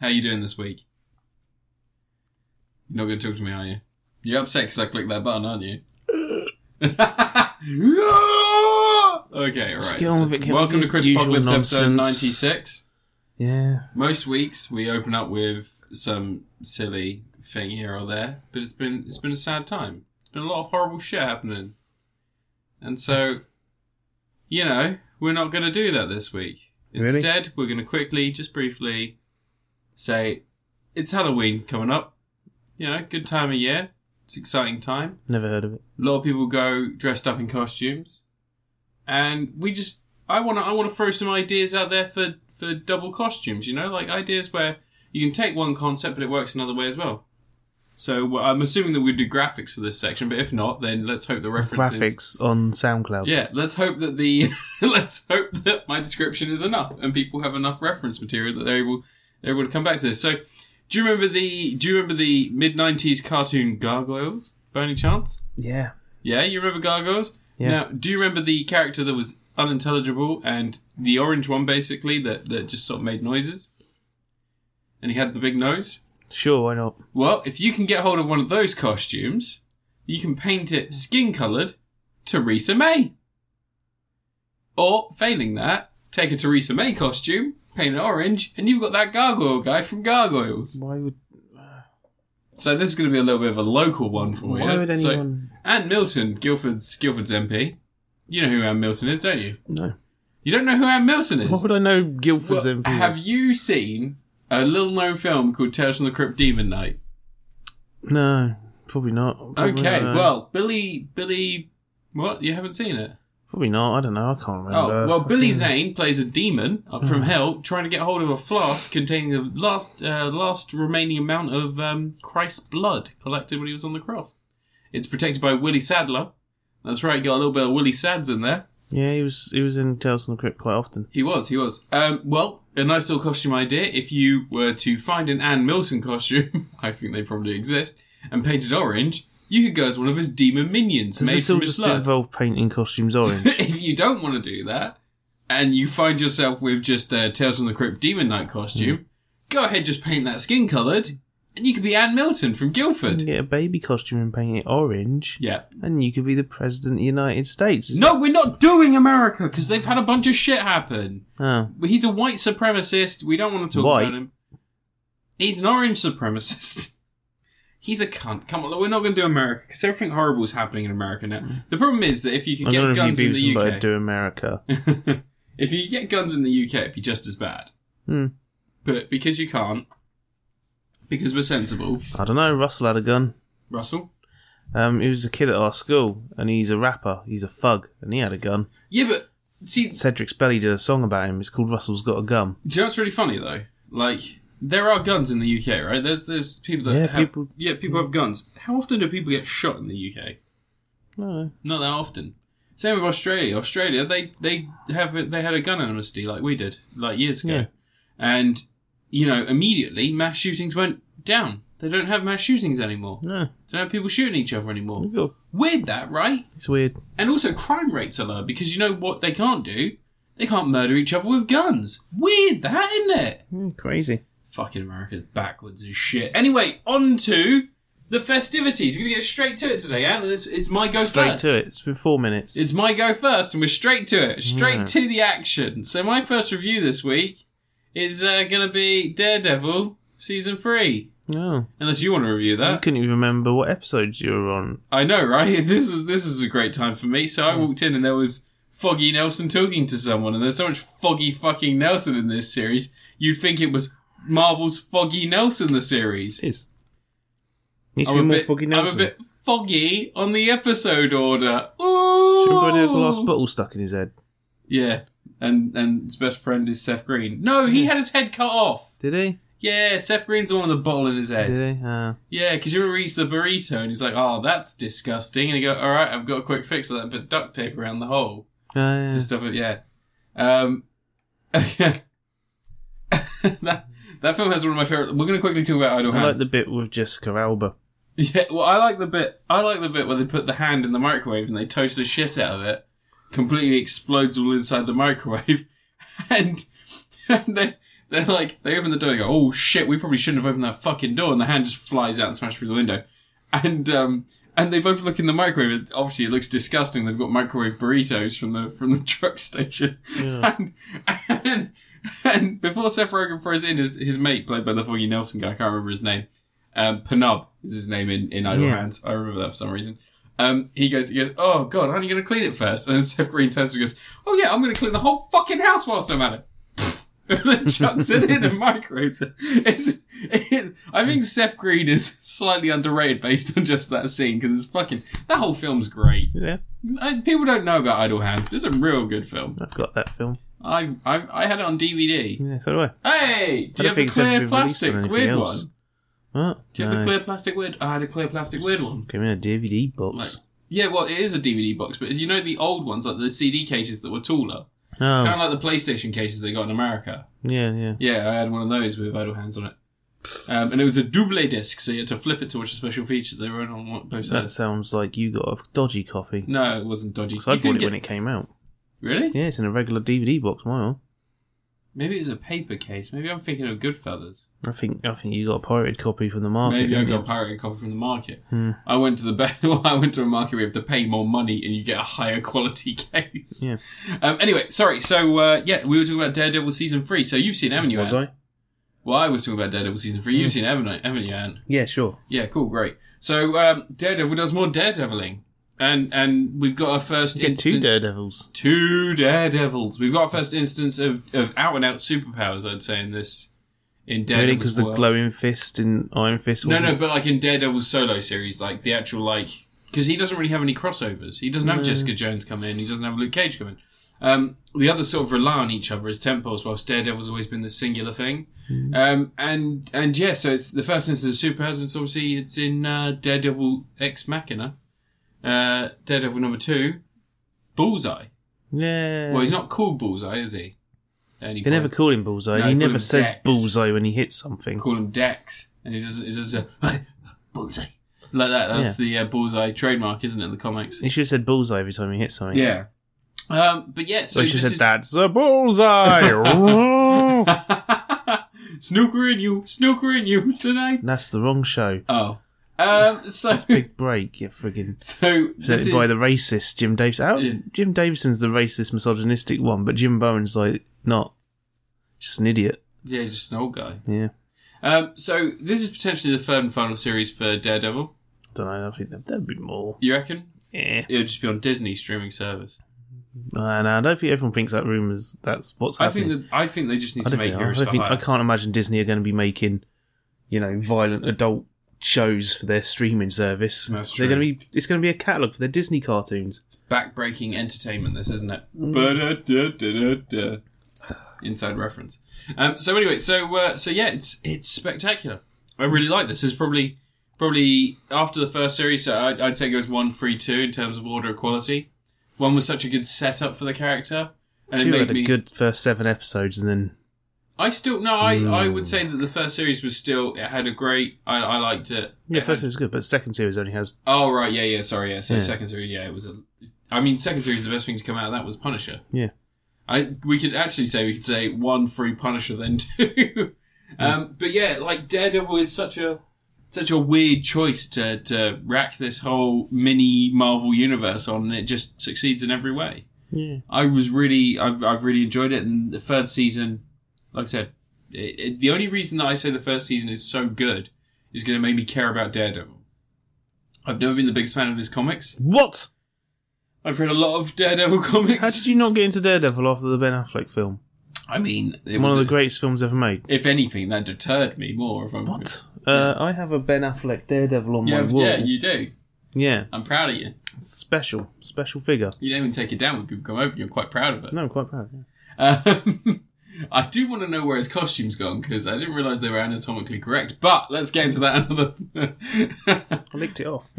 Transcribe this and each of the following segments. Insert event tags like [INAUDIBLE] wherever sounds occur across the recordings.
How you doing this week? You're not going to talk to me, are you? You're upset because I clicked that button, aren't you? [LAUGHS] okay, all right. Just get on so with it, Kevin. welcome to Your Chris usual Apocalypse episode nonsense. 96. Yeah. Most weeks we open up with some silly thing here or there, but it's been it's been a sad time. It's been a lot of horrible shit happening, and so you know we're not going to do that this week. Really? Instead, we're going to quickly, just briefly, say it's Halloween coming up. You know, good time of year. It's exciting time. Never heard of it. A lot of people go dressed up in costumes, and we just I want to I want to throw some ideas out there for for double costumes. You know, like ideas where you can take one concept but it works another way as well. So well, I'm assuming that we do graphics for this section, but if not, then let's hope the references. Graphics on SoundCloud. Yeah, let's hope that the [LAUGHS] let's hope that my description is enough and people have enough reference material that they're able they're able to come back to this. So, do you remember the do you remember the mid '90s cartoon Gargoyles by any chance? Yeah. Yeah, you remember Gargoyles? Yeah. Now, do you remember the character that was unintelligible and the orange one basically that, that just sort of made noises? And he had the big nose? Sure, why not? Well, if you can get hold of one of those costumes, you can paint it skin coloured Theresa May. Or, failing that, take a Theresa May costume, paint it orange, and you've got that gargoyle guy from Gargoyles. Why would So this is going to be a little bit of a local one for you. why would So- anyone Anne Milton, Guildford's Guildford's MP. You know who Anne Milton is, don't you? No. You don't know who Anne Milton Why is. would I know Guildford's Well, MP? have you seen a little known film called Tales from the Crypt Demon Night? No, probably not. Probably Okay, not. well, Billy Billy what? You haven't seen it? probably not. I don't know. I can't remember. Oh, well, Billy Fucking- Zane plays a demon up from hell trying to get hold of a flask containing the last uh, last remaining amount of um, Christ's blood collected when he was on the cross. It's protected by Willie Sadler. That's right, got a little bit of Willie Sads in there. Yeah, he was he was in Tales from the Crypt quite often. He was, he was. Um, well, a nice little costume idea. If you were to find an Anne Milton costume, [LAUGHS] I think they probably exist, and paint it orange, you could go as one of his demon minions Does made this all from his just blood. [LAUGHS] involve painting costumes orange? if you don't want to do that, and you find yourself with just a Tales from the Crypt Demon Knight costume, go ahead, just paint that skin coloured, and you could be Anne Milton from you Guildford. can get a baby costume and paint it orange, Yeah. and you could be the president of the United States. Is- No, we're not doing America because they've had a bunch of shit happen. Oh, He's a white supremacist. We don't want to talk White? about him. He's an orange supremacist. [LAUGHS] He's a cunt. Come on, look, we're not going to do America because everything horrible is happening in America now. The problem is that if you could I don't get know if guns in you'd be the somebody UK, to America. [LAUGHS] if you could get guns in the UK, it'd be just as bad. Hmm. But because you can't, because we're sensible, I don't know. Russell had a gun. Russell. Um, he was a kid at our school, and he's a rapper. He's a thug, and he had a gun. Yeah, but see, Cedric Spelly did a song about him. It's called Russell's Got a Gun. Do you know what's really funny though? Like there are guns in the UK, right? There's there's people that Yeah, have, people- yeah people have guns. How often do people get shot in the UK? No, Not that often. Same with Australia. Australia they they have a, they had a gun amnesty like we did like years ago, Yeah. and you know immediately mass shootings went down. They don't have mass shootings anymore. no, They don't have people shooting each other anymore. we've got- Weird that, right? it's weird. And also crime rates are low because you know what they can't do? They can't murder each other with guns. Weird that, isn't it? Hmm, crazy. Fucking America's backwards as shit. Anyway, on to the festivities. We're gonna get straight to it today, Ant, and it's, it's my go Straight first. to it. It's been four minutes. It's my go first, and we're straight to it. Straight Yeah. to the action. So my first review this week is uh, gonna be Daredevil season three. No, Unless you want to review I that, couldn't even remember what episodes you were on. I know, right? [LAUGHS] This was this was a great time for me. So I walked in, and there was Foggy Nelson talking to someone, and there's so much Foggy fucking Nelson in this series. You'd think it was Marvel's Foggy Nelson the series. It is. Needs to I'm be a, more bit, fucking I'm a Nelson. bit foggy on the episode order. Ooh. Should have a glass bottle stuck in his head. Yeah, and and his best friend is Seth Green. No, he had his head cut off. Did he? Yeah, Seth Green's the one with the bottle in his head. Did he? Uh, Yeah, because you remember he eats the burrito and he's like, "Oh, that's disgusting," and you go, "All right, I've got a quick fix for that." and Put duct tape around the hole yeah. to stop it. Yeah. Um, [LAUGHS] that that film has one of my favorite. We're going to quickly talk about Idle I Hands. like the bit with Jessica Alba. [LAUGHS] Yeah, well, I like the bit. I like the bit where they put the hand in the microwave and they toast the shit out of it. [LAUGHS] Completely explodes all inside the microwave, and, and [LAUGHS] they They're like, they open the door and go, oh shit, we probably shouldn't have opened that fucking door. And the hand just flies out and smashes through the window. And, um, and they both look in the microwave. It- Obviously, it looks disgusting. They've got microwave burritos from the, from the [LAUGHS] truck station. And, and, and before Seth Rogen throws it in, his, his mate, played by the foggy Nelson guy, I can't remember his name. Um, Panub is his name in, in Idle Yeah. Hands. I remember that for some reason. Um, he goes, he goes, oh god, aren't you going to clean it first? [LAUGHS] And then Seth Green turns to him and goes, oh yeah, I'm going to clean the whole fucking house whilst I'm at it. [LAUGHS] and then chucks it in and microwaves it. It's, it. I think Seth Green is slightly underrated based on just that scene because it's fucking, that whole film's great. Yeah, Uh, People don't know about Idle Hands, but it's a real good film. I've got that film. I, I, I had it on DVD. Yeah, so do I. Hey, do you I have the don't think it's ever clear been released on plastic anything weird else. one? What? Do you have No. the clear plastic weird? I had a clear plastic weird one. Came in a DVD box. Like, yeah, well, it is a DVD box, but you know the old ones, like the CD cases that were taller, oh, kind of like the PlayStation cases they got in America. yeah, yeah. Yeah, I had one of those with Idle Hands on it, um, and it was a double disc, so you had to flip it to watch the special features. They were on one- both That sides. sounds like you got a dodgy copy. No, it wasn't dodgy. 'Cause I You couldn't bought it get- when it came out. Really? Yeah, it's in a regular DVD box. My one. Maybe it was a paper case. Maybe I'm thinking of Goodfellas. I think I think you got a pirated copy from the market. Hmm. Maybe I didn't got a you? pirated copy from the market. I went to the be- [LAUGHS] I went to a market where you have to pay more money and you get a higher quality [LAUGHS] case. Yeah. Um, anyway, sorry. So uh, yeah, we were talking about Daredevil season three. So you've seen, it, haven't you? Was Ant? I? Well, I was talking about Daredevil season three. You've seen, it, haven't I- haven't you, Anne? Yeah, sure. Yeah, cool, great. So um, Daredevil does more daredeviling, and and we've got our first Get instance. two daredevils. Two daredevils. We've got our first instance of, of out and out superpowers. I'd say in this in Really, Daredevil's because the world. glowing fist in Iron Fist. No, Wasn't no, but like in Daredevil's solo series, like the actual like because he doesn't really have any crossovers. He doesn't have Jessica Jones come in. He doesn't have Luke Cage come in. Um, the others sort of rely on each other as temples, whilst Daredevil's always been the singular thing. Hmm. Um, and and yeah, so it's the first instance of superpowers, and it's obviously it's in uh, Daredevil Ex Machina, uh, Daredevil number two, Bullseye. Yeah. Well, he's not called Bullseye, is he? At any They never point. call him Bullseye. No, he they call never him says Dex. Bullseye when he hits something. call him Dex, and he does he does [LAUGHS] a bullseye like that. That's the uh, bullseye trademark, isn't it? In the comics, He should have said Bullseye every time he hits something. yeah. Um, but yeah, so So he this should have said, is That's [LAUGHS] a Bullseye! snooker in you, snooker in you tonight. That's the [LAUGHS] wrong show. Oh, [LAUGHS] um, so Big break, you [LAUGHS] friggin'. so this Presented is by the racist Jim Davis. How, Yeah. Jim Davison's the racist, misogynistic one, but Jim Bowen's like, not. Just an idiot. yeah, just an old guy. Yeah. Um, so this is potentially the third and final series for Daredevil. Don't know. I think there'd- there'd be more. You reckon Yeah. it'll just be on Disney streaming service? And I don't think everyone thinks that rumours, that's what's I happening. think that I think they just need I to don't make think they are. heroes I, for think- I hire. can't imagine Disney are going to be making, you know, violent adult shows for their streaming service. That's They're true. going to be. It's going to be a catalogue for their Disney cartoons. backbreaking entertainment. This isn't it. Mm. Ba-da-da-da-da-da. Inside reference. Um, so anyway, so uh, so yeah, it's it's spectacular. I really like this. It's probably probably after the first series. So I'd, I'd take it was one, three, two in terms of order of quality. One was such a good setup for the character, and Two it had made a me. good first seven episodes, and then I still no. I, I Mm. would say that the first series was still it had a great. I, I liked it. yeah, It had- first series was good, but second series only has Oh right, yeah, yeah. Sorry, yeah. So Yeah. second series, yeah, it was a. I mean, second series, the best thing to come out of that was Punisher. Yeah. I we could actually say we could say one free Punisher then [LAUGHS] two. um, but yeah, like Daredevil is such a such a weird choice to to rack this whole mini Marvel universe on, and it just succeeds in every way. yeah, I was really, I've, I've really enjoyed it. And the third season, like I said, it, it, the only reason that I say the first season is so good is because it made me care about Daredevil. I've never been the biggest fan of his comics. What? I've read a lot of Daredevil [LAUGHS] comics. How did you not get into Daredevil after the Ben Affleck film? I mean, it One was of the a- greatest films ever made. if anything, that deterred me more. If I'm What? Uh, I have a Ben Affleck Daredevil on Yeah, my wall. yeah, you do. yeah, I'm proud of you. special, special figure. You don't even take it down when people come over. You're quite proud of it. No, I'm quite proud. yeah. Um, [LAUGHS] I do want to know where his costume's gone because I didn't realise they were anatomically correct. But let's get into that [LAUGHS] another. [LAUGHS] I licked it off.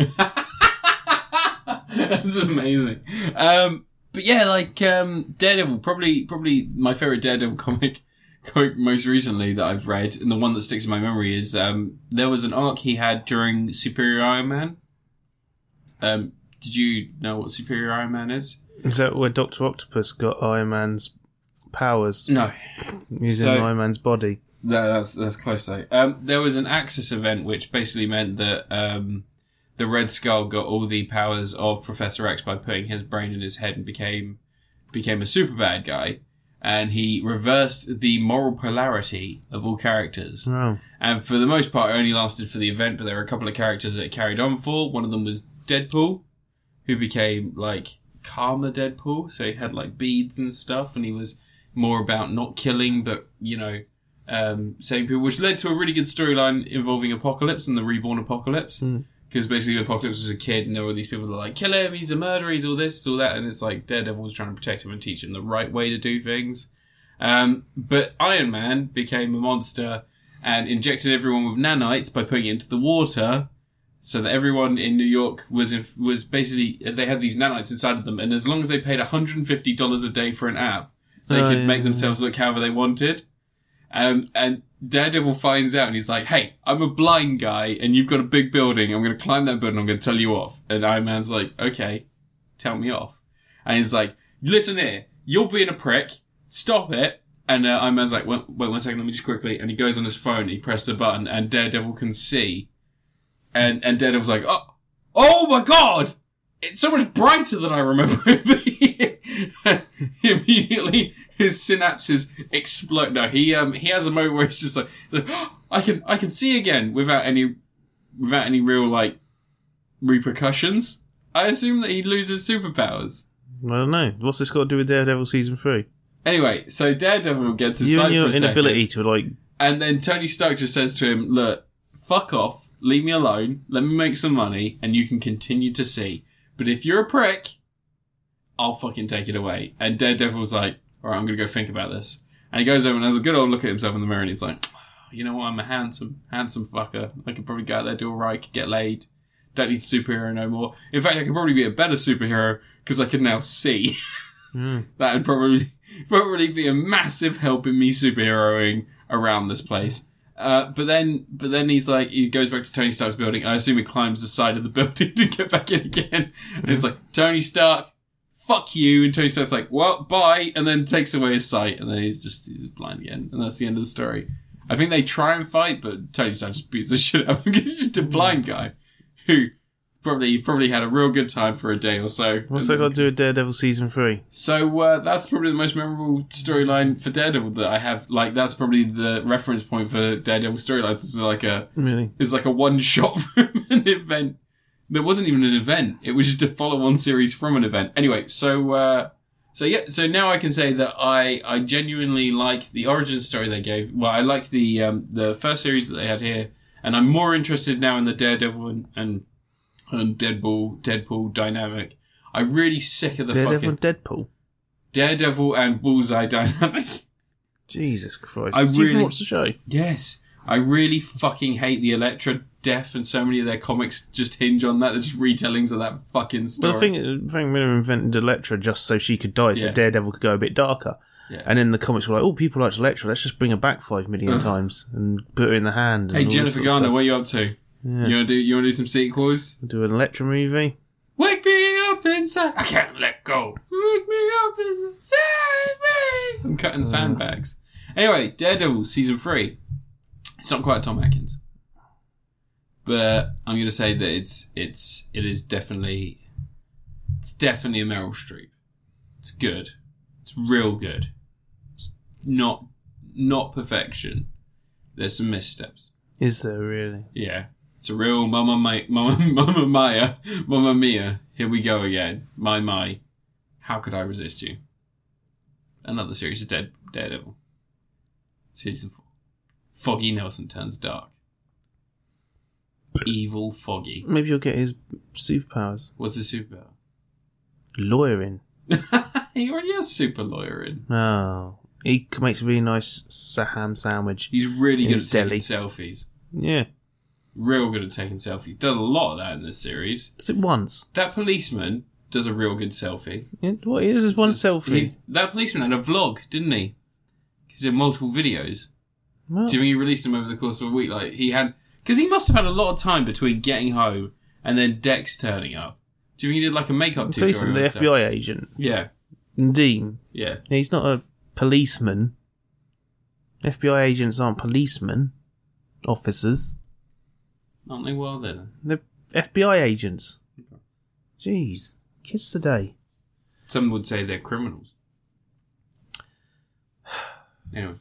That's amazing. Um, but yeah, like um, Daredevil, probably probably my favorite Daredevil [LAUGHS] comic comic most recently that I've read, and the one that sticks in my memory is um, there was an arc he had during Superior Iron Man. Um, did you know what Superior Iron Man is? Is that where Doctor Octopus got Iron Man's powers No, using Mm. So- Iron Man's body. No, that's that's close though. Um, there was an Axis event which basically meant that um, the Red Skull got all the powers of Professor X by putting his brain in his head and became became a super bad guy, and he reversed the moral polarity of all characters. Oh, And for the most part, it only lasted for the event, but there were a couple of characters that it carried on for. One of them was Deadpool, who became like calmer Deadpool, so he had like beads and stuff, and he was more about not killing, but you know, um, saving people, which led to a really good storyline involving Apocalypse and the reborn Apocalypse. Because basically, Apocalypse was a kid, and there were these people that were like, kill him, he's a murderer, he's all this, all that, and it's like Daredevil was trying to protect him and teach him the right way to do things. Um, but Iron Man became a monster and injected everyone with nanites by putting it into the water, so that everyone in New York was in, was basically they had these nanites inside of them, and as long as they paid one hundred and fifty dollars a day for an app, they Oh, could yeah, make yeah. themselves look however they wanted. Um, and Daredevil finds out, and he's like, "Hey, I'm a blind guy, and you've got a big building. I'm going to climb that building. I'm going to tell you off." And Iron Man's like, "Okay, tell me off." And he's like, listen here, you're being a prick. Stop it. And uh, Iron Man's like, wait, wait one second, let me just quickly. And he goes on his phone, he presses the button, and Daredevil can see. And and Daredevil's like, oh, oh my god, it's so much brighter than I remember it being. [LAUGHS] Immediately, his synapses explode. No, he um he has a moment where he's just like, [GASPS] I can I can see again without any without any real like repercussions. I assume that he loses superpowers. I don't know. What's this got to do with Daredevil season three? Anyway, so Daredevil gets you aside and for your a second, inability to like. and then Tony Stark just says to him, "Look, fuck off, leave me alone, let me make some money, and you can continue to see. But if you're a prick, I'll fucking take it away." And Daredevil's like, "All right, I'm gonna go think about this." And he goes over and has a good old look at himself in the mirror, and he's like, "Ah, "You know what? I'm a handsome, handsome fucker. I could probably go out there, do all right, could get laid." Don't need superhero no more. In fact, I could probably be a better superhero because I can now see. [LAUGHS] Mm. That would probably [LAUGHS] probably be a massive help in me superheroing around this place. Uh, but then, but then he's like, he goes back to Tony Stark's building. I assume he climbs the side of the [LAUGHS] building to get back in again. And he's like, Tony Stark, fuck you. And Tony Stark's like, well, bye. And then takes away his sight. And then he's just, he's blind again. And that's the end of the story. I think they try and fight, but Tony Stark just beats the [LAUGHS] shit out of him 'cause he's just a blind guy who probably, probably had a real good time for a day or so. What's And that got to do with Daredevil season three? so uh, that's probably the most memorable storyline for Daredevil that I have. Like that's probably the reference point for Daredevil storylines. It's like a Really? it's like a one shot [LAUGHS] from an event. There wasn't even an event. It was just a follow on series from an event. Anyway, so uh, so yeah, so now I can say that I I genuinely like the origin story they gave. Well, I like the um, the first series that they had here, and I'm more interested now in the Daredevil and and, and Deadpool Deadpool dynamic. I'm really sick of the fucking. Daredevil, Deadpool. Daredevil and Bullseye [LAUGHS] dynamic. Jesus Christ! I Did you even really- watch the show? yes, I really fucking hate the Electra death, and so many of their comics just hinge on that. They're just retellings of that fucking story. Well, I think Frank Miller invented Electra just so she could die, so Yeah. Daredevil could go a bit darker. Yeah. Uh-huh. And then the comics were like, "Oh, people liked Electra. Let's just bring her back five million times and put her in the hand." And hey all this Jennifer sort of Garner, stuff. what are you up to? You wanna do? You wanna do some sequels? do an Electra movie? Wake me up inside. I can't let go. Wake me up inside me. I'm cutting sandbags. Anyway, Daredevil season three. It's not quite Tom Atkins, but I'm gonna say that it's it's it is definitely It's definitely a Meryl Streep. It's good. It's real good. It's not not perfection. There's some missteps. Is there really? Yeah. It's a real Mama Ma- [LAUGHS] Mama Mama Maya Mama Mia. Here we go again. My my. How could I resist you? Another series of Dead Daredevil. Season four. Foggy Nelson turns dark. Evil Foggy. Maybe you'll get his superpowers. What's his superpower? Lawyering. he already has super lawyer in. Oh, he c- makes a really nice Saham sandwich. He's really good He's at taking Delhi. selfies. Yeah, Real good at taking selfies. Done a lot of that in this series. is it once? That policeman does a real good selfie. Yeah, What is this one Just- selfie? he- that policeman had a vlog, didn't he? Because he had multiple videos. Well, Do you think he released them over the course of a week? Like he had, because he must have had a lot of time between getting home and then Dex turning up. Do you think he did like a makeup Jason, tutorial? the and stuff? FBI agent, Yeah, Dean. yeah. He's not a policemen. FBI agents aren't policemen, officers. Aren't they well then? They're FBI agents. Jeez, kids today. Some would say they're criminals. [SIGHS] Anyway,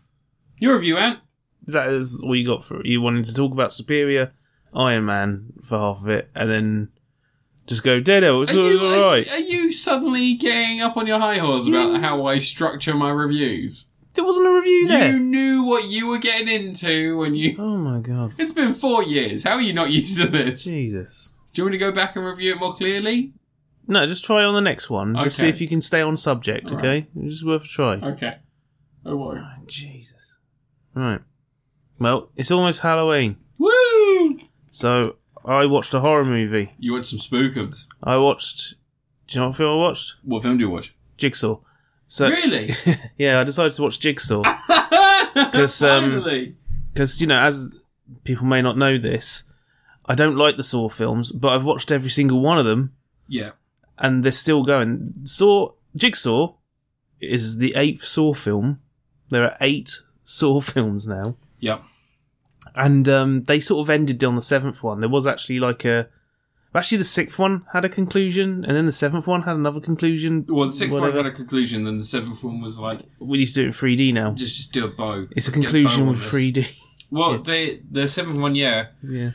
your review, Ant. That is all you got for you wanted to talk about Superior, Iron Man for half of it, and then just go Daredevil. It's Are you, all are, right. Mm. are you suddenly getting up on your high horse about how I structure my reviews? There wasn't a review there. You knew what you were getting into when you. Oh my god, It's been four years. How are you not [LAUGHS] used to this? Do Jesus. you want me to go back and review it more clearly? No, just try on the next one. Just see Okay. if you can stay on subject. All okay, it's worth a try. Okay. Oh, won't. Oh, Jesus. Right. Well, it's almost Halloween, Woo! so I watched a horror movie. You watched some spookums. I watched. Do you know what film I watched? What film do you watch? Jigsaw. So [LAUGHS] really? [LAUGHS] yeah, I decided to watch Jigsaw because Finally. you know, as people may not know this, I don't like the Saw films, but I've watched every single one of them, Yeah. and they're still going. Saw Jigsaw is the eighth Saw film. There are eight Saw [LAUGHS] films now. Yep. and um, they sort of ended on the seventh one. There was actually like a, actually the sixth one had a conclusion, and then the seventh one had another conclusion. Well, the sixth Whatever. one had a conclusion, then the seventh one was like, We need to do it in three D now. just just do a bow. It's a Let's get bow conclusion on with this. three D. Well, they the seventh one, yeah, Yeah,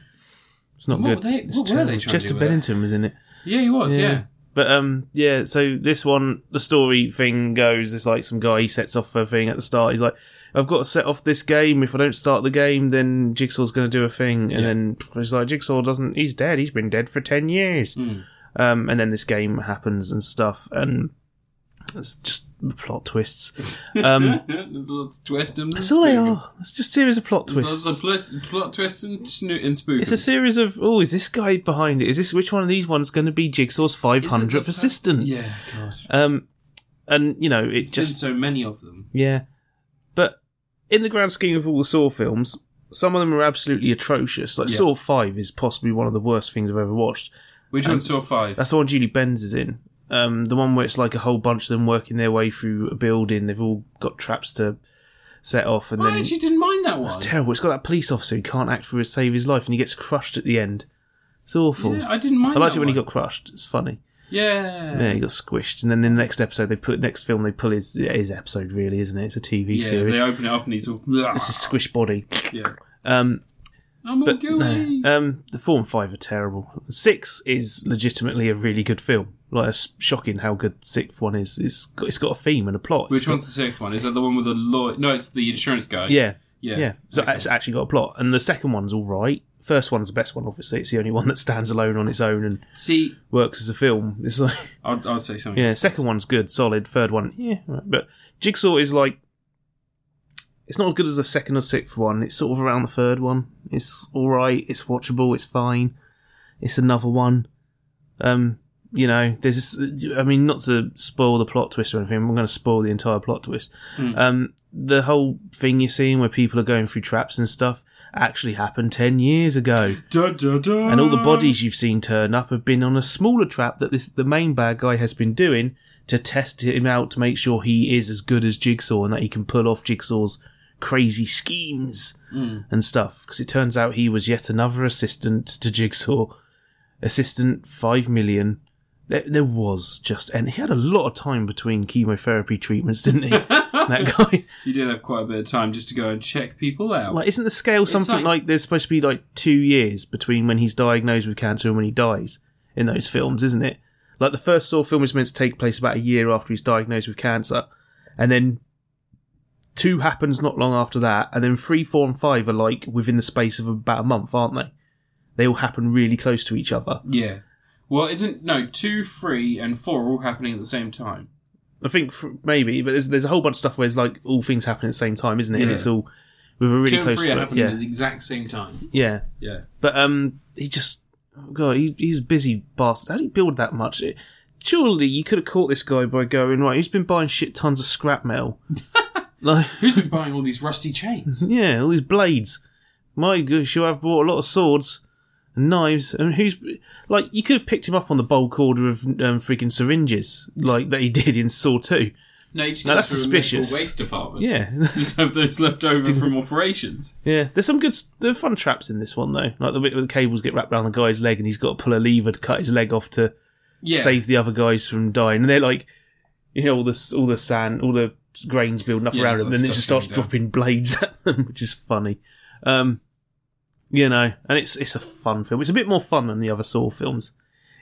it's not What good. were they- It's what were they terrible. trying to Chester do with it? Bennington was in it. yeah, he was, yeah. But um, yeah. So this one, the story thing goes is like some guy he sets off a thing at the start. He's like, "I've got to set off this game. If I don't start the game, then Jigsaw's going to do a thing." And then pff, it's like Jigsaw doesn't. He's dead. He's been dead for ten years. Um, and then this game happens and stuff, and it's just plot [LAUGHS] twists. Um, [LAUGHS] There's lots of twists and that's all they spookums. are. It's just a series of plot There's lots twists. of plus- plot twists and, snoo- and spookums. It's a series of oh, is this guy behind it? Is this which one of these ones going to be Jigsaw's five hundredth assistant? Yeah, God. Um, and you know it Just just so many of them. yeah, but in the grand scheme of all the Saw films, some of them are absolutely atrocious. Like Yeah. Saw Five is possibly one of the worst things I've ever watched. Which one saw five? That's the one Julie Benz is in. Um, the one where it's like a whole bunch of them working their way through a building. They've all got traps to set off, and I then Oh, actually didn't mind that one. it's terrible. It's got that police officer who can't act for his save his life, and he gets crushed at the end. It's awful. Yeah, I didn't mind. I liked that it when he one. got crushed. It's funny. Yeah. Yeah, he got squished, and then in the next episode they put next film they pull his yeah, his episode really, isn't it? It's a TV Yeah, series. they open it up and he's all. It's a squish body. Yeah. Um, I'm all gooey. um, the four and five are terrible. Six is legitimately a really good film. Like it's shocking how good sixth one is. It's got, it's got a theme and a plot. It's Which got- one's the sixth one? Is that the one with the lawyer? No, it's the insurance guy. Yeah, Yeah. yeah. So it's actually got a plot, and the second one's all right. First one's the best one, obviously. It's the only one that stands alone on its own and See, works as a film. It's like I'll, I'll say something. Yeah, second one's good, solid. Third one, yeah, right. but Jigsaw is like it's not as good as the second or sixth one. It's sort of around the third one. It's all right. It's watchable. It's fine. It's another one. Um, you know, there's. This, I mean, not to spoil the plot twist or anything. I'm going to spoil the entire plot twist. Um, the whole thing you're seeing where people are going through traps and stuff actually happened ten years ago Da, da, da. and all the bodies you've seen turn up have been on a smaller trap that this the main bad guy has been doing to test him out to make sure he is as good as Jigsaw and that he can pull off Jigsaw's crazy schemes and stuff. Because it turns out he was yet another assistant to Jigsaw, assistant five million. There, there was just, and he had a lot of time between chemotherapy treatments, didn't he? that guy. You did have quite a bit of time just to go and check people out. Like, isn't the scale something like- like, there's supposed to be like two years between when he's diagnosed with cancer and when he dies in those films, isn't it? Like the first Saw film is meant to take place about a year after he's diagnosed with cancer, and then two happens not long after that, and then three, four, and five are like within the space of about a month, aren't they? They all happen really close to each other. yeah. Well, isn't no two, three, and four are all happening at the same time? I think fr maybe, but there's there's a whole bunch of stuff where it's like all things happen at the same time, isn't it? And Yeah. it's all with a really two and close. three are happening at yeah, the exact same time. yeah. Yeah. But um, he just oh God, he, he's a busy bastard. How do you build that much? It- surely you could have caught this guy by going right. He's been buying shit tons of scrap metal, like Who's been buying all these rusty chains? yeah, all these blades. My gosh, you have brought a lot of swords and knives. And who's like [LAUGHS] you could have picked him up on the bulk order of um, freaking syringes, like that he did in Saw Two. No, it's [LAUGHS] No, that's suspicious. Waste department. Yeah, [LAUGHS] [LAUGHS] Just have those left over from operations. yeah. There's some good, there are fun traps in this one though. Like the bit where the cables get wrapped around the guy's leg, and he's got to pull a lever to cut his leg off to Yeah. save the other guys from dying. And they're like, you know, all this, all the sand, all the grains building up Yeah, around it's them, like and it just stuff starts coming down. dropping blades [LAUGHS] at them, which is funny. Um, you know, and it's it's a fun film. It's a bit more fun than the other Saw films.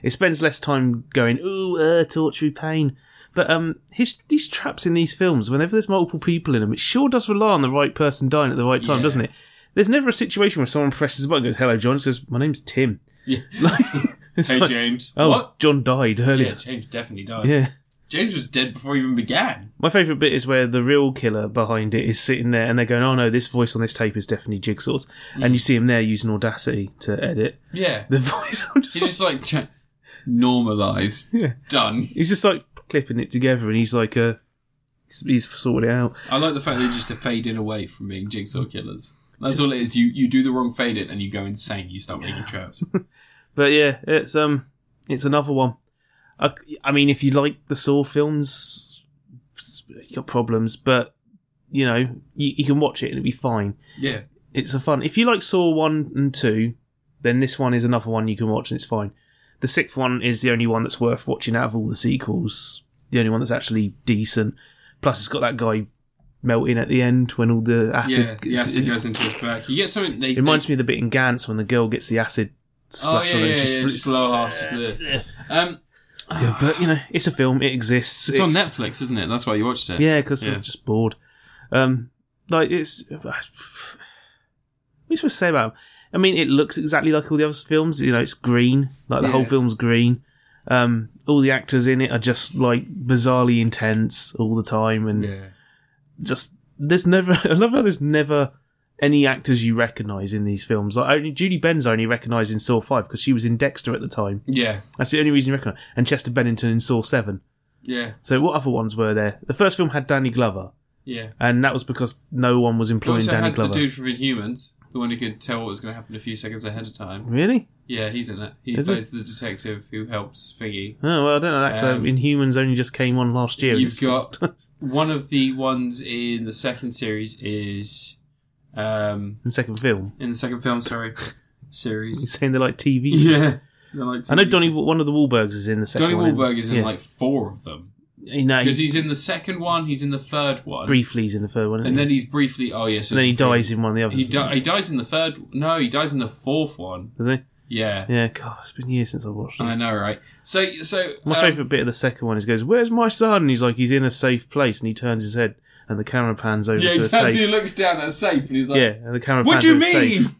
It spends less time going, ooh, uh, torture, pain. But um, his these traps in these films, whenever there's multiple people in them, it sure does rely on the right person dying at the right time, Yeah. doesn't it? There's never a situation where someone presses a button and goes, hello, John. It says, my name's Tim. Yeah. [LAUGHS] It's Hey, [LAUGHS] like, James. [LAUGHS] oh, What? John died Yeah, earlier. James definitely died. [LAUGHS] yeah. James was dead before he even began. My favourite bit is where the real killer behind it is sitting there and they're going, oh no, this voice on this tape is definitely Jigsaw's. Mm. And you see him there using Audacity to edit [LAUGHS] Yeah. the voice. I'm just He's like- just like, ch- normalize. [LAUGHS] Yeah. Done. he's just like clipping it together and he's like, uh, he's, he's sorted it out. I like the fact they just are fading away from being jigsaw killers. That's all it is. You you do the wrong fade in and you go insane. You start making [LAUGHS] traps. But yeah, it's, um, it's another one. I, I mean, if you like the Saw films, you got problems, but you know, you, you can watch it and it'll be fine. yeah. it's a fun. If you like Saw one and two, then this one is another one you can watch and it's fine. The sixth one is the only one that's worth watching out of all the sequels. The only one that's actually decent. Plus, it's got that guy melting at the end when all the acid. Yeah. The it's- acid it's- goes into his back. You get something. They, it reminds me of the bit in Gantz when the girl gets the acid Oh, splashed yeah, on her yeah, and yeah. she Just splits. low half. Just there. Um, Yeah, but you know, it's a film. It exists. it's, on Netflix, isn't it? That's why you watched it. Yeah, because Yeah. I'm just bored. Um, like it's. [SIGHS] What are you supposed to say about? Him? I mean, it looks exactly like all the other films. You know, it's green. Like the whole Yeah. film's green. Um, all the actors in it are just like bizarrely intense all the time, and Yeah. just there's never. [LAUGHS] I love how there's never any actors you recognise in these films. Like only Judy Benz, I only recognised in Saw Five because she was in Dexter at the time. Yeah. That's the only reason you recognise. And Chester Bennington in Saw Seven. Yeah. So what other ones were there? The first film had Danny Glover Yeah. and that was because no one was We employing also Danny had Glover. the dude from Inhumans, the one who could tell what was going to happen a few seconds ahead of time. Really? Yeah, he's in it. He Is he? plays the detective who helps Figgy. Oh well, I don't know. That Um, um, Inhumans only just came on last year. You've got [LAUGHS] the one of the ones in the second series is um, second film. [LAUGHS] in the second film. Sorry, series. You're saying they're like TV. [LAUGHS] Yeah, They're like I know TV. Donny. One of the Wahlbergs is in the second. Donnie one, Wahlberg is in yeah. like four of them You know, because he's in the second one. He's in the third one, briefly he's in the third one, and then he's briefly. Oh yes, and then he dies in one of the others. He, di- he dies in the third. No, he dies in the fourth one. doesn't Yeah, he? Yeah. God, it's been years since I watched it. I know, right? So, so My um, favourite bit of the second one is he goes, "Where's my son?" And he's like, "He's in a safe place,ce," and he turns his head, and the camera pans over Yeah, he to a turns and safe. he looks down at the safe, and he's like, yeah, and the camera. "What pans do you over to a mean?" safe.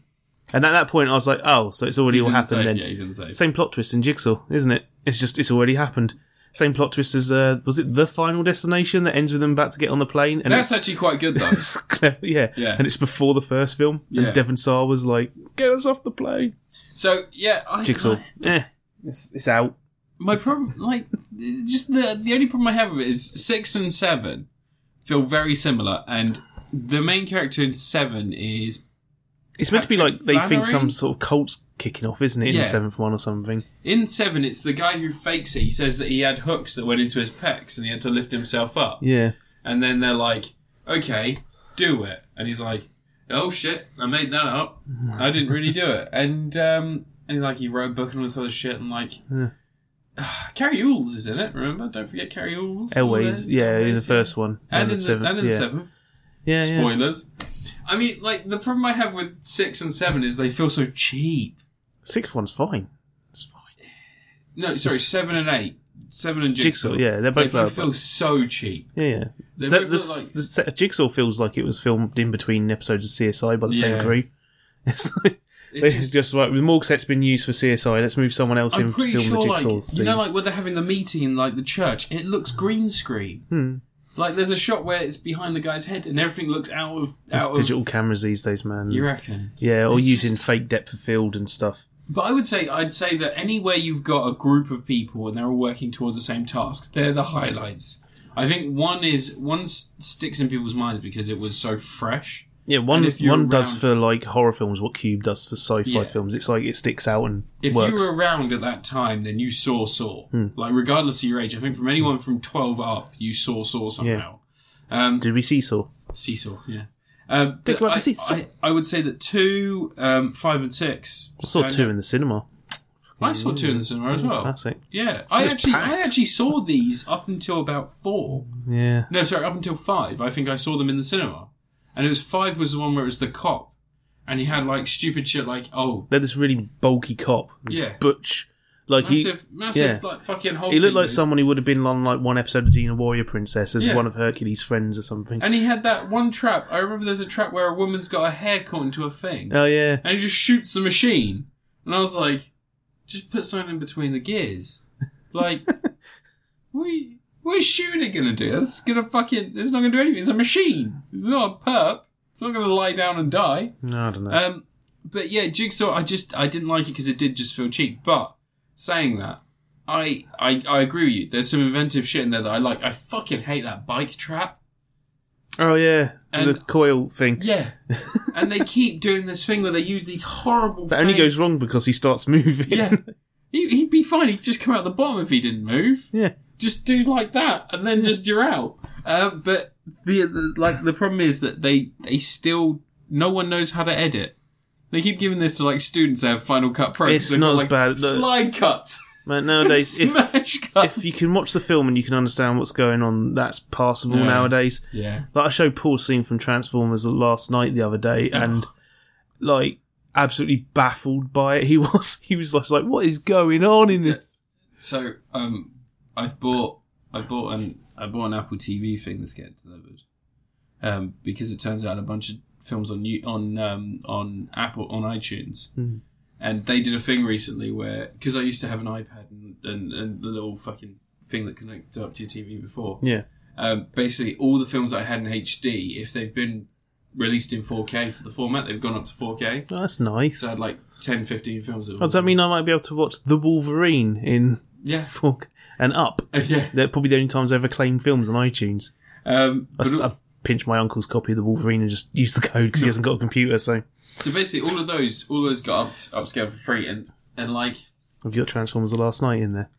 And at that point, I was like, "Oh, so it's already He's all in the happened safe. then." Yeah, he's in the safe. Same plot twist in Jigsaw, isn't it? It's just it's already happened. Same plot twist as uh, was it the Final Destination that ends with them about to get on the plane? And That's it's, actually quite good [LAUGHS] though. it's clever, yeah. Yeah. And it's before the first film, Yeah. and Devon Sawa was like, "Get us off the plane." So yeah, I, Jigsaw, I- eh, it's, it's out. my problem, like, just the the only problem I have with it is six and seven feel very similar, and the main character in seven is It's meant to be Patrick like they think Flannery? some sort of cult's kicking off, isn't it? In Yeah. the seventh one or something. in seven. It's the guy who fakes it. He says that he had hooks that went into his pecs, and he had to lift himself up. Yeah, And then they're like, okay, do it. And he's like, oh shit, I made that up. I didn't really do [LAUGHS] it. And, um, and like he wrote a book and all this other shit and like, Ah, Carrie Ooles is in it, remember? Don't forget Carrie Ooles. Elways. Always, Yeah, in the always, yeah. first one And, in the, seventh. and in the yeah. seventh. Yeah, yeah. Spoilers. I mean, like, the problem I have with six and seven is they feel so cheap. Sixth one's fine. It's fine. No, sorry, seven and eight. Seven and Jigsaw. Jigsaw, yeah, they're both They both lower, feel so cheap. Yeah, yeah. They So both the, look like- the set of Jigsaw feels like it was filmed in between episodes of CSI by the same Yeah. crew. [LAUGHS] It's like, It's it's just- just, right. The morgue set's been used for CSI. Let's move someone else in I'm to film pretty sure, the like Jigsaw you know, scenes. like when they're having the meeting in like the church, it looks green screen. Hmm. Like there's a shot where it's behind the guy's head and everything looks out of It's out of. digital cameras these days, man. You reckon? yeah, or It's using just- fake depth of field and stuff. But I would say I'd say that anywhere you've got a group of people and they're all working towards the same task, they're the highlights. I think one is one s- sticks in people's minds because it was so fresh. Yeah, one And if you're one does around- for like horror films what Cube does for sci-fi Yeah. films. It's like it sticks out and If works. Hmm. you were around at that time, then you saw Saw. Like, regardless of your age, I think from anyone from 12 up, you saw Saw somehow. Um, Did we see Saw? Seesaw, yeah. Um, Think about I, the seesaw. I, I would say that two, um, five, and six. I saw stand two out. in the cinema. I saw two in the cinema as well. Classic. Yeah, I was actually, I packed. actually saw these up until about four. Yeah. No, sorry, up until five. I think I saw them in the cinema, and it was five was the one where it was the cop, and he had like stupid shit like oh They're this really bulky cop. This Yeah. Butch. Like he massive, massive like fucking Hulk. he looked like dude. someone who would have been on like one episode of Xena Warrior Princess as Yeah. one of Hercules' friends or something. And he had that one trap. I remember there's a trap where a woman's got her hair caught into a thing. oh yeah. and he just shoots the machine. And I was like, just put something in between the gears. Like, what, are you- what is shooting gonna do? That's gonna fucking, it's not gonna do anything. It's a machine. It's not a perp. It's not gonna lie down and die. No, I don't know. Um, but yeah, Jigsaw, I just, I didn't like it because it did just feel cheap. But saying that, I, I, I agree with you. There's some inventive shit in there that I like. I fucking hate that bike trap. oh yeah. and- the coil thing. Yeah. and they keep doing this thing where they use these horrible That only things- goes wrong because he starts [LAUGHS] moving. Yeah. [LAUGHS] He, he'd be fine. He'd just come out the bottom if he didn't move. yeah. Just do like that, and then just you're out. Um, but the, the like the problem is that they they still no one knows how to edit. They keep giving this to like students that have Final Cut Pro. 'cause It's they've got, not as like, bad. Look- Slide cuts, Man, and [LAUGHS] nowadays if smash cuts. if you can watch the film and you can understand what's going on, that's passable Yeah. nowadays. yeah, Like I showed Paul a scene from Transformers last night the other day, and like absolutely baffled by it. He [LAUGHS] was he was just like, "What is going on in this?" So um, I've bought I bought an I bought an Apple TV thing that's getting delivered, um, because it turns out a bunch of films on you on um, on Apple on iTunes, Hmm. and they did a thing recently where because I used to have an iPad and, and and the little fucking thing that connected up to your TV before, Yeah, um, basically all the films I had in HD if they've been released in 4K for the format they've gone up to 4K. Oh, that's nice. So I had like 10, 15 films. Of Does that mean I might be able to watch The Wolverine in Yeah, [LAUGHS] Fork and Up? yeah. They're probably the only times I ever claim films on iTunes. Um, I, but- st- I pinched my uncle's copy of The Wolverine and just [LAUGHS] used the code because he hasn't got a computer. So So basically, all of those, all those got up, upscaled for free, and and like, I've got Transformers the last night in there.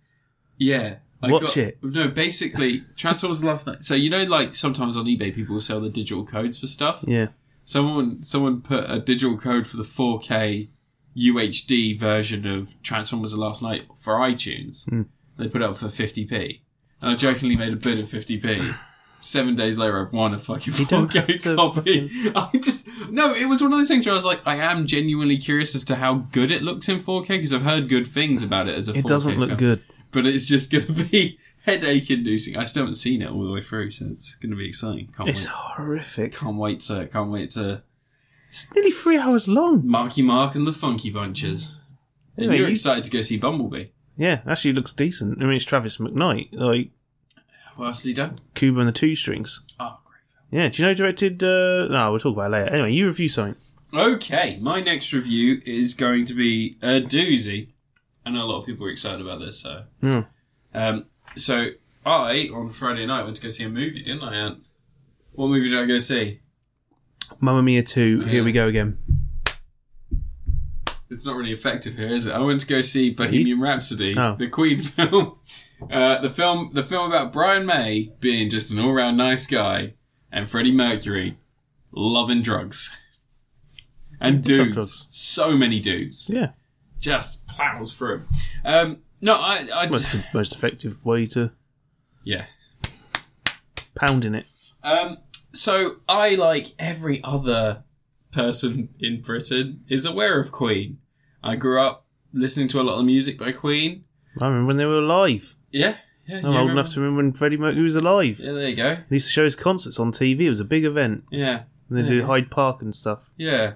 yeah, I Watch got, it. No, basically, Transformers last night. So you know, like sometimes on eBay, people will sell the digital codes for stuff. Yeah, Someone, someone put a digital code for the 4K UHD version of Transformers the Last Night for iTunes. Hmm. They put it up for 50p, and I jokingly made a bid of 50p. Seven days later, I've won a fucking don't have 4K to copy. [LAUGHS] I just no. It was one of those things where I was like, I am genuinely curious as to how good it looks in 4K because I've heard good things about it as a. it doesn't look good. but it's just [LAUGHS] going to be headache-inducing. I still haven't seen it all the way through, so it's going to be exciting. Can't It's wait. horrific. Can't wait to. Can't wait to. It's nearly three hours long. Marky Mark and the Funky Bunches. And Anyway, you're you- excited to go see Bumblebee. Yeah, actually it looks decent. I mean, it's Travis McKnight, like What else has he done? Cuba and the Two Strings. Oh, great. Yeah, do you know who directed? Uh, no, we'll talk about it later. Anyway, you review something. Okay, my next review is going to be a doozy. I know a lot of people are excited about this, so. Hmm. Um, so, I, on Friday night, went to go see a movie, didn't I, Ant? What movie did I go see? Mamma Mia Two. Yeah. Here we go again. It's not really effective here, is it? I went to go see Bohemian Rhapsody, Oh. the Queen [LAUGHS] film. Uh, the film, the film about Brian May being just an all-round nice guy, and Freddie Mercury loving drugs [LAUGHS] and love dudes. drugs. So many dudes, Yeah, [LAUGHS] just plows through. 'em. Um, no, I, I well, just, it's the most effective way to yeah. pound in it. Um, so I, like every other person in Britain, is aware of Queen. I grew up listening to a lot of the music by Queen. I remember when they were alive. Yeah, yeah. you I'm old remember- enough to remember when Freddie Mercury was alive. Yeah, there you go. They used to show his concerts on TV. It was a big event. Yeah, And they did Hyde Park and stuff. yeah.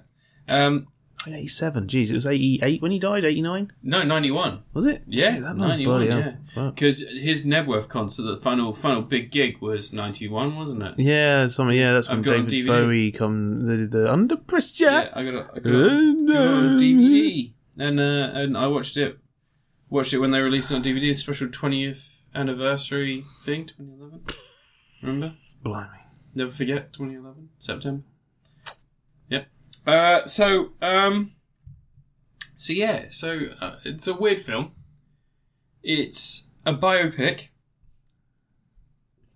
Um, 87. Jeez, it was 88 when he died. 89 no, ninety-one. was it? Yeah, Shit, that long, 91, bloody hell. yeah. Fuck. Because his Nebworth concert, the final final big gig was ninety-one, wasn't it? Yeah, some, yeah, that's when I've got it on DVD. David Bowie come the, the under pressure. I got it. I got it on- got it on DVD, and uh, and I watched it. Watched it when they released it on DVD, a special twentieth anniversary thing, twenty eleven. Remember? Blimey. Never forget, twenty eleven September. Uh, so, um, so yeah, so uh, it's a weird film. It's a biopic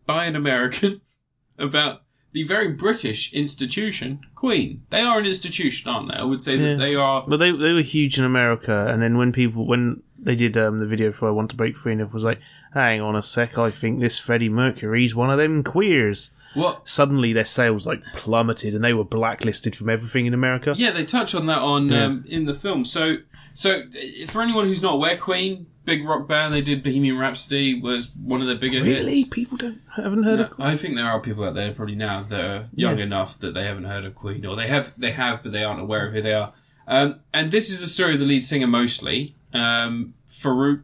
by an American [LAUGHS] about the very British institution, Queen. They are an institution, aren't they? I would say Yeah. that they are. But they they were huge in America, and then when people when they did um, the video for "I Want to Break Free," and it was like, "Hang on a sec, I think this Freddie Mercury's one of them queers." What? Suddenly, their sales like plummeted, and they were blacklisted from everything in America. Yeah, they touch on that on um, in the film. So, so uh, for anyone who's not aware, Queen, big rock band, they did Bohemian Rhapsody was one of their bigger hits. Really, people don't haven't heard No, of. I think there are people out there probably now that are young enough that they haven't heard of Queen, or they have they have, but they aren't aware of who they are. Um, and this is the story of the lead singer mostly, um, Farouk.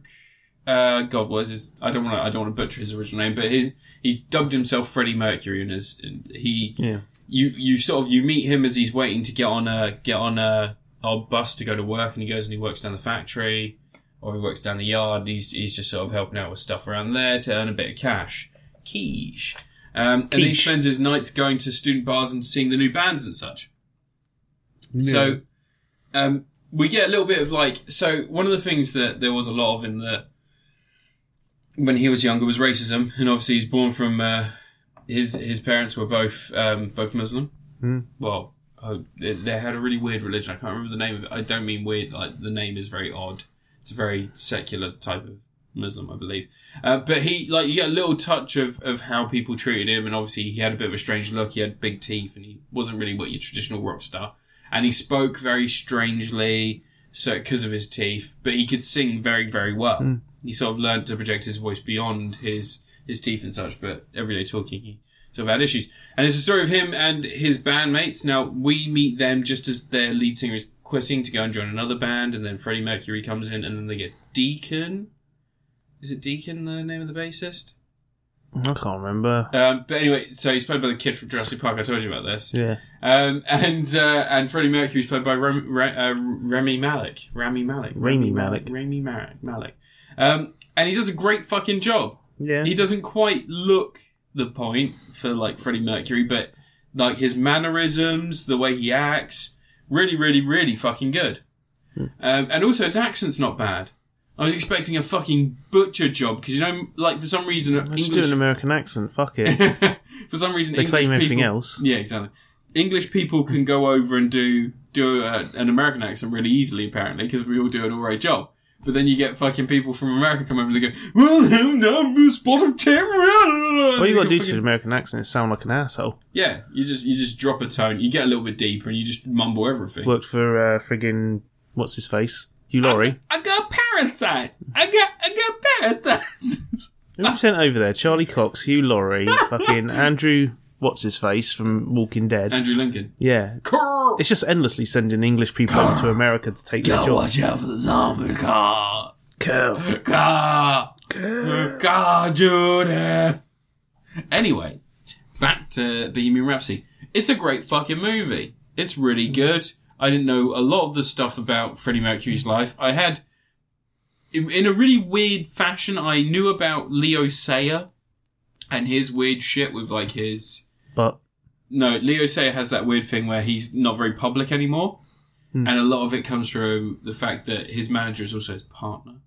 Uh, God was his. I don't want to. I don't want to butcher his original name, but he he's dubbed himself Freddie Mercury, and is and he Yeah, you you sort of you meet him as he's waiting to get on a get on a, a bus to go to work, and he goes and he works down the factory or he works down the yard. And he's he's just sort of helping out with stuff around there to earn a bit of cash, quiche. Um, and he Quiche. spends his nights going to student bars and seeing the new bands and such. So um, we get a little bit of like so one of the things that there was a lot of in the when he was younger was racism, and obviously he's born from uh, his his parents were both um, both Muslim. Well, oh, they, they had a really weird religion. I can't remember the name of it. I don't mean weird. Like the name is very odd. It's a very secular type of Muslim, I believe. Uh, but he like you get a little touch of of how people treated him, and obviously he had a bit of a strange look. He had big teeth, and he wasn't really what your traditional rock star. And he spoke very strangely, so because of his teeth. But he could sing very very well. He sort of learned to project his voice beyond his his teeth and such. But everyday talking, he sort of had issues. And it's a story of him and his bandmates. Now we meet them just as their lead singer is quitting to go and join another band, and then Freddie Mercury comes in, and then they get Deacon. Is it Deacon the name of the bassist? I can't remember. Um, but anyway, so he's played by the kid from Jurassic Park. I told you about this. Yeah, Um, and uh, and Freddie Mercury's played by Ram, Ra, uh, Rami Malik. Rami Malik. Rami Malek. Rami Malik. Malik. Um, and he does a great fucking job yeah. he doesn't quite look the point for like Freddie Mercury, but like his mannerisms, the way he acts, really, really, really fucking good. Hmm. Um, and also his accent's not bad. I was expecting a fucking butcher job because you know, like for some reason, Just do an English American accent. Fuck it. [LAUGHS] for some reason They English claim everything people- else. yeah, exactly. English people can go over and do do uh an American accent really easily, apparently, because we all do an alright job. But then you get fucking people from America come over and they go, "Well, no, no, spot of terror." What you got to do to an American accent is sound like an asshole. Yeah, you just you just drop a tone. You get a little bit deeper and you just mumble everything. Worked for uh, friggin' what's his face, Hugh [LAUGHS] Laurie. I got parasite. I got I got parasite. Who we sent over there? Charlie Cox, Hugh Laurie, fucking Andrew. What's his face from Walking [LAUGHS] Dead? Andrew Lincoln. Yeah, Car. it's just endlessly sending English [GASPS] people over to America to take their Gotta job. watch out for the zombie car. Cool. Car. Car, Judah. Anyway, back to Bohemian Rhapsody. It's a great fucking movie. It's really good. I didn't know a lot of the stuff about Freddie Mercury's life. I had, in in a really weird fashion, I knew about Leo Sayer and his weird shit with like his. But No, Leo Sayer has that weird thing where he's not very public anymore. And a lot of it comes from the fact that his manager is also his partner.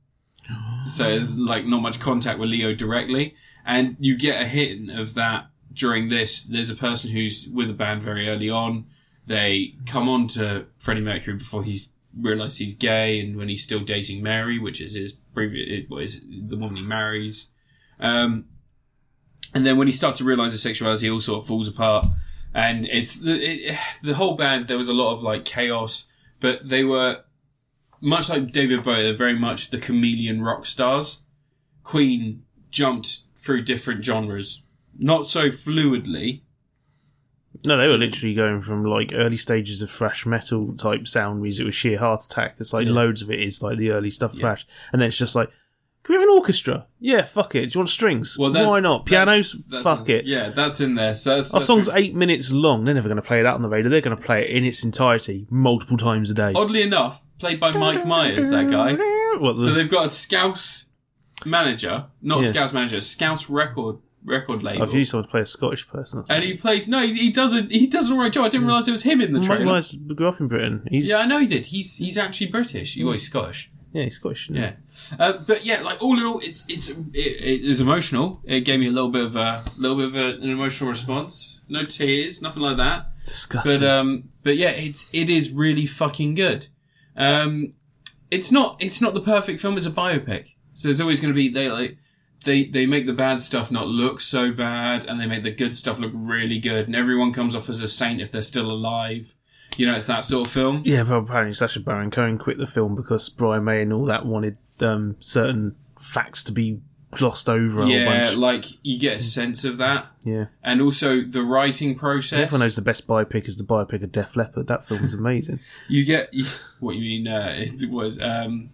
So there's like not much contact with Leo directly. And you get a hint of that during this. There's a person who's with the band very early on. They come on to Freddie Mercury before he's realized he's gay and when he's still dating Mary, which is his previous, what is it, the woman he marries. Um, and then when he starts to realize his sexuality, it all sort of falls apart. And it's the, it, [SIGHS] the whole band, there was a lot of like chaos, but they were much like David Bowie, they're very much the chameleon rock stars. Queen jumped through different genres, not so fluidly. no, they were literally going from like early stages of thrash metal type sound music with sheer heart attack. It's like loads of it is like the early stuff thrash, and then it's just like. Can we have an orchestra? Yeah, fuck it. Do you want strings? Well, that's, Why not? Pianos? that's- that's fuck in- it. Yeah, that's in there. So that's, Our that's song's eight minutes long. They're never going to play it out on the radio. They're going to play it in its entirety multiple times a day. oddly enough played by Mike Myers. That guy. What the? So they've got a Scouse manager, not a Yeah. Scouse manager, a Scouse record record label. I've used someone to play a Scottish person. Or and something. he plays. No, he, he doesn't. He does an alright job. I didn't realize it was him in the Mike trailer. Myers grew up in Britain. He's, Yeah, I know he did. He's he's actually British. He was Scottish. Yeah, he's Scottish. isn't he? Yeah, uh, but yeah, like all in all, it's it's it, it is emotional. It gave me a little bit of a little bit of a, an emotional response. No tears, nothing like that. disgusting. But um, but yeah, it's it is really fucking good. Um, it's not it's not the perfect film. It's a biopic, so there's always going to be they like they they make the bad stuff not look so bad, and they make the good stuff look really good, and everyone comes off as a saint if they're still alive. You know, it's that sort of film. yeah, but apparently Sacha Baron Cohen quit the film because Brian May and all that wanted um, certain facts to be glossed over. A whole Yeah, bunch. like you get a sense of that, yeah. and also the writing process. Everyone knows the best biopic is the biopic of Def Leppard. That film was amazing. [LAUGHS] You get what you mean. Uh, [LAUGHS] it was um,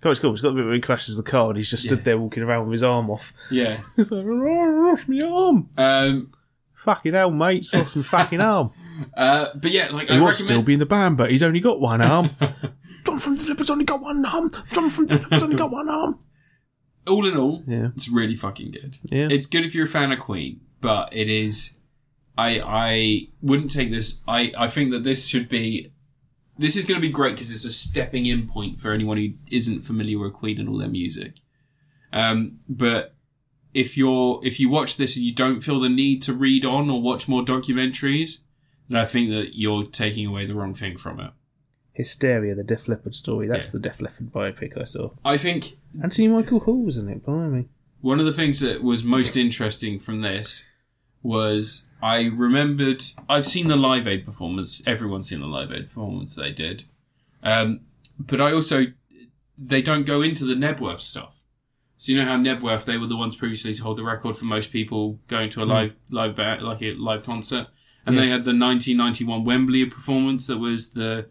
God, it's cool. It's got the bit where he crashes the car and he's just stood there walking around with his arm off. [LAUGHS] yeah. He's like, "Oh, off my arm. Um, Fucking hell, mate. It's lost my fucking arm. uh, but yeah, like [LAUGHS] He I was recommend. still being the band, but he's only got [LAUGHS] one arm. John from the Flipper's only got one arm. John from the Flipper's only got [LAUGHS] one arm. all in all, Yeah. it's really fucking good. Yeah. It's good if you're a fan of Queen, but it is. I I wouldn't take this. I I think that this should be. This is going to be great because it's a stepping in point for anyone who isn't familiar with Queen and all their music. Um, but if you're if you watch this and you don't feel the need to read on or watch more documentaries, then I think that you're taking away the wrong thing from it. Hysteria, the Def Leppard story. That's Yeah. the Def Leppard biopic I saw. I think Anthony Michael Hall was in it, blimey. One of the things that was most interesting from this was I remembered I've seen the Live Aid performance. Everyone's seen the Live Aid performance they did, um, but I also they don't go into the Nebworth stuff. So you know how Nebworth they were the ones previously to hold the record for most people going to a live live ba- like a live concert, and they had the 1991 Wembley performance that was the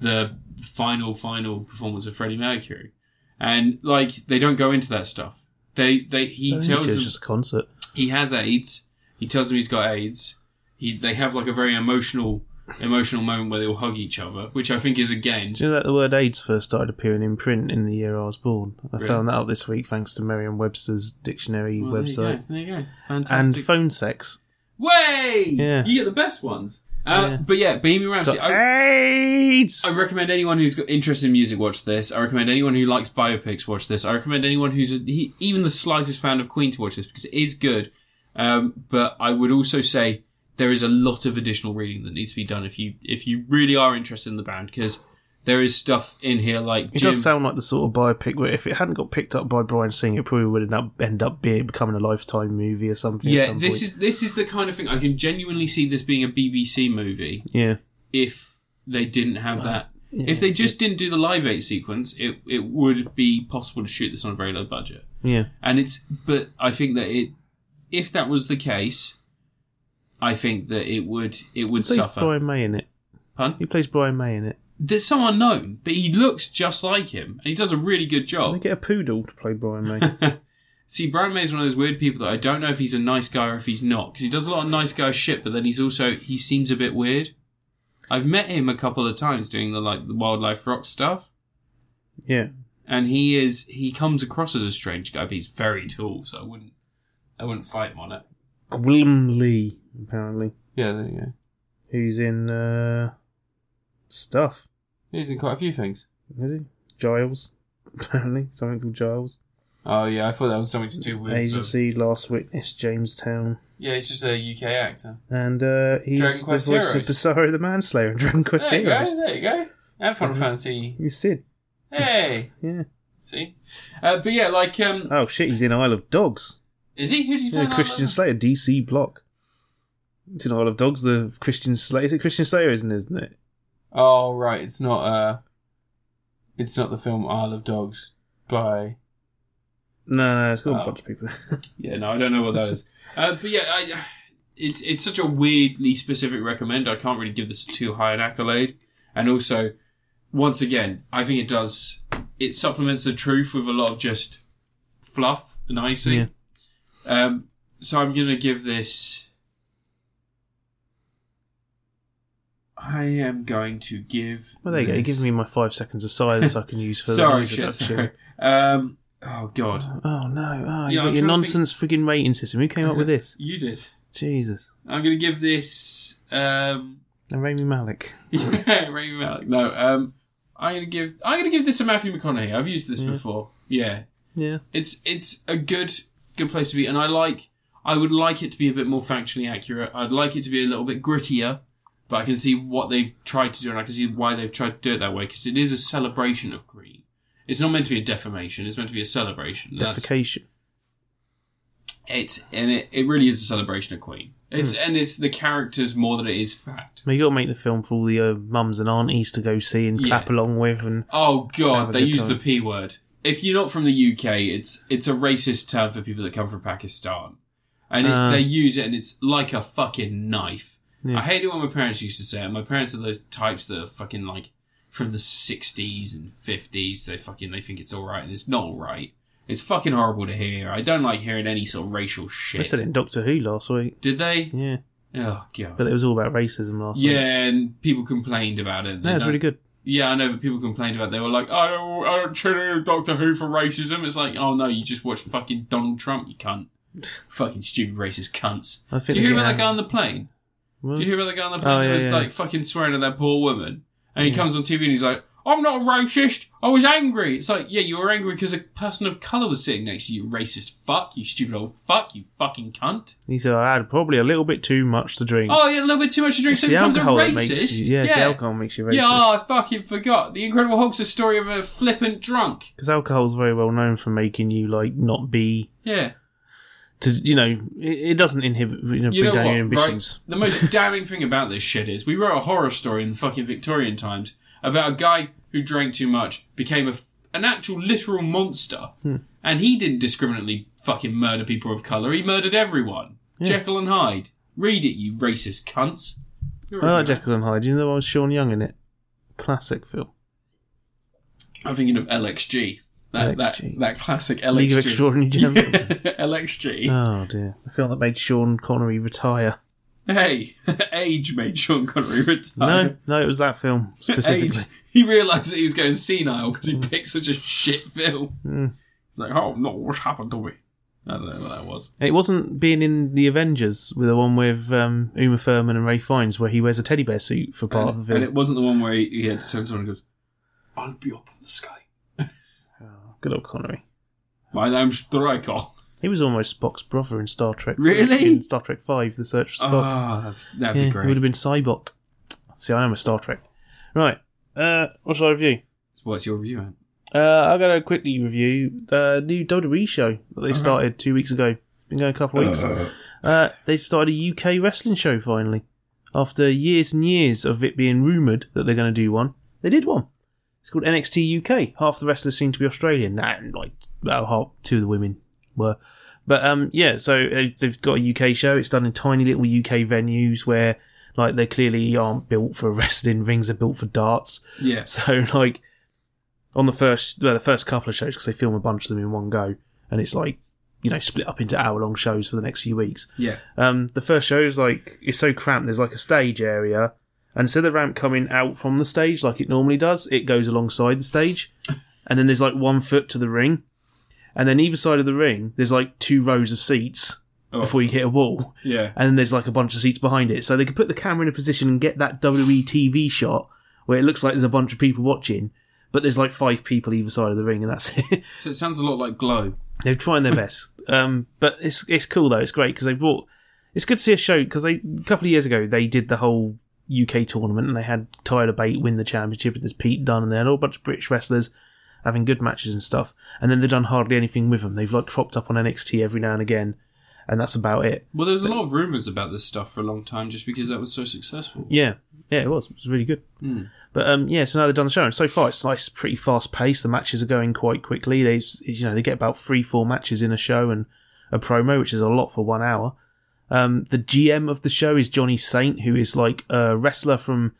the final final performance of Freddie Mercury, and like they don't go into that stuff. They they he I think tells it them was just a concert. he has AIDS. He tells them he's got AIDS. He they have like a very emotional emotional moment where they'll hug each other, which I think is again Do you know that the word AIDS first started appearing in print in the year I was born? I Really? found that out this week thanks to Merriam-Webster's dictionary Well, website. There you go. There you go. And Fantastic. phone sex. Way! Yeah. You get the best ones. Uh, Yeah. But yeah, Bohemian Rhapsody. I, Oh, AIDS! I recommend anyone who's got interested in music watch this. I recommend anyone who likes biopics watch this. I recommend anyone who's a, he, even the slightest fan of Queen to watch this because it is good. Um, but I would also say there is a lot of additional reading that needs to be done if you if you really are interested in the band because there is stuff in here like It Jim, does sound like the sort of biopic where if it hadn't got picked up by Brian Singer, it probably would end up, end up being, becoming a lifetime movie or something. at yeah. some This point. is this is the kind of thing I can genuinely see this being a BBC movie. yeah. if they didn't have that. If they just didn't do the live eight sequence, it it would be possible to shoot this on a very low budget. Yeah. And it's but I think that it if that was the case, I think that it would it would He plays suffer. Brian May in it. Pun? He plays Brian May in it. There's some unknown, but he looks just like him, and he does a really good They job. get a poodle to play Brian May. [LAUGHS] See, Brian May's one of those weird people that I don't know if he's a nice guy or if he's not, because he does a lot of nice guy shit, but then he's also he seems a bit weird. I've met him a couple of times doing the like the wildlife rock stuff. yeah. and he is he comes across as a strange guy, but he's very tall, so I wouldn't I wouldn't fight him on it. William Lee, apparently, Yeah, there you go. who's in uh, stuff. He's in quite a few things. Is he? Giles, [LAUGHS] apparently. Something called Giles. Oh yeah, I thought that was something to do with um, Agency, Last Witness, Jamestown. yeah, he's just a UK actor. And uh, he's Dragon the Quest voice Heroes. of Bizarro the Manslayer in Dragon Quest There you go. Heroes. There you go. And Final Fantasy. He's Sid, Hey, yeah. see, uh, but yeah, like, um, Oh shit, he's in Isle of Dogs. is he who's he Yeah, playing? Christian Alan? Slayer, DC Block. It's in Isle of Dogs, the Christian Slayer. Is it Christian Slayer, isn't it? Isn't it? Oh right, it's not uh, it's not the film Isle of Dogs by. No, no, it's got Oh. a bunch of people. [LAUGHS] Yeah, no, I don't know what that is. Uh, but yeah, I, it's it's such a weirdly specific recommend. I can't really give this too high an accolade. And also, once again, I think it does it supplements the truth with a lot of just fluff and icing. Um, so I'm gonna give this. I am going to give. well, there you go. You're this- giving me my five seconds of silence I can use for the sorry, noise shit, reduction. sorry. Um, Oh God, Oh Yeah, no! Oh, I'm you got your trying to nonsense frigging rating system. Who came [LAUGHS] up with this? you did. Jesus! I'm gonna give this. Um, And Rami Malik. [LAUGHS] yeah, Rami Malek. No, um, I'm gonna give. I'm gonna give this to Matthew McConaughey. I've used this before. Yeah, Yeah. it's it's a good good place to be, and I like. I would like it to be a bit more factually accurate. I'd like it to be a little bit grittier, but I can see what they've tried to do, and I can see why they've tried to do it that way because it is a celebration of Green. It's not meant to be a defamation. It's meant to be a celebration. That's- Defecation. It's and it, it really is a celebration of Queen. It's and it's the characters more than it is fact. Well, you got to make the film for all the uh, mums and aunties to go see and clap Yeah. along with, and Oh Have a god, they good use time. the p word. If you're not from the UK, it's it's a racist term for people that come from Pakistan, and it, Uh. they use it, and it's like a fucking knife. I hate it when my parents used to say it. My parents are those types that are fucking like from the '60s and '50s. They fucking they think it's all right, and it's not all right. It's fucking horrible to hear. I don't like hearing any sort of racial they shit. said it in Doctor Who last week. Did they? Yeah, Oh god. but it was all about racism last week. Yeah, and people complained about it. They no, it's don't- really good. Yeah, I know, but people complained about. It. They were like, "I don't, I don't tune in with Doctor Who for racism." It's like, oh no, you just watch fucking Donald Trump, you [LAUGHS] cunt, fucking stupid racist cunts. I Do think you hear they about get that guy on the plane? Do you hear about the guy on the plane Oh, that yeah, was yeah. like fucking swearing at that poor woman? And he comes on TV and he's like, "I'm not a racist. I was angry." It's like, yeah, you were angry because a person of color was sitting next to you, you racist fuck, you stupid old fuck, you fucking cunt. He said I had probably a little bit too much to drink. Oh, yeah, a little bit too much to drink, It's so he the becomes a alcohol that racist. makes you. Yeah, it's the alcohol that makes you racist. Yeah, oh, I fucking forgot. The Incredible Hulk's a story of a flippant drunk. Because alcohol's very well known for making you like not be Yeah. to you know it, it doesn't inhibit you know, You bring know down what, your ambitions. right? The [LAUGHS] most damning thing about this shit is we wrote a horror story in the fucking Victorian times about a guy who drank too much, became a f- an actual literal monster, Hmm. and he didn't discriminately fucking murder people of colour. He murdered everyone. Jekyll and Hyde. Read it, you racist cunts. You're I a like man. Oh, Jekyll and Hyde. You know the one with Sean Young in it. Classic film. I'm thinking of LXG. That, LXG. That, that classic LXG. League of [LAUGHS] Extraordinary Gentlemen. LXG. Oh dear, the film that made Sean Connery retire. Hey, [LAUGHS] age made Sean Connery No, retire. no, it was that film Oh, [LAUGHS] age. specifically. Hmm. He realised that he was going senile because he picked such a shit film. He's like, oh no, what's happened to me? I don't know what that was. It wasn't being in the Avengers with the one with um, Uma Thurman and Ray Fiennes where he wears a teddy bear suit for part of and, the film. and it wasn't the one where he, he had to turn to someone and goes, I'll be up in the sky. Good old Connery. My name's Draco. He was almost Spock's brother in Star Trek. Really? In Star Trek Five: The Search for Spock. Ah, that's that'd yeah, be It would great. have been Cybok. See, I know my Star Trek. Right. Uh, what shall I review? What's your review? Ant? Uh, I'm going to quickly review the new WWE show that they started two weeks ago. Been going a couple of weeks. Uh-huh. Uh, they've started a UK wrestling show finally. After years and years of it being rumoured that they're going to do one, they did one. It's called NXT UK. Half the wrestlers seem to be Australian. Nah, like about half, two of the women were. But um, yeah, so uh, they've got a UK show. It's done in tiny little UK venues where, like, they clearly aren't built for [LAUGHS] wrestling rings. They're built for darts. Yeah. [LAUGHS] So like on the first well, the first couple of shows because they film a bunch of them in one go, and it's like you know split up into hour long shows for the next few weeks. Yeah. Um, the first show is like it's so cramped. There's like a stage area, and instead of the ramp coming out from the stage like it normally does, it goes alongside the stage, and then there's like one foot to the ring, and then either side of the ring there's like two rows of seats. Oh. Before you hit a wall, Yeah. and then there's like a bunch of seats behind it. So they could put the camera in a position and get that WWE TV shot where it looks like there's a bunch of people watching, but there's like five people either side of the ring, and that's [LAUGHS] it. So it sounds a lot like Glow. They're trying their best, um, but it's it's cool though. It's great because they brought. It's good to see a show because they a couple of years ago they did the whole UK tournament and they had Tyler Bate win the championship and there's Pete Dunne and they had a whole bunch of British wrestlers having good matches and stuff. And then they've done hardly anything with them. They've like cropped up on NXT every now and again, and that's about it. Well, there was a lot of rumours about this stuff for a long time just because that was so successful. Yeah, yeah, it was. It was really good. But um, yeah, so now they've done the show, and so far it's nice, pretty fast paced. The matches are going quite quickly. They, you know, they get about three, four matches in a show and a promo, which is a lot for one hour. Um, the GM of the show is Johnny Saint, who is like a wrestler from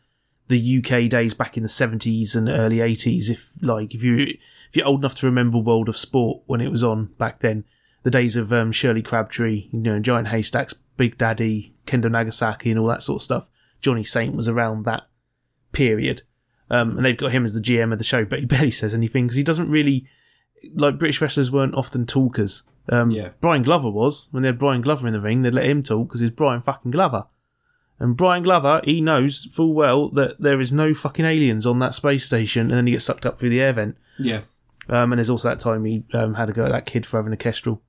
the UK days back in the seventies and early eighties. If like if you if you're old enough to remember World of Sport when it was on back then, the days of um, Shirley Crabtree, you know, Giant Haystacks, Big Daddy, Kendo Nagasaki, and all that sort of stuff. Johnny Saint was around that [LAUGHS] period. Um, and they've got him as the GM of the show, but he barely says anything because he doesn't really. like British wrestlers weren't often talkers. Um, Yeah. Brian Glover was when they had Brian Glover in the ring, they let him talk because he's Brian fucking Glover. And Brian Glover, he knows full well that there is no fucking aliens on that space station, and then he gets sucked up through the air vent. Yeah. Um, and there's also that time he um, had a go at that kid for having a kestrel.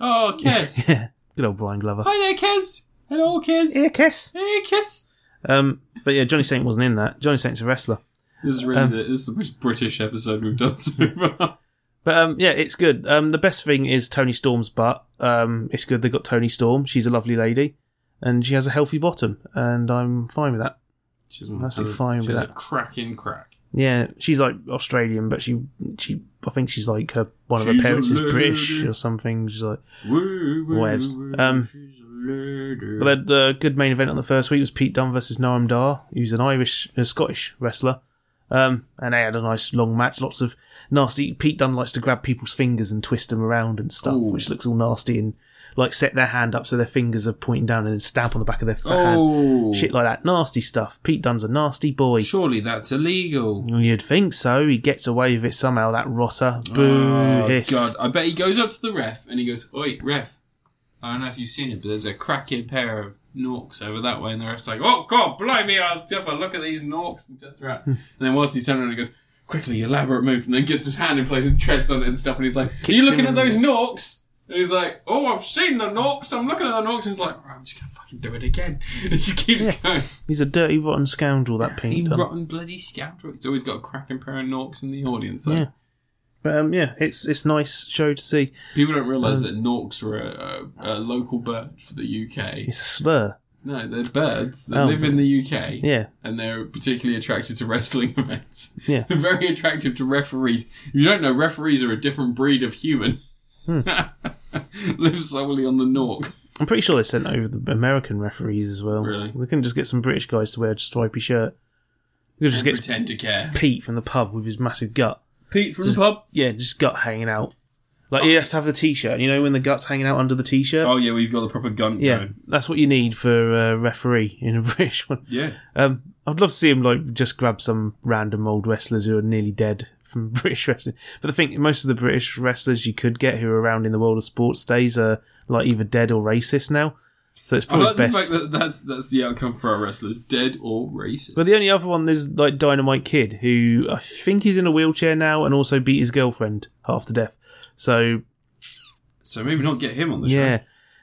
Oh, Kez. [LAUGHS] Yeah, good old Brian Glover. Hi there, Kez. Hello, Kez. kiss. Hey, Kez. Um, but yeah, Johnny Saint wasn't in that. Johnny Saint's a wrestler. This is Um, really the, this is the most British episode we've done so far. [LAUGHS] But um, yeah, it's good. Um, the best thing is Tony Storm's butt. Um, it's good they got Tony Storm. She's a lovely lady, and she has a healthy bottom, and I'm fine with that. She's That's fine with that. Cracking crack. Yeah, she's like Australian, but she she I think she's like her one of her She's a parents is lady. British or something. She's like, Woo, woo, Waves. woo, Um, she's a lady. but uh, the good main event on the first week was Pete Dunne versus Noam Dar, who's an Irish, a Scottish wrestler, um, and they had a nice long match. Lots of nasty. Pete Dunne likes to grab people's fingers and twist them around and stuff, Ooh. which looks all nasty and like set their hand up so their fingers are pointing down and then stamp on the back of their f- hand. oh, Shit like that, nasty stuff. Pete Dunne's a nasty boy. surely that's illegal. You'd think so. He gets away with it somehow. That rotter. Boo oh, hiss. God, I bet he goes up to the ref and he goes, "Oi, ref! I don't know if you've seen it, but there's a cracking pair of norks over that way." And the ref's like, "Oh God, blimey! I'll have a look at these norks." And turns Hmm. around, and then whilst he's turning, around, he goes. Quickly, elaborate move, and then gets his hand in place and treads on it and stuff. And he's like, "Are you Kicks looking him at those norks?" And he's like, "Oh, I've seen the norks. I'm looking at the norks." And he's like, "Oh, "I'm just gonna fucking do it again." [LAUGHS] And she keeps going. He's a dirty, rotten scoundrel, that Pete You Dunne. rotten bloody scoundrel. He's always got a cracking pair of norks in the audience. Though. Yeah. But um, yeah, it's it's nice show to see. People don't Um, realise that norks are a, a, a local bird for the UK. It's a slur. No, they're birds. They Oh. live in the UK. Yeah. And they're particularly attracted to [LAUGHS] wrestling events. Yeah. They're very attractive to referees. If you don't know, referees are a different breed of human. Hmm. [LAUGHS] Live solely on the nork. I'm pretty sure they sent over the American referees as well. Really? They couldn't just get some British guys to wear a stripy shirt. They could just get Pretend to care. Pete from the pub with his massive gut. Pete from the pub. Yeah, just gut hanging out. Like you have to have the t-shirt. You know when the gut's hanging out under the t-shirt. Oh yeah, we've got the proper gun. yeah, going. that's what you need for a referee in a [LAUGHS] British one. Yeah. Um, I'd love to see him like just grab some random old wrestlers who are nearly dead from [LAUGHS] British wrestling. But the thing, most of the British wrestlers you could get who are around in the world of sports days are like either dead or racist now. So it's I probably like the best. fact that that's that's the outcome for our wrestlers, dead or racist. But the only other one is like Dynamite Kid, who I think is in a wheelchair now and also beat his girlfriend half to death. So So maybe not get him on the yeah, show.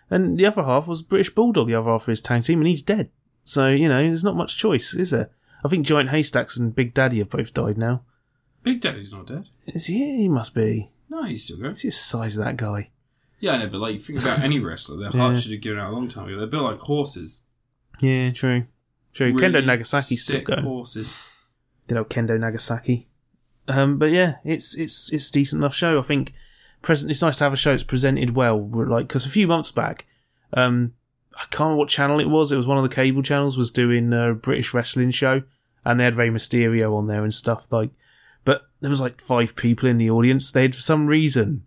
and the other half was British Bulldog, the other half of his tag team, and he's dead. So you know, there's not much choice, is there? I think Giant Haystacks and Big Daddy have both died now. Big Daddy's not dead. Is he? He must be. No, he's still going. It's the size of that guy. Yeah, I know, but like, think about any wrestler. Their heart should have given out a long time ago. They're built like horses. Yeah, true. True. Really Kendo Nagasaki's still sick going. Horses. Good old Kendo Nagasaki. Um, but yeah, it's it's it's a decent enough show. I think present. It's nice to have a show that's presented well. We're Like because a few months back, um, I can't remember what channel it was. It was one of the cable channels was doing a British wrestling show, and they had Rey Mysterio on there and stuff like. But there was like five people in the audience. They had for some reason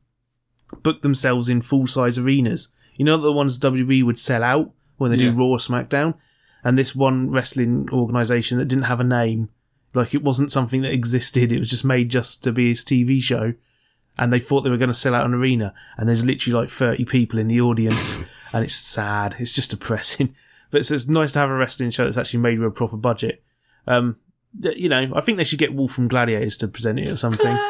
booked themselves in full size arenas. You know the ones WWE would sell out when they Yeah. do Raw or SmackDown, and this one wrestling organization that didn't have a name like it wasn't something that existed. It was just made just to be his TV show, and they thought they were going to sell out an arena. And there's literally like 30 people in the audience, and it's sad. It's just depressing. [LAUGHS] But so it's nice to have a wrestling show that's actually made with a proper budget. Um, th- you know, I think they should get Wolf from Gladiators to present it or something. [LAUGHS]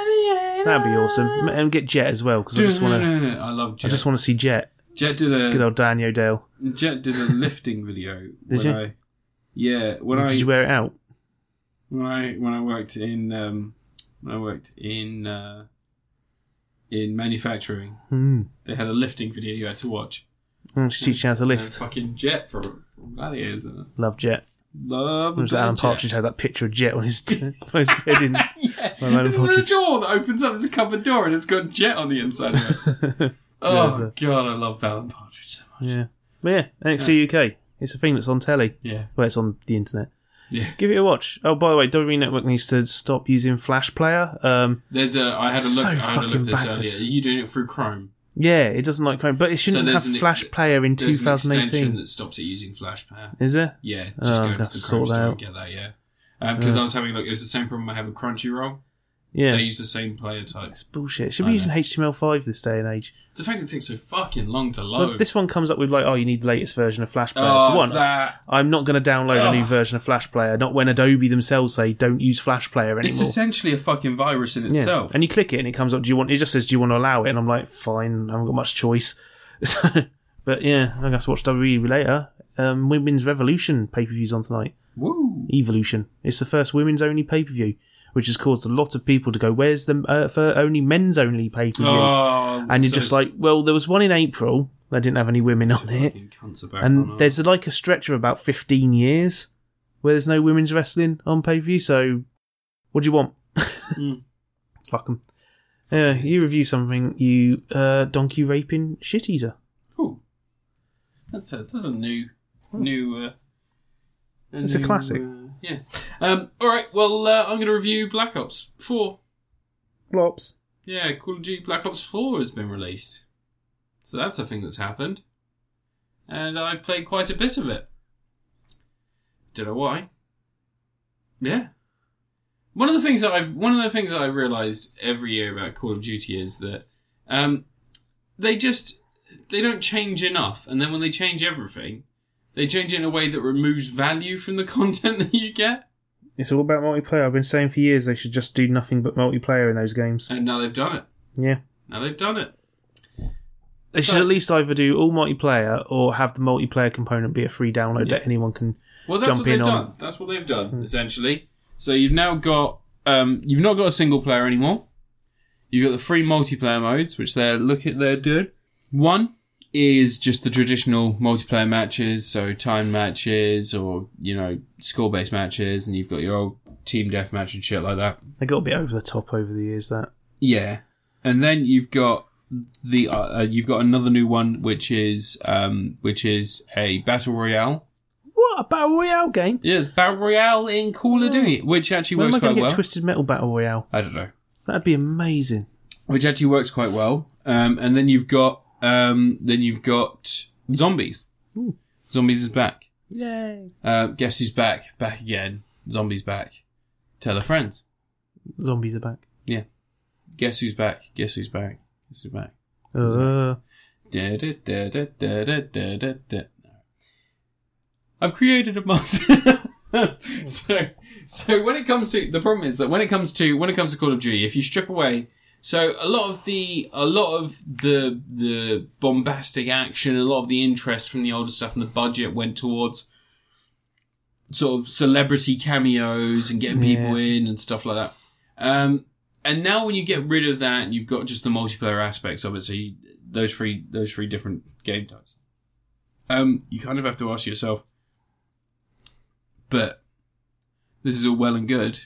That'd be awesome, M- and get Jet as well because I just want to. I love I Jet. just want to see Jet. Jet did Good a old Dan O'Dell. Jet [LAUGHS] did a lifting video. when you? I, yeah, when Did I you wear it out? when I when I worked in um, when I worked in uh, in manufacturing, Hmm. they had a lifting video you had to watch. I want to teach you how to And lift. fucking Jet for from Gladiators. in it. Love Jet. Love. It was a Alan Oh, Jet. Partridge had that picture of Jet on his [LAUGHS] his bed in [LAUGHS] Yeah, My man this with is the Hodges. door that opens up. It's a cupboard door, and it's got jet on the inside of it. [LAUGHS] Yeah, it's Oh a- god, I love Alan Partridge so much. Yeah. But yeah, NXT UK. It's a thing that's on telly. Yeah, Well, it's on the internet. Yeah. Give it a watch. Oh, by the way, WWE Network needs to stop using Flash Player. Um, there's a. I had a So look. I had a look fucking at this backwards. earlier. Are you doing it through Chrome? yeah, it doesn't like Chrome, but it So shouldn't there's have an- Flash Player in There's an extension 2018. that stops it using Flash Player. Is there? Yeah, just Oh, go I'll to have to the Chrome sort that store out. Um, and get that. Yeah, because I was having a look. It was the same problem I have with Crunchyroll. Yeah. They use the same player type. It's bullshit. Should I be know. using HTML5 this day and age. It's the fact it takes so fucking long to But load. this one comes up with like, oh, you need the latest version of Flash Player. oh, For one, that. I'm not going to download a new Ugh. version of Flash Player. Not when Adobe themselves say don't use Flash Player anymore. It's essentially a fucking virus in Yeah. itself. And you click it and it comes up. Do you want? It just says, do you want to allow it? And I'm like, fine. I haven't got much choice. [LAUGHS] but yeah, I guess watch WWE later. Um, Women's Revolution pay per views on tonight. Woo. Evolution. It's the first women's only pay per view, which has caused a lot of people to go, "Where's the uh, for only men's only pay per view?" Oh, and you're so just it's like, "Well, there was one in April. They didn't have any women on it." fucking cunts about and on us. there's like a stretch of about 15 years where there's no women's wrestling on pay per view. So, what do you want? Hmm. Mm. [LAUGHS] Fuck them. Yeah, you review something. You uh, donkey raping shit eater. Ooh. That's a that's a new new. Uh, Hmm. It's a new, classic. uh, yeah. Um. All right. Well, uh, I'm going to review Black Ops Four. Blops. Yeah, Call of Duty Black Ops Four has been released, so that's a thing that's happened, and I've played quite a bit of it. Don't know why. Yeah. One of the things that I one of the things that I realized every year about Call of Duty is that um, they just they don't change enough, and then when they change everything, they change it in a way that removes value from the [LAUGHS] content that you get. It's all about multiplayer. I've been saying for years they should just do nothing but multiplayer in those games. And now they've done it. Yeah. Now they've done it. They So- should at least either do all multiplayer or have the multiplayer component be a free download that anyone can. Well, that's jump what they've in on- Hmm. done. That's what they've done essentially. So you've now got um, you've not got a single player anymore. You've got the free multiplayer modes, which they're looking they're doing. One is just the traditional multiplayer matches, so time matches or you know score based matches, and you've got your old team deathmatch and shit like that. They got a bit over the top over the years that. Yeah, and then you've got the uh, uh, you've got another new one, which is um, which is a battle royale. What a battle royale game? Yes, battle royale in Call of Duty, which actually When am works I quite going to get well. Twisted Metal Battle Royale? I don't know. That'd be amazing. Which actually works quite well. Um, and then you've got um, then you've got zombies. Zombies is back. Yay. Uh, guess who's back? Back again. Zombies back. Tell her friends. Zombies are back. Guess who's back? Guess who's back? Guess who's back? Uh, Da, da, da, da, da, da, da, da, da. I've created a monster. [LAUGHS] so, so when it comes to the problem is that when it comes to when it comes to Call of Duty, if you strip away, so a lot of the a lot of the the bombastic action, a lot of the interest from the older stuff and the budget went towards sort of celebrity cameos and getting people in and stuff like that. Um, and now when you get rid of that, and you've got just the multiplayer aspects of it. So you, those three, those three different game types. Um, you kind of have to ask yourself, but this is all well and good.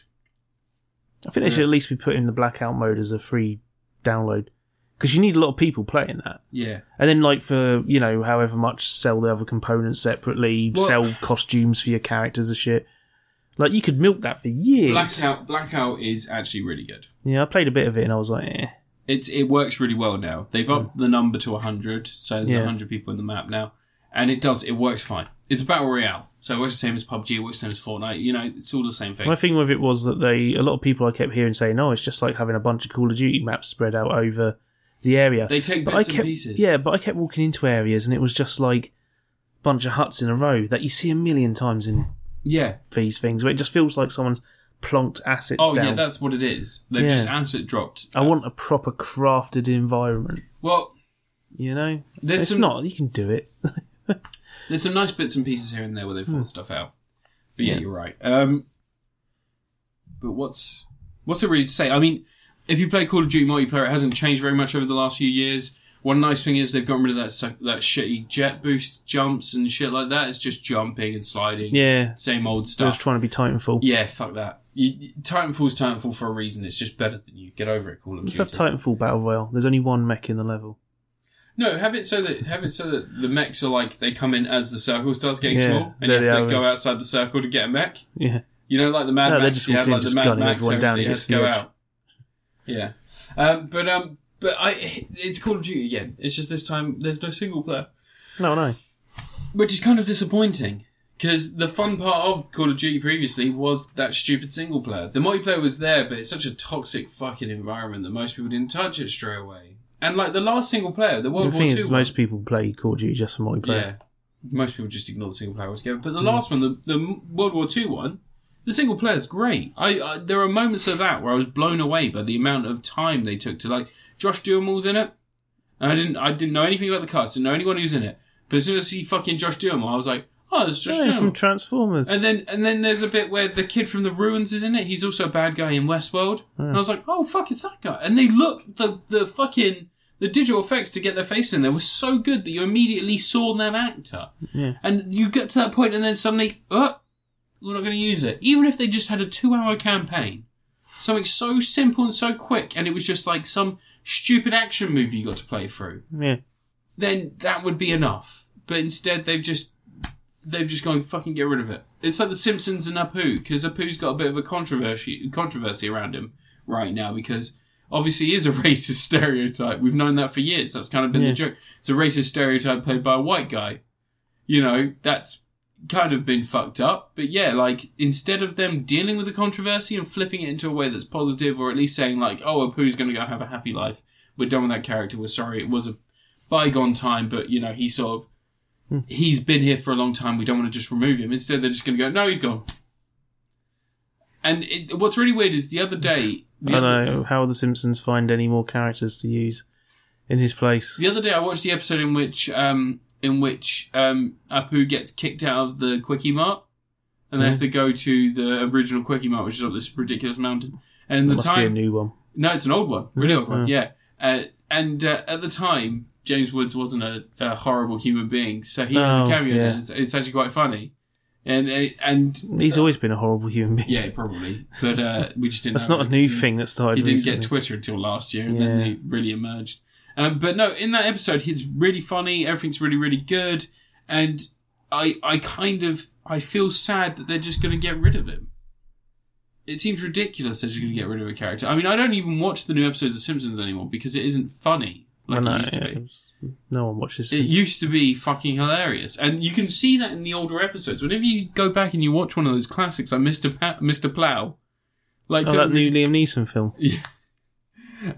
I think they should at least be putting the blackout mode as a free download because you need a lot of people playing that. Yeah. And then, like for you know, however much, sell the other components separately, Well- sell costumes for your characters and shit. Like you could milk that for years. Blackout, Blackout is actually really good. Yeah, I played a bit of it and I was like, eh. It's it works really well now. They've upped the number to hundred, so there's Hmm. Yeah. hundred people in the map now, and it does it works fine. It's a battle royale, so it works the same as PUBG, it works the same as Fortnite. You know, it's all the same thing. My thing with it was that they, a lot of people I kept hearing saying, oh, it's just like having a bunch of Call of Duty maps spread out over the area. They take But bits I and kept, pieces. Yeah, but I kept walking into areas and it was just like bunch of huts in a row that you see a million times in yeah. these things where it just feels like someone's plonked assets Oh down. yeah, that's what it is. They've Yeah. just asset dropped. I want a proper crafted environment, Well, you know? There's it's some- not, you can do it. there's some nice bits and pieces here and there where they've thought stuff out. But yeah, you're right. Um, but what's what's it really to say? I mean, if you play Call of Duty multiplayer, it hasn't changed very much over the last few years. One nice thing is they've gotten rid of that su- that shitty jet boost jumps and shit like that. It's just jumping and sliding. It's Yeah. same old I was stuff. trying to be Titanfall. Ah. yeah, fuck that. You, you- Titanfall's Titanfall for a reason. It's just better than you. Get over it, Call of Let's Duty. have Titanfall Battle Royale. There's only one mech in the level. No, have it so that have it so that the mechs are like they come in as the circle starts getting Yeah, small, and you they're have to the go average. outside the circle to get a mech. Yeah. You know, like the Mad No, they Max. just you walked had in, like the just Mad gunning Max. everyone down, everybody it has gets to go the edge. out. Yeah, um, but um, but I it's Call of Duty again. It's just this time there's no single player, No, no. which is kind of disappointing Because the fun part of Call of Duty previously was that stupid single player. The multiplayer was there, but it's such a toxic fucking environment that most people didn't touch it straight away. And like the last single player, the World the War thing II, is, one- most people play Call of Duty just for multiplayer. yeah, most people just ignore the single player altogether. But the Hmm. last one, the, the World War II one, the single player is great. I, I there are moments of that where I was blown away by the amount of time they took to like Josh Duhamel in it, and I didn't I didn't know anything about the cast, didn't know anyone who's in it. But as soon as I see fucking Josh Duhamel, I was like, oh, it's Josh Yeah, Duhamel. from Transformers. And then and then there's a bit where the kid from the ruins is in it. He's also a bad guy in Westworld. And I was like, oh fuck, it's that guy. And they look the the fucking the digital effects to get their face in there was so good that you immediately saw that actor. Yeah. And you get to that point and then suddenly, oh, we're not going to use it. Even if they just had a two hour campaign, something so simple and so quick, and it was just like some stupid action movie you got to play through yeah. then that would be enough. But instead, they've just they've just gone fucking get rid of it. It's like the Simpsons and Apu because Apu's got a bit of a controversy controversy around him right now because obviously he is a [LAUGHS] racist stereotype. We've known that for years. That's kind of been Yeah. the joke. It's a racist stereotype played by a white guy. You know that's kind of been fucked up. But yeah, like instead of them dealing with the controversy and flipping it into a way that's positive or at least saying like, oh, Apu's going to go have a happy life. We're done with that character. We're sorry. It was a bygone time, but you know, he sort Hmm. of he's been here for a long time. We don't want to just remove him. Instead, they're just going to go, no, he's gone. And it, what's really weird is the other day, the I other, don't know how will the Simpsons find any more characters to use in his place. the other day, I watched the episode in which um, in which um, Apu gets kicked out of the Quickie Mart, and Mm-hmm. they have to go to the original Quickie Mart, which is up this ridiculous mountain. And in the There must time, be a new one. No, it's an old one, really old one. Yeah, uh, and uh, at the time, James Woods wasn't a, a horrible human being, so he has Oh, a cameo, in it, yeah. and it's, it's actually quite funny. And uh, and He's always been a horrible human being. yeah, probably, but uh, we just didn't. That's know not a it. new So thing that started. He didn't recently. get Twitter until last year, and then Yeah. they really emerged. Um, but no, in that episode, he's really funny. Everything's really, really good, and I, I kind of, I feel sad that they're just going to get rid of him. It seems ridiculous that you're going to get rid of a character. I mean, I don't even watch the new episodes of Simpsons anymore because it isn't funny I like know, it used to yeah, be. it was- No one watches. It Simpsons. used to be fucking hilarious, and you can see that in the older episodes. Whenever you go back and you watch one of those classics, like Mr. Pa- Mr. Plow, like oh, don't that really- new Liam Neeson film.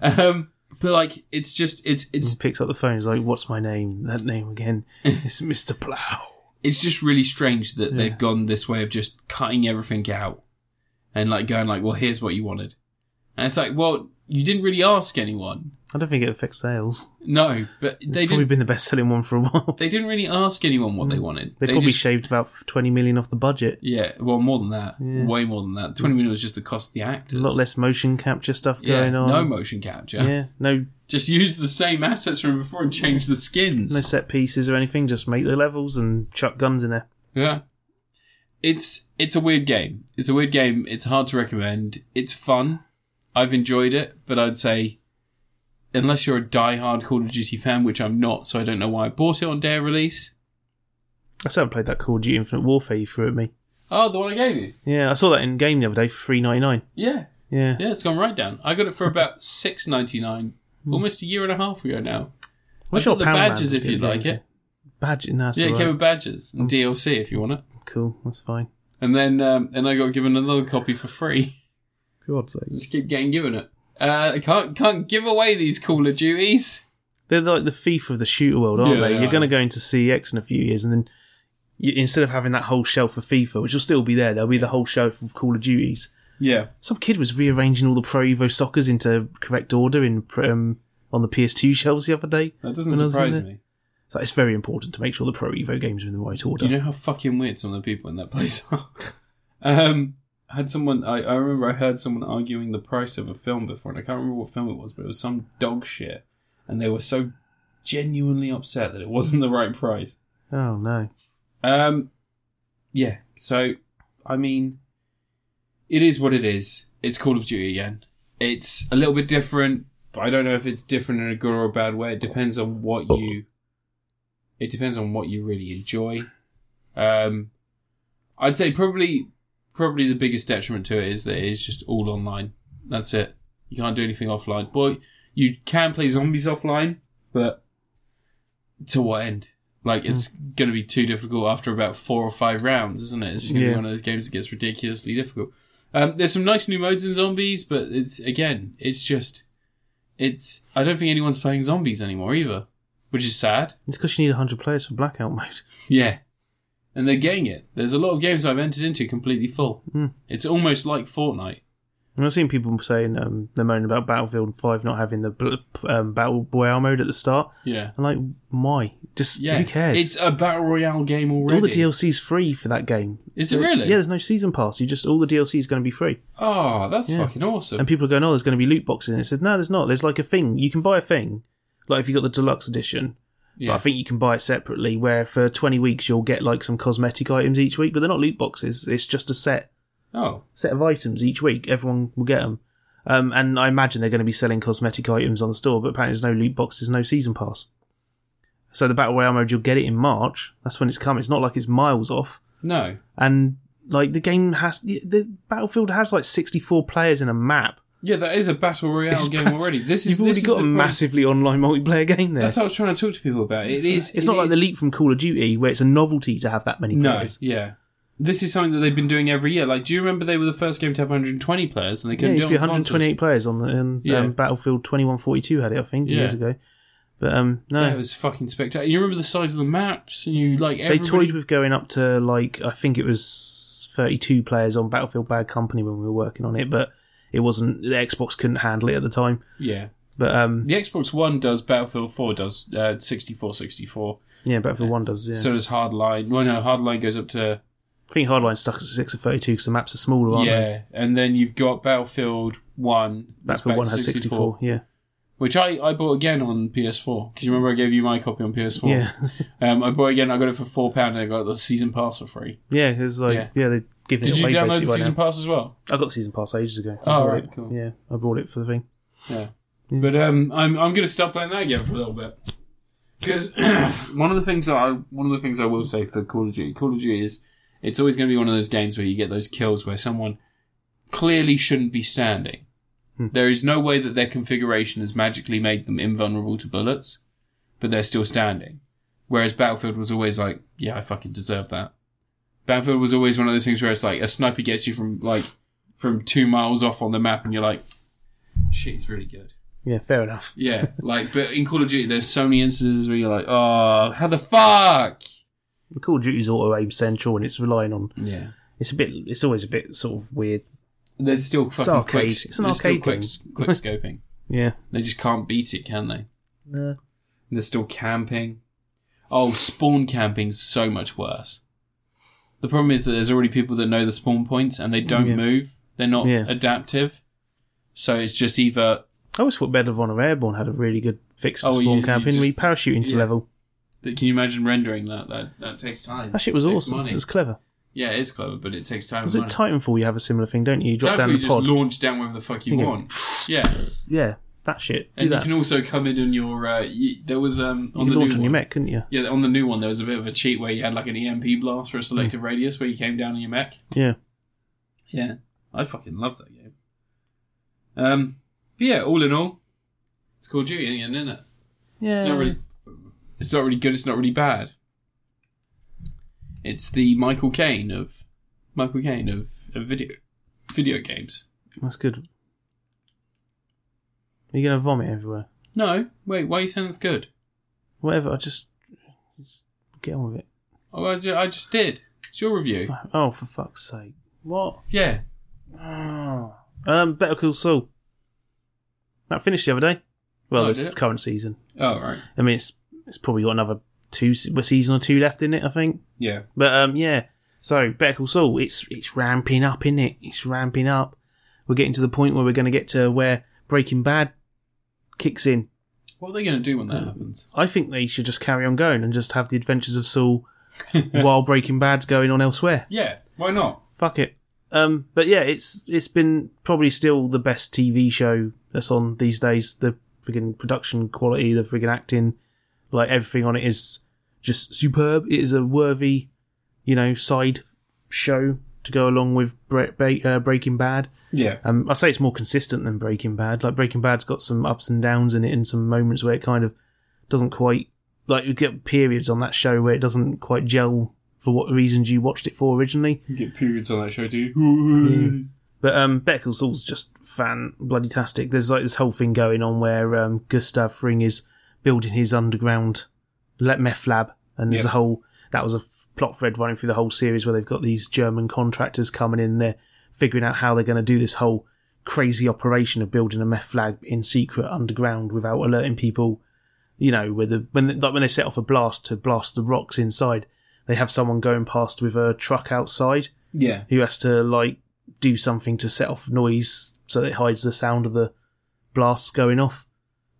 um, but like, it's just it's He it's picks up the phone. He's like, "What's my name? That [LAUGHS] name again? It's Mister Plow." it's just really strange that Yeah. they've gone this way of just cutting everything out and like going like, well, here's what you wanted, and it's like, well, you didn't really ask anyone. I don't think it affects sales. No, but It's they probably didn't. been the best-selling one for a while. They didn't really ask anyone what [LAUGHS] they wanted. They, probably just- shaved about twenty million off the budget. yeah, well, more than that, Yeah. way more than that. Twenty million was just the cost of the actors. A lot less motion capture stuff yeah, going on. no motion capture. yeah, no, [LAUGHS] Just use the same assets from before and change the skins. no set pieces or anything. Just make the levels and chuck guns in there. Yeah. It's it's a weird game. It's a weird game. It's hard to recommend. It's fun. I've enjoyed it, but I'd say unless you're a die-hard Call of Duty fan, which I'm not, so I don't know why I bought it on day of release. I still haven't played that Call of Duty Infinite Warfare you threw at me. Oh, the one I gave you. Yeah, I saw that in game the other day for three ninety nine. Yeah. Yeah. Yeah, it's gone right down. I got it for about six ninety nine. Almost a year and a half ago now. Hmm. I've What's your got the Pound Man badges if in you'd game, like is it. Badge? No, that's yeah, it all came right. with badges Hmm. and DLC if you want it. Cool, that's fine. And then um, and I got given another copy for free. [LAUGHS] God's sake. Just keep getting given it. Uh, I can't can't give away these Call of Duties. They're like the thief of the shooter world, aren't Yeah, they? they You're are. going to go into CEX in a few years, and then you, instead of having that whole shelf of FIFA, which will still be there, there'll be the whole shelf of Call of Duties. Yeah. Some kid was rearranging all the Pro Evo Soccers into correct order in um, on the PS2 shelves the other day. That doesn't When I was surprise in me. So it's very important to make sure the Pro Evo games are in the right order. Do you know how fucking weird some of the people in that place are? [LAUGHS] um, I had someone, I, I remember I heard someone arguing the price of a film before, and I can't remember what film it was, but it was some dog shit. And they were so genuinely upset that it wasn't the right price. oh no, Um, yeah, so, I mean, it is what it is. It's Call of Duty again. It's a little bit different, but I don't know if it's different in a good or a bad way. It depends on what you. It depends on what you really enjoy. Um, I'd say probably probably the biggest detriment to it is that it is just all online. That's it. You can't do anything offline. Boy, you can play zombies offline, but to what end? Like it's going to be too difficult after about four or five rounds, isn't it? It's just going to Yeah. be one of those games that gets ridiculously difficult. Um, there's some nice new modes in zombies, but it's again, it's just, it's. I don't think anyone's playing zombies anymore either, which is sad. It's because you need 100 players for blackout mode. Yeah. And they're getting it. There's a lot of games I've entered into completely full. Hmm. It's almost like Fortnite. And I've seen people saying um, they're moaning about Battlefield 5 not having the bl- um, Battle Royale mode at the start. Yeah. I'm like, why? Just Yeah. who cares? It's a battle royale game already. All the DLC's free for that game. Is it really? Yeah, there's no season pass. You just all the DLC is going to be free, Oh, that's Yeah. fucking awesome. and people are going, "Oh, there's going to be loot boxes." And it said, "No, there's not. There's like a thing you can buy a thing, like if you got the deluxe edition. yeah. But I think you can buy it separately, where for 20 weeks you'll get like some cosmetic items each week, but they're not loot boxes. It's just a set oh. set of items each week. Everyone will get them." Um, and I imagine they're going to be selling cosmetic items on the store, but apparently there's no loot boxes, no season pass. So the battle royale mode, you'll get it in March. That's when it's come. It's not like it's miles off. No. and like the game has the, the battlefield has like 64 players in a map Yeah, that is a battle royale It's Oh, game bas- already. This is you've already this got is a the problem. massively online multiplayer game there That's what I was trying to talk to people about. It is. it's it not like the is- leap from call of duty where it's a novelty to have that many No. players Yeah. This is something that they've been doing every year. Like, do you remember they were the first game to have 120 players, and they yeah, couldn't do it used to be it on consoles? 128 players on the um, Yeah. um, battlefield 2142 had it i think years Yeah. ago but um no That was fucking spectacular. You remember the size of the maps, and you like they everybody... toyed with going up to like i think it was 32 players on battlefield bad company when we were working on it but it wasn't the xbox couldn't handle it at the time Yeah, but um the Xbox One does. Battlefield Four does. Uh, 64, 64. yeah battlefield 1 does yeah So does Hardline. Well, no, Hardline goes up to I think Hardline's stuck at 6 of 32 because the maps are smaller, aren't they? yeah, and then you've got Battlefield One. That's back where to 1 has 64. Yeah. which I, I bought again on PS4 because you remember I gave you my copy on PS4. Yeah. [LAUGHS] Um, I bought it again. I got it for four pound and I got the season pass for free. yeah, it's like, Yeah. yeah, they're giving Did it you away download basically the right season now. pass as well? I got the season pass ages ago. I Oh, bought right, it. cool. Yeah, I bought it for the thing. Yeah. But um, I'm I'm gonna stop playing that game for a little bit because [CLEARS THROAT] one of the things that I one of the things I will say for Call of Duty, Call of Duty is it's always gonna be one of those games where you get those kills where someone clearly shouldn't be standing. There is no way that their configuration has magically made them invulnerable to bullets, but they're still standing. Whereas Battlefield was always like, yeah, I fucking deserve that. Battlefield was always one of those things where it's like a sniper gets you from like from two miles off on the map, and you're like, shit, it's really good. Yeah, fair enough. Yeah, like, but in Call of Duty, there's so many instances where you're like, oh, how the fuck? Call of Duty's auto aim central and it's relying on. Yeah. It's a bit. It's always a bit sort of weird. There's still fucking arcade. quick, It's an there's still arcade quick, game. [LAUGHS] quick scoping. Yeah. They just can't beat it, can they? No. And they're still camping. Oh, spawn camping's so much worse. The problem is that there's already people that know the spawn points and they don't Yeah. move. They're not Yeah. adaptive. So it's just either I always thought Medal of Honor Airborne had a really good fix for Oh, you- spawn you camping. just- We parachuting to yeah. level. But can you imagine rendering that? That that takes time. That shit was It takes awesome. money. It was clever. Yeah, it is clever, but it takes time. Was and it money. Titanfall? You have a similar thing, don't you? You drop Exactly, down you the just pod. launch down wherever the fuck you You go, [LAUGHS] want. Yeah, yeah, that shit. Do and you that. can also come in on your. Uh, you, there was um You on the could new launch on one. your mech, couldn't you? Yeah, on the new one there was a bit of a cheat where you had like an EMP blast for a selective Hmm. radius where you came down on your mech. Yeah. Yeah, I fucking love that game. Um, but yeah, all in all, it's Call of Duty again, isn't it? Yeah. It's not really. It's not really good. It's not really bad. It's the Michael Caine of Michael Caine of, of video video games. That's good. Are you gonna vomit everywhere? No, wait. Why are you saying that's good? Whatever. I just, just get on with it. Oh, I, ju- I just did. It's your review. Fu- Oh, for fuck's sake! What? Yeah. Oh. Um, Better Call Saul. That finished the other day. Well, Oh, this did it? current season. Oh, right. I mean, it's it's probably got another two se- well, season or two left in it. I think. Yeah. But um, yeah. So Better Call Saul, it's it's ramping up, isn't it? It's ramping up. We're getting to the point where we're going to get to where Breaking Bad kicks in. What are they going to do when that happens? I think they should just carry on going and just have the adventures [LAUGHS] of Saul while Breaking Bad's going on elsewhere. Yeah. Why not? Fuck it. Um, but yeah, it's it's been probably still the best TV show that's on these days. The friggin' production quality, the friggin' acting, like everything on it is just superb. It is a worthy, you know, side show to go along with Bre- Ba- uh, Breaking Bad. Yeah. Um, I say it's more consistent than Breaking Bad. Like Breaking Bad's got some ups and downs in it, and some moments where it kind of doesn't quite like you get periods on that show where it doesn't quite gel for what reasons you watched it for originally. You get periods on that show, do you? But um, Better Call Saul's just fan bloody tastic. There's like this whole thing going on where um, Gustav Fring is building his underground le- meth lab, and there's Yep. a whole that was a f- plot thread running through the whole series where they've got these German contractors coming in, they're figuring out how they're going to do this whole crazy operation of building a meth lab in secret underground without alerting people. You know, where the when like when they set off a blast to blast the rocks inside, they have someone going past with a truck outside yeah. who has to like do something to set off noise so that it hides the sound of the blasts going off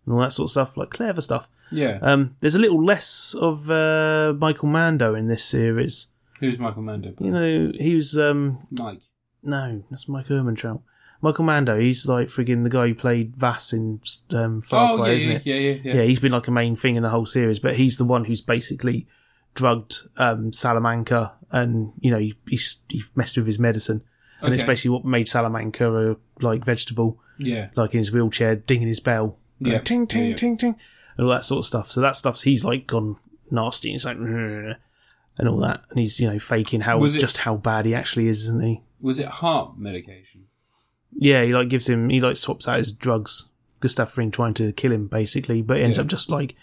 and all that sort of stuff, like clever stuff. Yeah. Um, there's a little less of uh, Michael Mando in this series. Who's Michael Mando? You know, he was um, Mike. no, that's Mike Ehrmantraut. Michael Mando, he's like friggin' the guy who played Vass in um, Far Oh, Cry, yeah, isn't yeah, it? yeah, yeah, yeah. yeah, he's been like a main thing in the whole series, but he's the one who's basically drugged um, Salamanca, and you know he, he's he messed with his medicine, and it's Okay. basically what made Salamanca a like vegetable, Yeah. like in his wheelchair, dinging his bell, going, Yeah. ting ting Yeah, yeah. ting ting, and all that sort of stuff. So that stuff's he's like gone nasty, and it's like "Rrr," and all that, and he's you know faking how Was it- just how bad he actually is, isn't he? Was it heart medication? Yeah, he like gives him he like swaps out his drugs. Gustav Fring trying to kill him basically, but it ends Yeah. up just like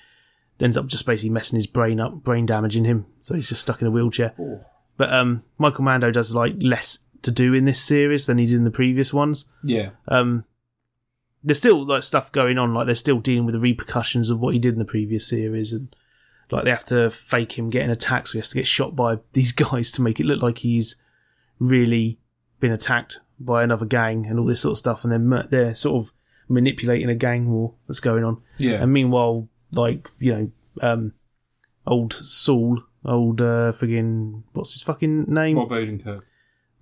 ends up just basically messing his brain up, brain damaging him. So he's just stuck in a wheelchair. Oh. But um Michael Mando does like less to do in this series than he did in the previous ones. Yeah. Um there's still like stuff going on, like they're still dealing with the repercussions of what he did in the previous series and like they have to fake him getting attacked, so he has to get shot by [LAUGHS] these guys to make it look like he's really been attacked by another gang and all this sort of stuff, and they're mer- they're sort of manipulating a gang war that's going on. Yeah. And meanwhile, like you know, um, old Saul, old uh, friggin' what's his fucking name? Bob Odenkirk.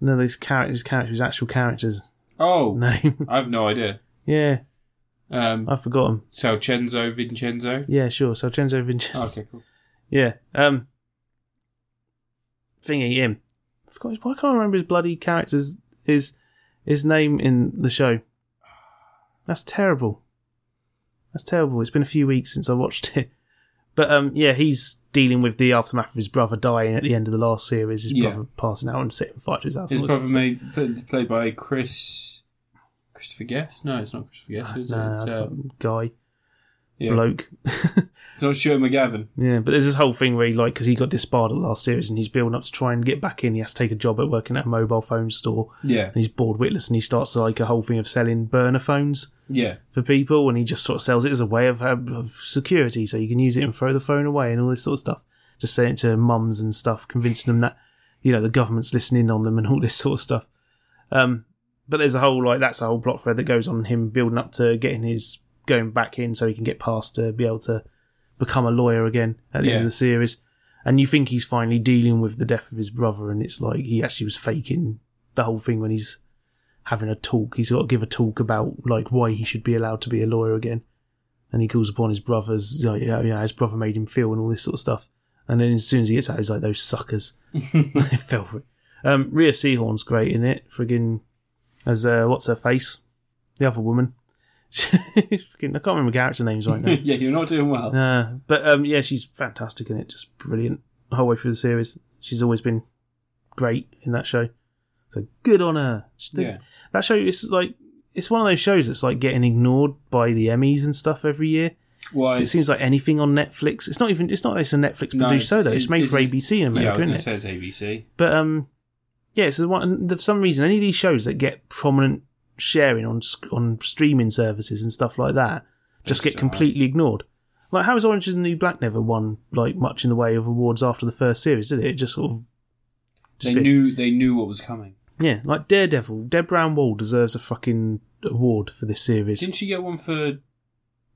No, this character, his character, his actual character's [LAUGHS] Oh, name. I have no idea. yeah, Um, I forgot him. Salcenzo Vincenzo. Oh, Yeah, sure. So Genzo Vincenzo. Okay, cool. [LAUGHS] Yeah. Um. Thingy him. I forgot. Why can't I remember his bloody character's his his name in the show? That's terrible. That's terrible. It's been a few weeks since I watched it. But um, yeah, he's dealing with the aftermath of his brother dying at the end of the last series. His Yeah. brother passing out and sitting fire to his house. His all brother this made, played, played by Chris. Christopher Guest? No, it's not Christopher Guest, is it? stuff. it's, Nah, uh, fucking guy, yeah. bloke. [LAUGHS] it's not Stuart McGavin. Yeah, but there's this whole thing where he like because he got disbarred at the last series and he's building up to try and get back in. He has to take a job at working at a mobile phone store. Yeah. and he's bored witless and he starts like a whole thing of selling burner phones [LAUGHS] Yeah. for people and he just sort of sells it as a way of, of security so you can use it and throw the phone away and all this sort of stuff just selling it to mums and stuff convincing them that you know the government's listening on them and all [LAUGHS] this sort of stuff um, but there's a whole like that's a whole plot thread that goes on him building up to getting his going back in so he can get past to be able to become a lawyer again at the end Yeah. of the series and you think he's finally dealing with the death of his brother and it's like he actually was faking the whole thing when he's having a talk. He's got to give a talk about like why he should be allowed to be a lawyer again, and he calls upon his brothers. Like, yeah, yeah, his brother made him feel and all this sort of stuff. And then as soon as he gets out, he's like those suckers. [LAUGHS] they fell for it. Um, Rhea Seahorn's great in it. Friggin' as uh, what's her face, the other woman. [LAUGHS] Friggin- I can't remember character names [LAUGHS] right now. yeah, you're not doing well. Uh, but um, yeah, she's fantastic in it, just brilliant the whole way through the series. She's always been great in that show, so good on her. She- Yeah. That show is like it's one of those shows that's like getting ignored by the Emmys and stuff every year. Why? 'Cause It seems like anything on Netflix. It's not even. It's not. that It's a Netflix No, produced show though. It's it- made it's for a- ABC in yeah, I America, was isn't going it? to say it's ABC. But um, yeah, it's the one. and For some reason, any of these shows that get prominent sharing on sc- on streaming services and stuff like that just get Bizarre. completely ignored. Like, how has Orange is the New Black never won like much in the way of awards after the first series? Did it? It just sort of They a bit- knew they knew what was coming. yeah, like Daredevil. Deb Brown Wall deserves a fucking award for this series. Didn't she get one for?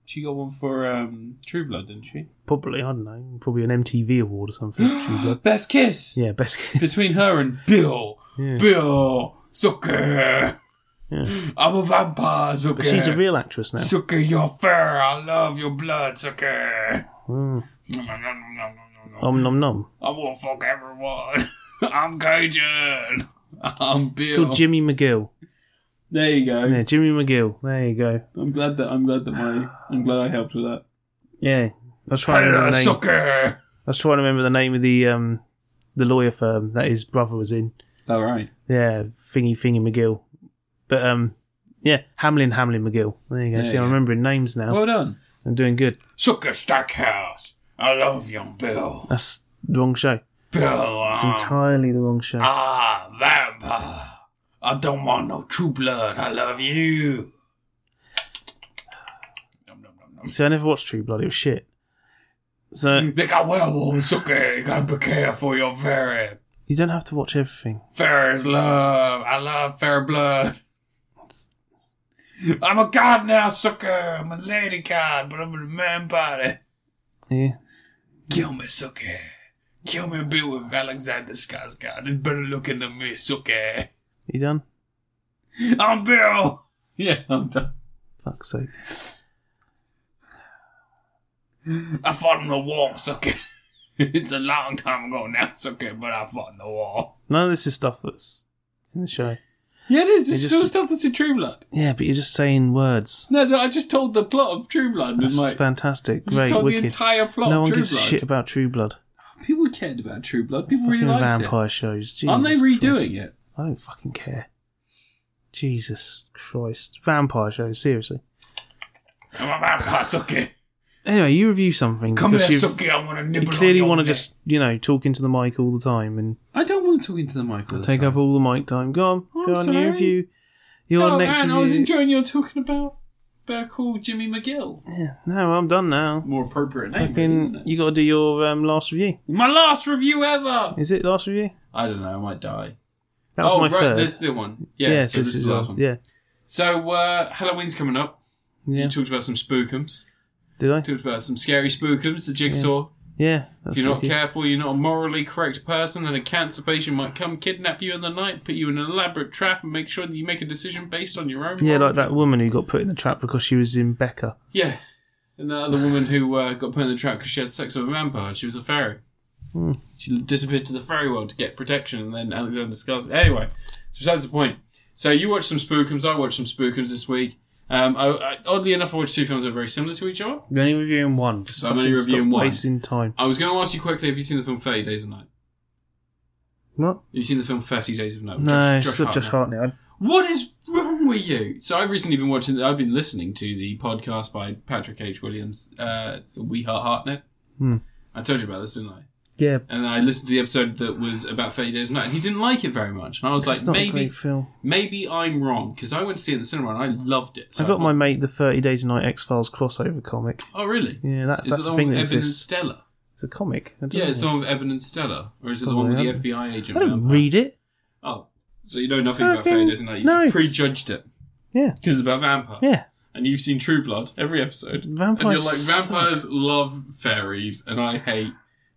She got one for um, True Blood, didn't she? Probably I don't know. Probably an MTV award [GASPS] or something. [GASPS] True Blood. Best kiss Yeah, best. between her [LAUGHS] and Bill. Yeah. Bill, sucker. Yeah. [LAUGHS] I'm a vampire, sucker. But she's a real actress now. sucker. Your fur, I love your blood, sucker. Mm. [LAUGHS] Nom, nom, nom, nom, nom, nom. Om nom nom. I will fuck everyone. [LAUGHS] I'm Cajun. [LAUGHS] I'm It's Bill. called Jimmy McGill. there you go. Yeah, Jimmy McGill. There you go. I'm glad that I'm glad that my I'm glad I helped with that. Yeah, I was trying to remember the name. I Sucker! was trying to remember the name of the um the lawyer firm that his brother was in. All right. Yeah, Thingy Thingy McGill. But um, yeah, Hamlin Hamlin McGill. There you go. Yeah, See, I'm yeah. remembering names now. Well done. I'm doing good. Sucker Stackhouse! I love young Bill. That's the wrong show. Bill, Ah. It's um, entirely the wrong show. ah, vampire. I don't want no true blood. I love you. Nom, nom, nom, nom. So I never watched True Blood. It was shit. Mm. So They got werewolves, sucker. You gotta be careful. You're very, you don't have to watch everything. fair is love. I love fair blood. I'm a god now, sucker. I'm a lady god, but I'm a man body. Yeah. Kill me, sucker. Kill me, Bill with Alexander Skarsgård. It's better looking than me, sucker. You done? I'm Bill. [LAUGHS] Yeah, I'm done. Fuck's sake. I fought in the war, sucker. [LAUGHS] it's a long time ago now, sucker, but I fought in the war. None of this is stuff that's in the show. Yeah, it is. It's It still just- stuff that's in True Blood. Yeah, but you're just saying words. No, no, I just told the plot of True Blood. and This is like, fantastic. I just Great, told the wicked. entire plot No of one True gives a Blood. shit about True Blood. People cared about True Blood. People Fucking really liked vampire shows. it. Jesus Aren't they redoing Christ. it? I don't fucking care. Jesus Christ. Vampire shows, seriously. I'm a vampire, sucker. Anyway, you review something Come here, because you sucker. I want to you nibble clearly want to just, you know, talk into the mic all the time and I don't want to talk into the mic all the take time. up all the mic time. Go on, I'm go on, sorry. your review. Your No, Oh, man, next I review. was enjoying your talking about Bear Call Jimmy McGill. no, I'm done now. More appropriate name, really, isn't Fucking, it? you got to do your um, last review. My last review ever. Is it last review? I don't know. I might die. That was oh, my right, third. this is the one. Yeah, yeah, so so this, is the last one. Yeah, So, uh, Halloween's coming up. yeah. You talked about some spookums. Did I? talked about some scary spookums, the jigsaw. Yeah. That's if you're not wicked. careful, you're not a morally correct person, then a cancer patient might come kidnap you in the night, put you in an elaborate trap, and make sure that you make a decision based on your own. Yeah, moral- like that woman who got put in a trap because she was in Becca. Yeah. And that other woman who uh, got put in the trap because she had sex with a vampire. She was a fairy. Hmm. She disappeared to the fairy world to get protection, and then Alexander Skarsgård. Anyway, it's besides the point. So you watched some spookums. I watched some spookums this week. Um, I, I, oddly enough, I watched two films that are very similar to each other. You're only reviewing one. Just So I'm only fucking reviewing stop one. Wasting time. I was going to ask you quickly: Have you seen the film Thirty Days of Night? Have What? you seen the film Thirty Days of Night? with No, Josh, it's not Josh Hartnett? Hartnett. I- What is wrong with you? So I've recently been watching. I've been listening to the podcast by Patrick H. Williams, uh, We Heart Hartnett. Hmm. I told you about this, didn't I? Yeah, And I listened to the episode that was about Fade Days Night, and he didn't like it very much. And I was it's like, not a maybe, great film. maybe I'm wrong because I went to see it in the cinema and I loved it. So I got thought, my mate the Thirty Days a Night X Files crossover comic. Oh, really? Yeah, that, Is that's it the the one thing with that Eben and exists. Stella? It's a comic. I don't Yeah, know. it's the one with Eben and Stella, or is it the one with the Probably, I don't- FBI agent? I don't vampire? read it. Oh, so you know nothing about Okay, Fade Days Night? You no. prejudged it Yeah, because it's about vampires. yeah. and you've seen True Blood every episode. Vampires and you're like, suck. vampires love fairies, and I hate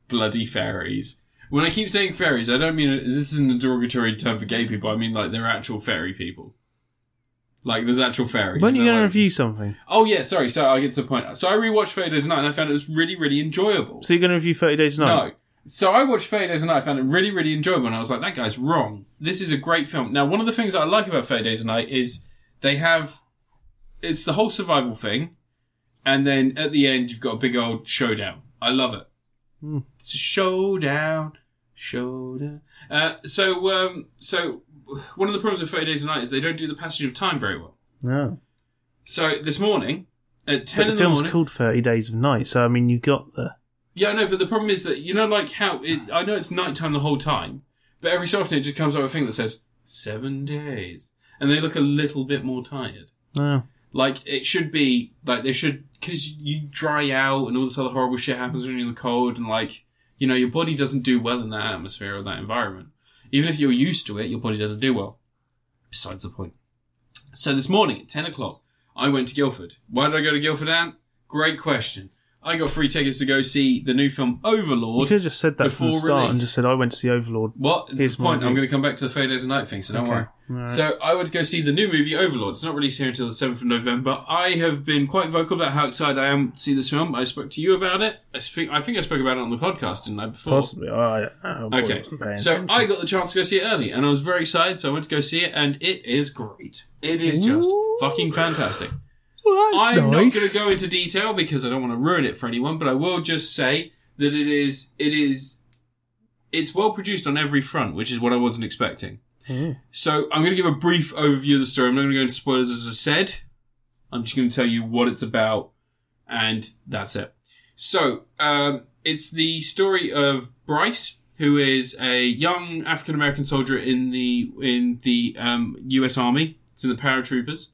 bloody fairies. When I keep saying fairies, I don't mean this isn't a derogatory term for gay people. I mean like they're actual fairy people. Like there's actual fairies. When and are you they're going to like- review something? Oh yeah, sorry. So I get to the point. So I rewatched Fade Days Night, and I found it was really, really enjoyable. So you're going to review Thirty Days a Night? No. So I watched Fade Days and Night, I found it really, really enjoyable, and I was like, that guy's wrong. This is a great film. Now, one of the things that I like about Fade Days and Night is they have, it's the whole survival thing, and then at the end, you've got a big old showdown. I love it. Hmm. It's a showdown, showdown. Uh, so, um, so one of the problems with Fade Days and Night is they don't do the passage of time very well. No. So this morning, at 10 But the in the film's morning. called Thirty Days of Night, so I mean, you got the Yeah, I know, but the problem is that you know, like how it, I know it's nighttime the whole time, but every so often it just comes up with a thing that says seven days, and they look a little bit more tired. no. Like it should be like they should because you dry out and all this other horrible shit happens when you're in the cold and like you know your body doesn't do well in that atmosphere or that environment. Even if you're used to it, your body doesn't do well. Besides the point. So this morning at ten o'clock, I went to Guildford. Why did I go to Guildford, Ant? Great question. I got free tickets to go see the new film You Overlord. could have just said that from the before start and release. just said, "I went to see Overlord." What? It's Here's the point. my I'm view. going to come back to the Fade Days and Night thing, so don't Okay. worry. Alright. So I would go see the new movie Overlord. It's not released here until the 7th of November. I have been quite vocal about how excited I am to see this film. I spoke to you about it. I, speak, I think I spoke about it on the podcast, didn't I, before? Possibly. I, I Okay. wasn't paying So attention. I got the chance to go see it early, and I was very excited, so I went to go see it, and it is great. It is just Ooh. fucking fantastic. Well, that's I'm not nice. going to go into detail because I don't want to ruin it for anyone, but I will just say that it is it is it's well produced on every front, which is what I wasn't expecting. Hmm. So I'm going to give a brief overview of the story. I'm not going to go into spoilers, as I said. I'm just going to tell you what it's about, and that's it. So um, it's the story of Bryce, who is a young African American soldier in the in the um, U.S. Army. It's in the paratroopers.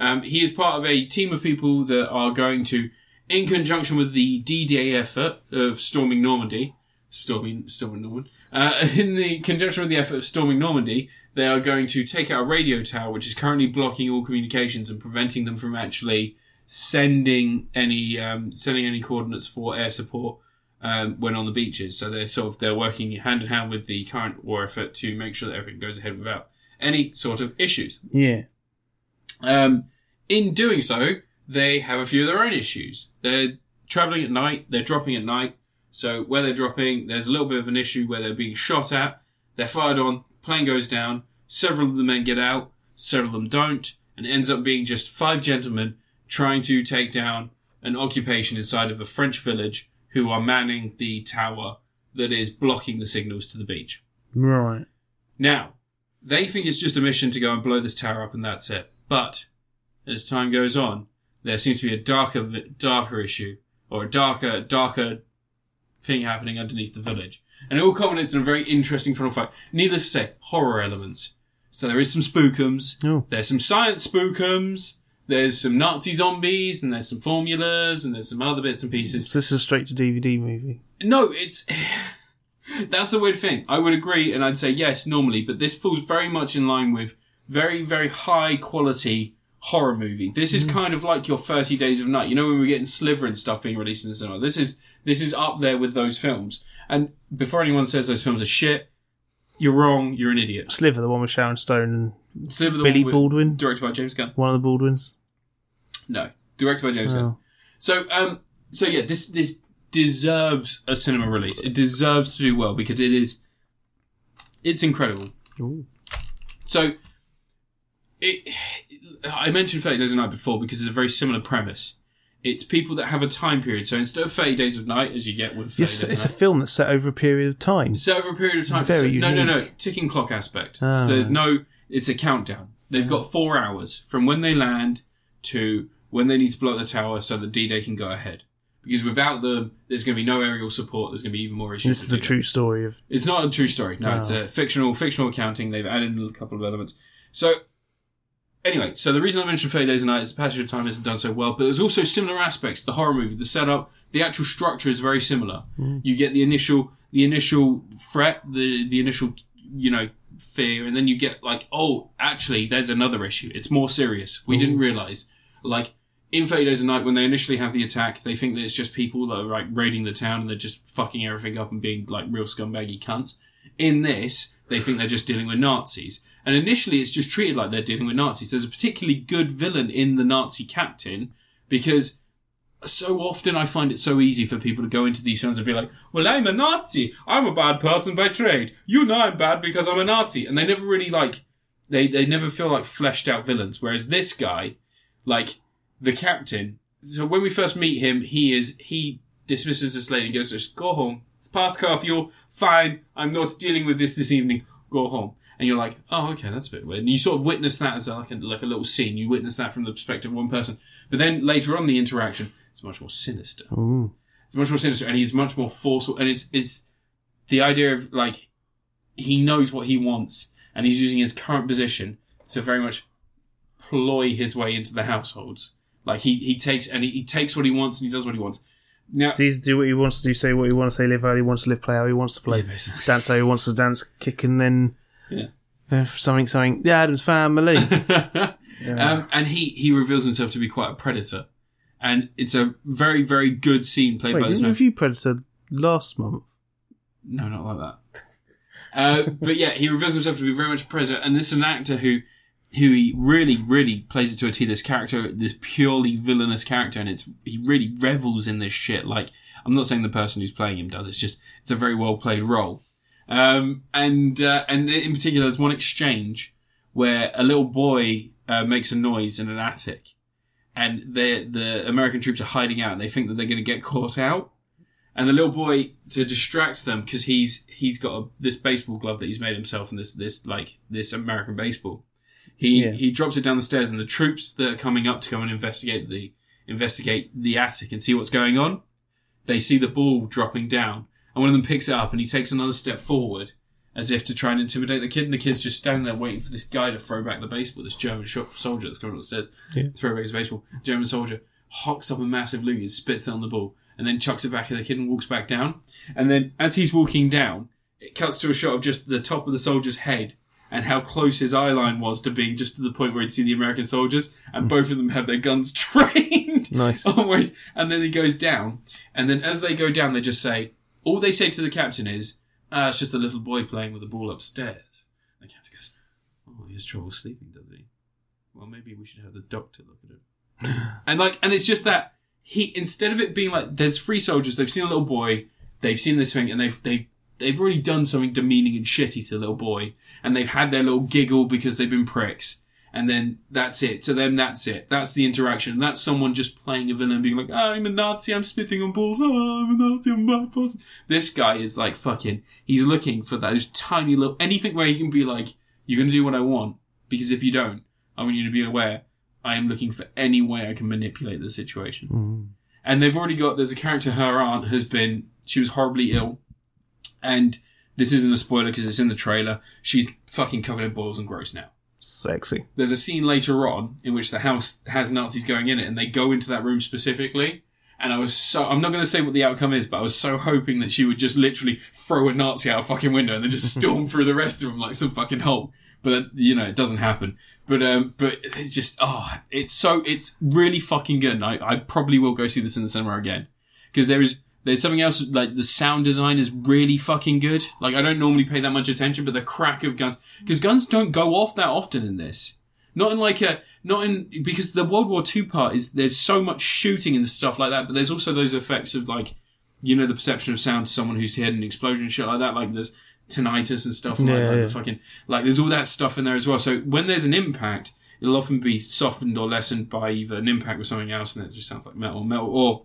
Um, he is part of a team of people that are going to, in conjunction with the D-Day effort of storming Normandy, storming storming Normandy, uh, [LAUGHS] in the conjunction with the effort of storming Normandy, they are going to take out a radio tower which is currently blocking all communications and preventing them from actually sending any um, sending any coordinates for air support um, when on the beaches. So they're sort of they're working hand in hand with the current war effort to make sure that everything goes ahead without any sort of issues. Yeah. Um, in doing so, they have a few of their own issues. They're traveling at night, they're dropping at night. So where they're dropping, there's a little bit of an issue where they're being shot at. They're fired on, plane goes down, several of the men get out, several of them don't, and it ends up being just five gentlemen trying to take down an occupation inside of a French village who are manning the tower that is blocking the signals to the beach. Right. Now, they think it's just a mission to go and blow this tower up and that's it. But as time goes on, there seems to be a darker, vi- darker issue or a darker, darker thing happening underneath the village. And it all culminates in a very interesting final fight. Needless to say, horror elements. So there is some spookums. Oh. There's some science spookums. There's some Nazi zombies and there's some formulas and there's some other bits and pieces. So this is a straight to DVD movie. No, it's [SIGHS] that's the weird thing. I would agree, and I'd say yes normally, but this falls very much in line with very, very high quality horror movie. This Mm. is kind of like your Thirty Days of Night. You know when we were getting Sliver and stuff being released in the cinema. This is this is up there with those films. And before anyone says those films are shit, you're wrong. You're an idiot. Sliver, the one with Sharon Stone Sliver, the and one Billy with- Baldwin. directed by James Gunn. One of the Baldwins. No, directed by James Gunn. Oh. So, um, so yeah, this this deserves a cinema release. It deserves to do well because it is, it's incredible. Ooh. So, it, I mentioned Thirty Days of Night before because it's a very similar premise. It's people that have a time period. So instead of Thirty Days of Night, as you get with 30 Yes, Days of it's a Night, film that's set over a period of time. it's over a period of time. Very so, no, no, no, unique. ticking clock aspect. Ah. So there's no. It's a countdown. They've got four hours from when they land to when they need to blow up the tower so that D-Day can go ahead. Because without them, there's going to be no aerial support. There's going to be even more issues. This is with the D-Day. true story of. It's not a true story. No, it's a fictional fictional accounting. They've added a couple of elements. So anyway, so the reason I mentioned Thirty Days a Night is the passage of time hasn't done so well, but there's also similar aspects. The horror movie, the setup, the actual structure is very similar. You get the initial the initial threat, the the initial you know fear, and then you get like, oh, actually, there's another issue. It's more serious. We didn't realize like. In 30 Days a Night, when they initially have the attack, they think that it's just people that are like raiding the town and they're just fucking everything up and being like real scumbaggy cunts. In this, they think they're just dealing with Nazis. And initially, it's just treated like they're dealing with Nazis. There's a particularly good villain in the Nazi captain because so often I find it so easy for people to go into these films and be like, well, I'm a Nazi. I'm a bad person by trade. You know I'm bad because I'm a Nazi. And they never really like, they, they never feel like fleshed out villains. Whereas this guy, like, the captain, so when we first meet him, he is, he dismisses this lady and goes, just go home. It's past curfew. Fine. I'm not dealing with this this evening. Go home. And you're like, oh, okay, that's a bit weird. And you sort of witness that as a, like, a, like a little scene. You witness that from the perspective of one person. But then later on, the interaction, it's much more sinister. Ooh. It's much more sinister and he's much more forceful. And it's, it's the idea of like, he knows what he wants and he's using his current position to very much ploy his way into the households. Like he, he takes and he, he takes what he wants and he does what he wants. Now, So he's do what he wants to do, say what he wants to say, live how he wants to live, play how he wants to play, Yeah, basically. [LAUGHS] dance how he wants to dance, kick and then Yeah. uh, something, something. The [LAUGHS] Adams family. [LAUGHS] Um, and he, he reveals himself to be quite a predator. And it's a very, very good scene played Wait, by this didn't you man. review Predator last month? No, not like that. uh, but yeah, he reveals himself to be very much a predator. And this is an actor who, who he really, really plays it to a T. This character, this purely villainous character. And it's, he really revels in this shit. Like, I'm not saying the person who's playing him does. It's just, it's a very well played role. Um, and, uh, and in particular, there's one exchange where a little boy uh, makes a noise in an attic and the the American troops are hiding out, and they think that they're going to get caught out. And the little boy to distract them because he's he's got a, this baseball glove that he's made himself, and this this like this American baseball. He Yeah. he drops it down the stairs, and the troops that are coming up to come and investigate the investigate the attic and see what's going on. They see the ball dropping down, and one of them picks it up, and he takes another step forward as if to try and intimidate the kid. And the kid's just standing there waiting for this guy to throw back the baseball. This German shop soldier that's coming upstairs, Yeah. throw back his baseball. German soldier hocks up a massive loogie, and spits it on the ball, and then chucks it back at the kid and walks back down. And then as he's walking down, it cuts to a shot of just the top of the soldier's head. And how close his eye line was to being just to the point where he'd see the American soldiers, and both of them have their guns [LAUGHS] trained. [LAUGHS] Nice. Always. And then he goes down, and then as they go down, they just say, all they say to the captain is, ah, it's just a little boy playing with a ball upstairs. And the captain goes, oh, he has trouble sleeping, does he? Well, maybe we should have the doctor look at him. and like, and it's just that he, instead of it being like, there's three soldiers, they've seen a little boy, they've seen this thing, and they've, they've, they've already done something demeaning and shitty to the little boy, and they've had their little giggle because they've been pricks. And then that's it. To them, that's it. That's the interaction. And that's someone just playing a villain, being like, "I'm a Nazi. I'm spitting on balls. Oh, I'm a Nazi. I'm a bad person." This guy is like fucking. He's looking for those tiny little anything where he can be like, "You're gonna do what I want because if you don't, I want you to be aware. I am looking for any way I can manipulate the situation." And they've already got. There's a character. Her aunt has been. She was horribly ill, and this isn't a spoiler because it's in the trailer. She's fucking covered in boils and gross now Sexy. there's a scene later on in which the house has Nazis going in it, and they go into that room specifically. And I was so I'm not going to say what the outcome is, but I was so hoping that she would just literally throw a Nazi out a fucking window and then just storm through the rest of them like some fucking Hulk. But you know it doesn't happen. But um, but it's just oh, it's so it's really fucking good. And I, I probably will go see this in the cinema again because there is there's something else like the sound design is really fucking good. Like I don't normally pay that much attention, but the crack of guns because guns don't go off that often in this. Not in like a not in because the World War Two part is there's so much shooting and stuff like that, but there's also those effects of like you know the perception of sound to someone who's heard an explosion and shit like that. Like there's tinnitus and stuff like, Yeah, like yeah. the fucking like there's all that stuff in there as well. So when there's an impact, it'll often be softened or lessened by either an impact with something else, and it just sounds like metal, metal, or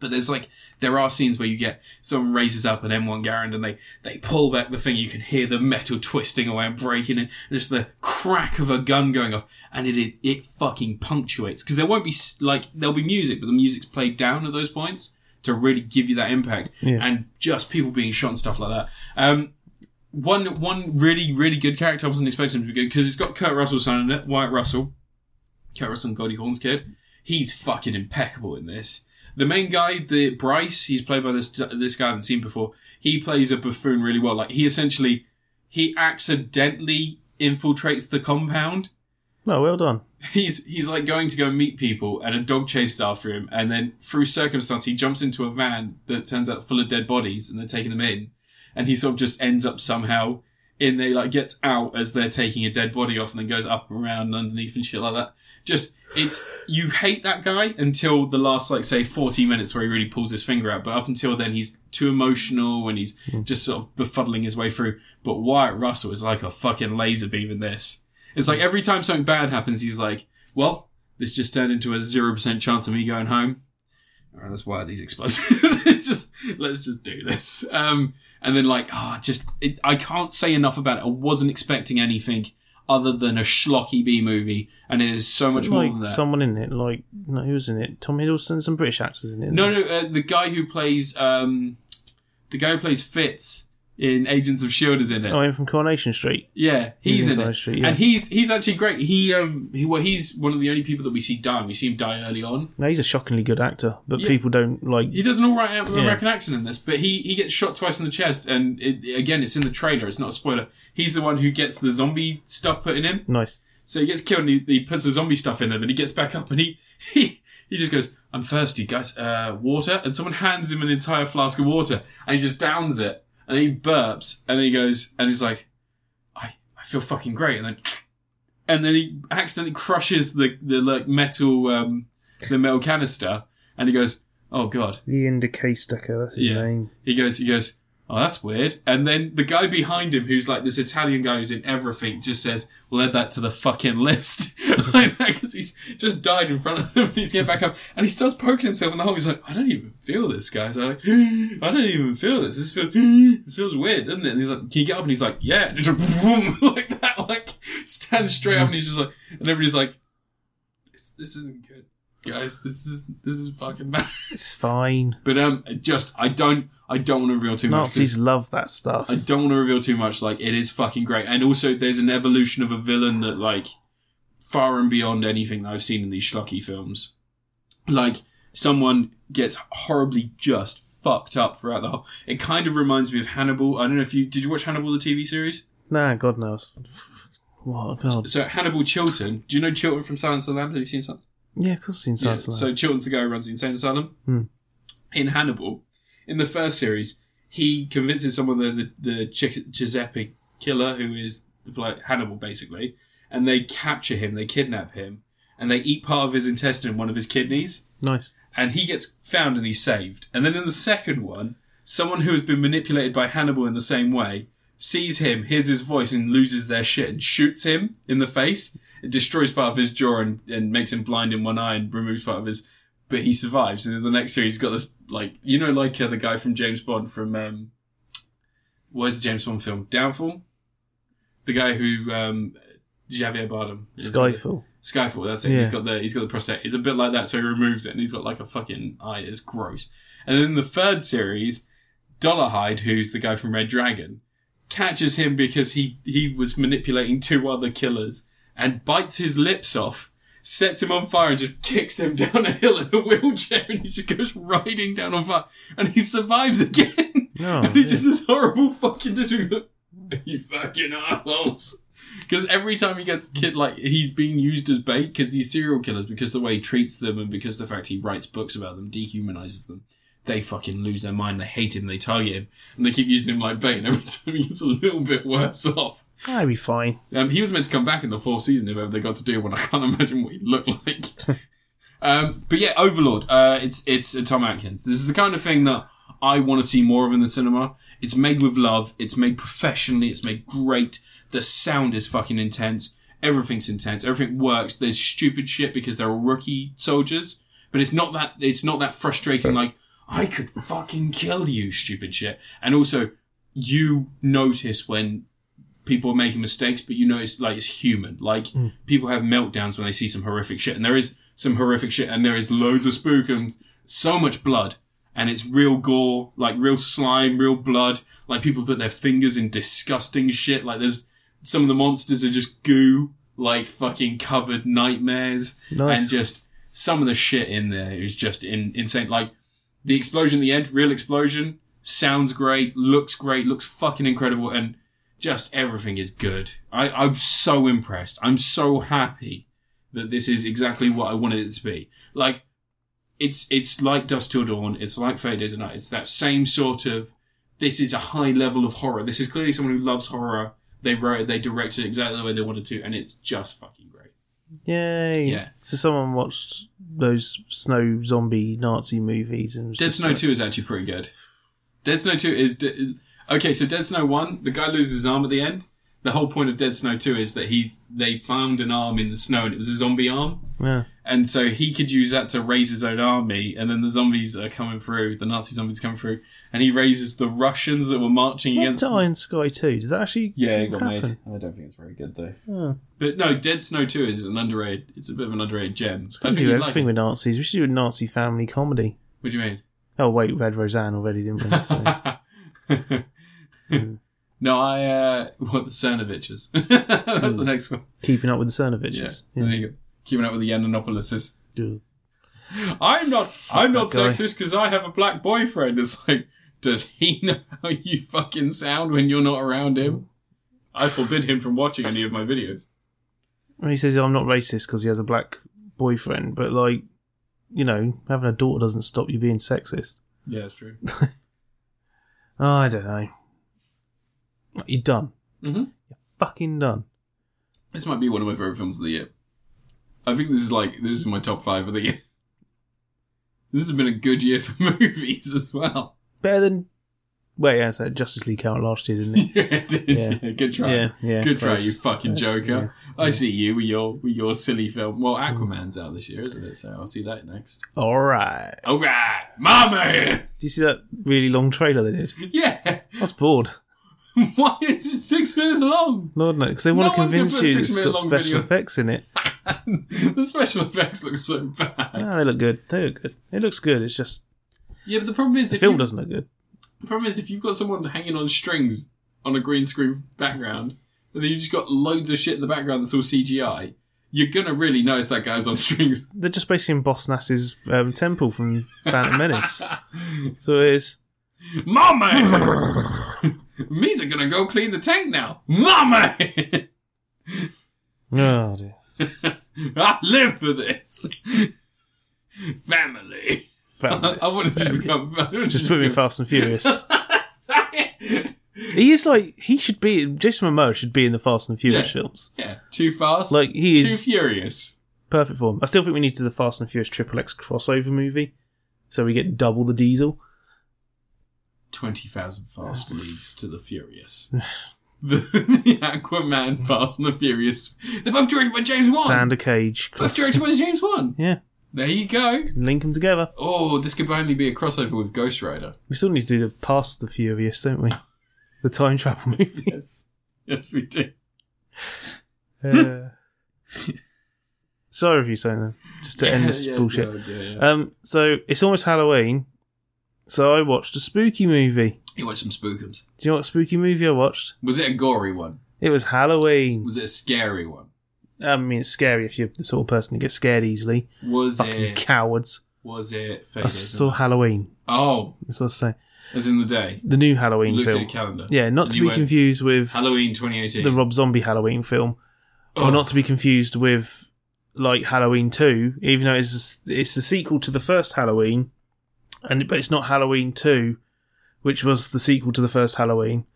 but there's like there are scenes where you get someone raises up an M1 Garand and they they pull back the thing. You can hear the metal twisting away and breaking, and just the crack of a gun going off, and it it, it fucking punctuates because there won't be s- like there'll be music, but the music's played down at those points to really give you that impact, Yeah. and just people being shot and stuff like that. Um, one one really really good character I wasn't expecting him to be good because it's got Kurt Russell's son in it, Wyatt Russell, Kurt Russell and Goldie Hawn's kid. He's fucking impeccable in this. The main guy, the Bryce, he's played by this this guy I haven't seen before. He plays a buffoon really well. Like he essentially he accidentally infiltrates the compound. No, well done. He's he's like going to go meet people, and a dog chases after him. And then through circumstance, he jumps into a van that turns out full of dead bodies, and they're taking them in. And he sort of just ends up somehow in there, like gets out as they're taking a dead body off, and then goes up and around and underneath and shit like that. Just it's you hate that guy until the last like say forty minutes where he really pulls his finger out. But up until then, he's too emotional and he's just sort of befuddling his way through. But Wyatt Russell is like a fucking laser beam in this. It's like every time something bad happens, he's like, well, this just turned into a 0% chance of me going home. All right, let's wire these explosives. [LAUGHS] It's just, let's just do this. Um, and then like, ah, just, it, I can't say enough about it. I wasn't expecting anything other than a schlocky B movie. And it is so much more like than that. someone in it, like no, who was in it? Tom Hiddleston, some British actors in it. no, no, uh, the guy who plays, um, the guy who plays Fitz in Agents of S.H.I.E.L.D. E is in it. I am Oh, from Coronation Street. Yeah, he's, He's in in, it, Broad Street, yeah. and he's he's actually great. He um he, well he's one of the only people that we see die. We see him die early on. No, he's a shockingly good actor, but Yeah. people don't like. He does an all right Am- Yeah. American accent in this, but he he gets shot twice in the chest, and it, again it's in the trailer. It's not a spoiler. He's the one who gets the zombie stuff put in him, Nice. so he gets killed, and he, he puts the zombie stuff in him, and he gets back up, and he [LAUGHS] he. He just goes, I'm thirsty, guys. Uh, water. And someone hands him an entire flask of water and he just downs it and then he burps and then he goes, and he's like, I, I feel fucking great. And then [SNIFFS] and then he accidentally crushes the the like metal um the metal canister and he goes oh god Ian DeKay Stucker, that's his Yeah. name. he goes he goes oh, that's weird. And then the guy behind him, who's like this Italian guy who's in everything, just says, we'll add that to the fucking list. [LAUGHS] like that, because he's just died in front of them. [LAUGHS] He's getting back up. And he starts poking himself in the hole. He's like, I don't even feel this, guys. I'm like, [GASPS] I don't even feel this. This feels, [GASPS] this feels weird, doesn't it? And he's like, can you get up? And he's like, yeah. And just [LAUGHS] like that, like, stands straight up and he's just like, and everybody's like, this, this isn't good. Guys, this is, this is fucking bad. It's fine. But um, just I don't I don't want to reveal too much. 'cause Nazis love that stuff. I don't want to reveal too much. Like it is fucking great, and also there's an evolution of a villain that like far and beyond anything that I've seen in these schlocky films. Like someone gets horribly just fucked up throughout the whole. It kind of reminds me of Hannibal. I don't know if you did you watch Hannibal the TV series. Nah, God knows. What? God. So Hannibal Chilton. Do you know Chilton from Silence of the Lambs? Have you seen Silence? Yeah, of course, it's Yeah, inside so Chilton's the guy who runs the insane asylum. In Hannibal, in the first series, he convinces someone that the the Gi- Giuseppe killer, who is the bloke Hannibal basically, and they capture him, they kidnap him, and they eat part of his intestine, one of his kidneys, Nice. and he gets found and he's saved. And then in the second one, someone who has been manipulated by Hannibal in the same way sees him, hears his voice, and loses their shit and shoots him in the face. It destroys part of his jaw and, and makes him blind in one eye and removes part of his. But he survives. And in the next series, he's got this like you know like uh, the guy from James Bond from um, where's the James Bond film Downfall, the guy who um, Javier Bardem is- Skyfall. Skyfall. That's it. He's Yeah. got the he's got the prosthetic. It's a bit like that, so he removes it, and he's got like a fucking eye. It's gross. And then the third series, Dollarhide, who's the guy from Red Dragon, catches him because he he was manipulating two other killers and bites his lips off. Sets him on fire and just kicks him [LAUGHS] down a hill in a wheelchair, and he just goes riding down on fire, and he survives again. [LAUGHS] Oh, and it's yeah. just this horrible fucking disregard. you fucking assholes. Because every time he gets kid, like he's being used as bait. Because these serial killers, because the way he treats them, and because the fact he writes books about them, dehumanizes them. They fucking lose their mind. They hate him. They target him, and they keep using him like bait. And every [LAUGHS] time he gets a little bit worse off. That'd be fine. Um, he was meant to come back in the fourth season if ever they got to do one. [LAUGHS] I can't imagine what he looked like. um, but yeah, Overlord. Uh, it's it's uh, Tom Atkins. This is the kind of thing that I want to see more of in the cinema. It's made with love. It's made professionally. It's made great. The sound is fucking intense. Everything's intense. Everything works. There's stupid shit because they're all rookie soldiers, but it's not that it's not that frustrating. Like I could fucking kill you, stupid shit. And also, you notice when people are making mistakes, but you know it's like it's human. Like people have meltdowns when they see some horrific shit, and there is some horrific shit, and there is loads of spook and so much blood, and it's real gore, like real slime, real blood. Like people put their fingers in disgusting shit. Like there's some of the monsters are just goo, like fucking covered nightmares, Nice. and just some of the shit in there is just in, insane. Like the explosion at the end, real explosion, sounds great, looks great, looks fucking incredible, and just everything is good. I, I'm so impressed. I'm so happy that this is exactly what I wanted it to be. Like, it's it's like Dust Till Dawn, it's like Fate Days and Night. It's that same sort of this is a high level of horror. This is clearly someone who loves horror. They wrote it, they directed it exactly the way they wanted to, and it's just fucking great. Yay. Yeah. So someone watched those snow zombie Nazi movies and was Dead just Snow like, 2 is actually pretty good. Dead Snow 2 is. De- okay, so Dead Snow 1, the guy loses his arm at the end. The whole point of Dead Snow 2 is that he's they found an arm in the snow and it was a zombie arm. Yeah. And so he could use that to raise his own army. And then the zombies are coming through, the Nazi zombies come through. And he raises the Russians that were marching What against. Iron Sky 2? Did that actually Yeah, it got happen? made. I don't think it's very good though. But no, Dead Snow 2 is an underrated. It's a bit of an underrated gem. It's I going think to do you'd like everything it. with Nazis. We should do a Nazi family comedy. What do you mean? Oh, wait, we had Roseanne already, didn't we? [LAUGHS] So, [LAUGHS] No, I. Uh, [LAUGHS] what? The Cernoviches. [LAUGHS] That's the Hmm. next one. keeping up with the Yeah. Cernoviches. There you go. Keeping up with the Yannanopoulos. Dude. I'm not. I'm not that guy. sexist because I have a black boyfriend. It's like, does he [LAUGHS] know how you fucking sound when you're not around him? I forbid him from watching any of my videos. Well, He says, I'm not racist because he has a black boyfriend, but, like, you know, having a daughter doesn't stop you being sexist. Yeah, it's true. Oh, I don't know. You're done. Mhm. You're fucking done. This might be one of my favorite films of the year. I think this is like this is my top five of the year. [LAUGHS] This has been a good year for [LAUGHS] movies as well. [LAUGHS] Better than Well, yeah, so Justice League came out last [LAUGHS] year, didn't it? yeah, dude, Yeah. yeah, good try. Yeah, yeah, good try, close. you fucking Close, joker. I see you with your with your silly film. Well, Mm. Aquaman's out this year, isn't it? So I'll see that next. All right. All right, mommy. Do you see that really long trailer they did? Yeah. [LAUGHS] I was bored. Why is it six minutes long? Lord knows, because they want No to one's gonna convince put a you it's six-minute got long special video. effects in it. the special effects look so bad. No, Ah, they look good. They look good. It looks good. It's just Yeah, but the problem is the if film you, doesn't look good. the problem is if you've got someone hanging on strings on a green screen background, and then you've just got loads of shit in the background that's all CGI, you're gonna really notice that guy's on [LAUGHS] strings. They're just basically in Boss Nass's um, temple from Phantom [LAUGHS] Menace. So it's Mommy! [LAUGHS] Me's are gonna go clean the tank now. Mommy! oh dear. [LAUGHS] I live for this. [LAUGHS] Family. [LAUGHS] I, Well, I want to just become. I wanna just put me in become- Fast and Furious. [LAUGHS] Sorry. He is like he should be. Jason Momoa should be in the Fast and Furious films. [LAUGHS] yeah, too fast. Like he too is furious. perfect for him. I still think we need to do the Fast and Furious Triple X crossover movie, so we get double the diesel. 20,000 [SIGHS] fast leagues to the furious. [LAUGHS] the, the Aquaman, Fast and the Furious. They're both directed by James Wan. Sander Cage. Both directed by James Wan. Yeah, There you go. link them together. Oh, this could only be a crossover with Ghost Rider. [LAUGHS] We still need to do the Past the Furious, don't we? The time travel [LAUGHS] movie. Yes. Yes, we do. Uh, so review something then, just to end this bullshit. yeah, yeah, yeah. Um, so it's almost Halloween, so I watched a spooky movie. you watched some spookums. Do you know what spooky movie I watched? Was it a gory one? It was Halloween. Was it a scary one? I mean, it's scary if you're the sort of person who gets scared easily. Was Fucking it? cowards. Was it? I saw Sadism? Halloween. Oh, That's what I say. as in the day. The new Halloween Looked at film. the calendar. Yeah, not And to you be went, confused with Halloween 2018. the Rob Zombie Halloween film, Oh. or not to be confused with like Halloween Two, even though it's it's the sequel to the first Halloween, and but it's not Halloween Two, which was the sequel to the first Halloween.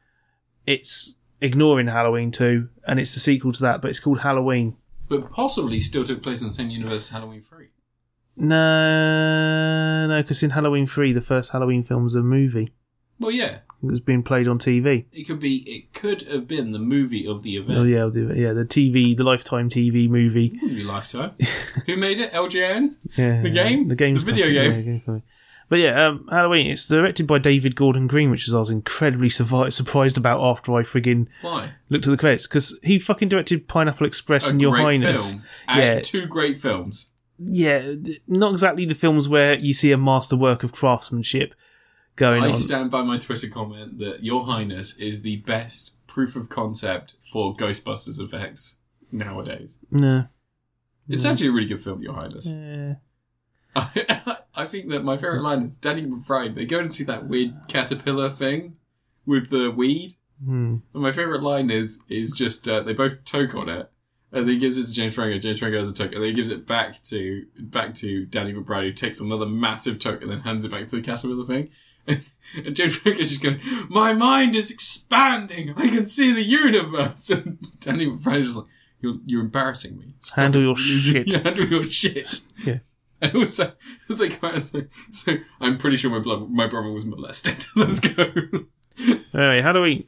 It's ignoring Halloween Two, and it's the sequel to that, but it's called Halloween. but possibly still took place in the same universe as Halloween 3. No, no, because in Halloween Three, the first Halloween film was a movie. Well, yeah. It was being played on TV. It could be. It could have been the movie of the event. Oh yeah, the, yeah, the TV, the Lifetime TV movie. Wouldn't be Lifetime. Who made it? LJN? Yeah, The game? the game, The video game. But yeah, um, Halloween. It's directed by David Gordon Green, which is I was incredibly survi- surprised about after I friggin' Why? looked at the credits because he fucking directed Pineapple Express and Your Highness. film. Yeah. And two great films. Yeah, th- not exactly the films where you see a masterwork of craftsmanship going I on. stand by my Twitter comment that Your Highness is the best proof of concept for Ghostbusters effects nowadays. no, It's actually a really good film, Your Highness. Eh. [LAUGHS] I, think that my favourite line is Danny McBride. They go and see that weird caterpillar thing with the weed. Hmm. And my favourite line is is just uh, they both toke on it. And then he gives it to James Franco. James Franco has a toke, and then he gives it back to back to Danny McBride, who takes another massive toke and then hands it back to the caterpillar thing. [LAUGHS] And, and James Franco's just going, "My mind is expanding. I can see the universe." [LAUGHS] And Danny McBride's just like, "You're you're embarrassing me. Stop handle your you [LAUGHS] shit. handle your shit. [LAUGHS] Yeah. And also, it's like, [LAUGHS] so, so I'm pretty sure my brother, my brother was molested. [LAUGHS] Let's go. Anyway, Halloween.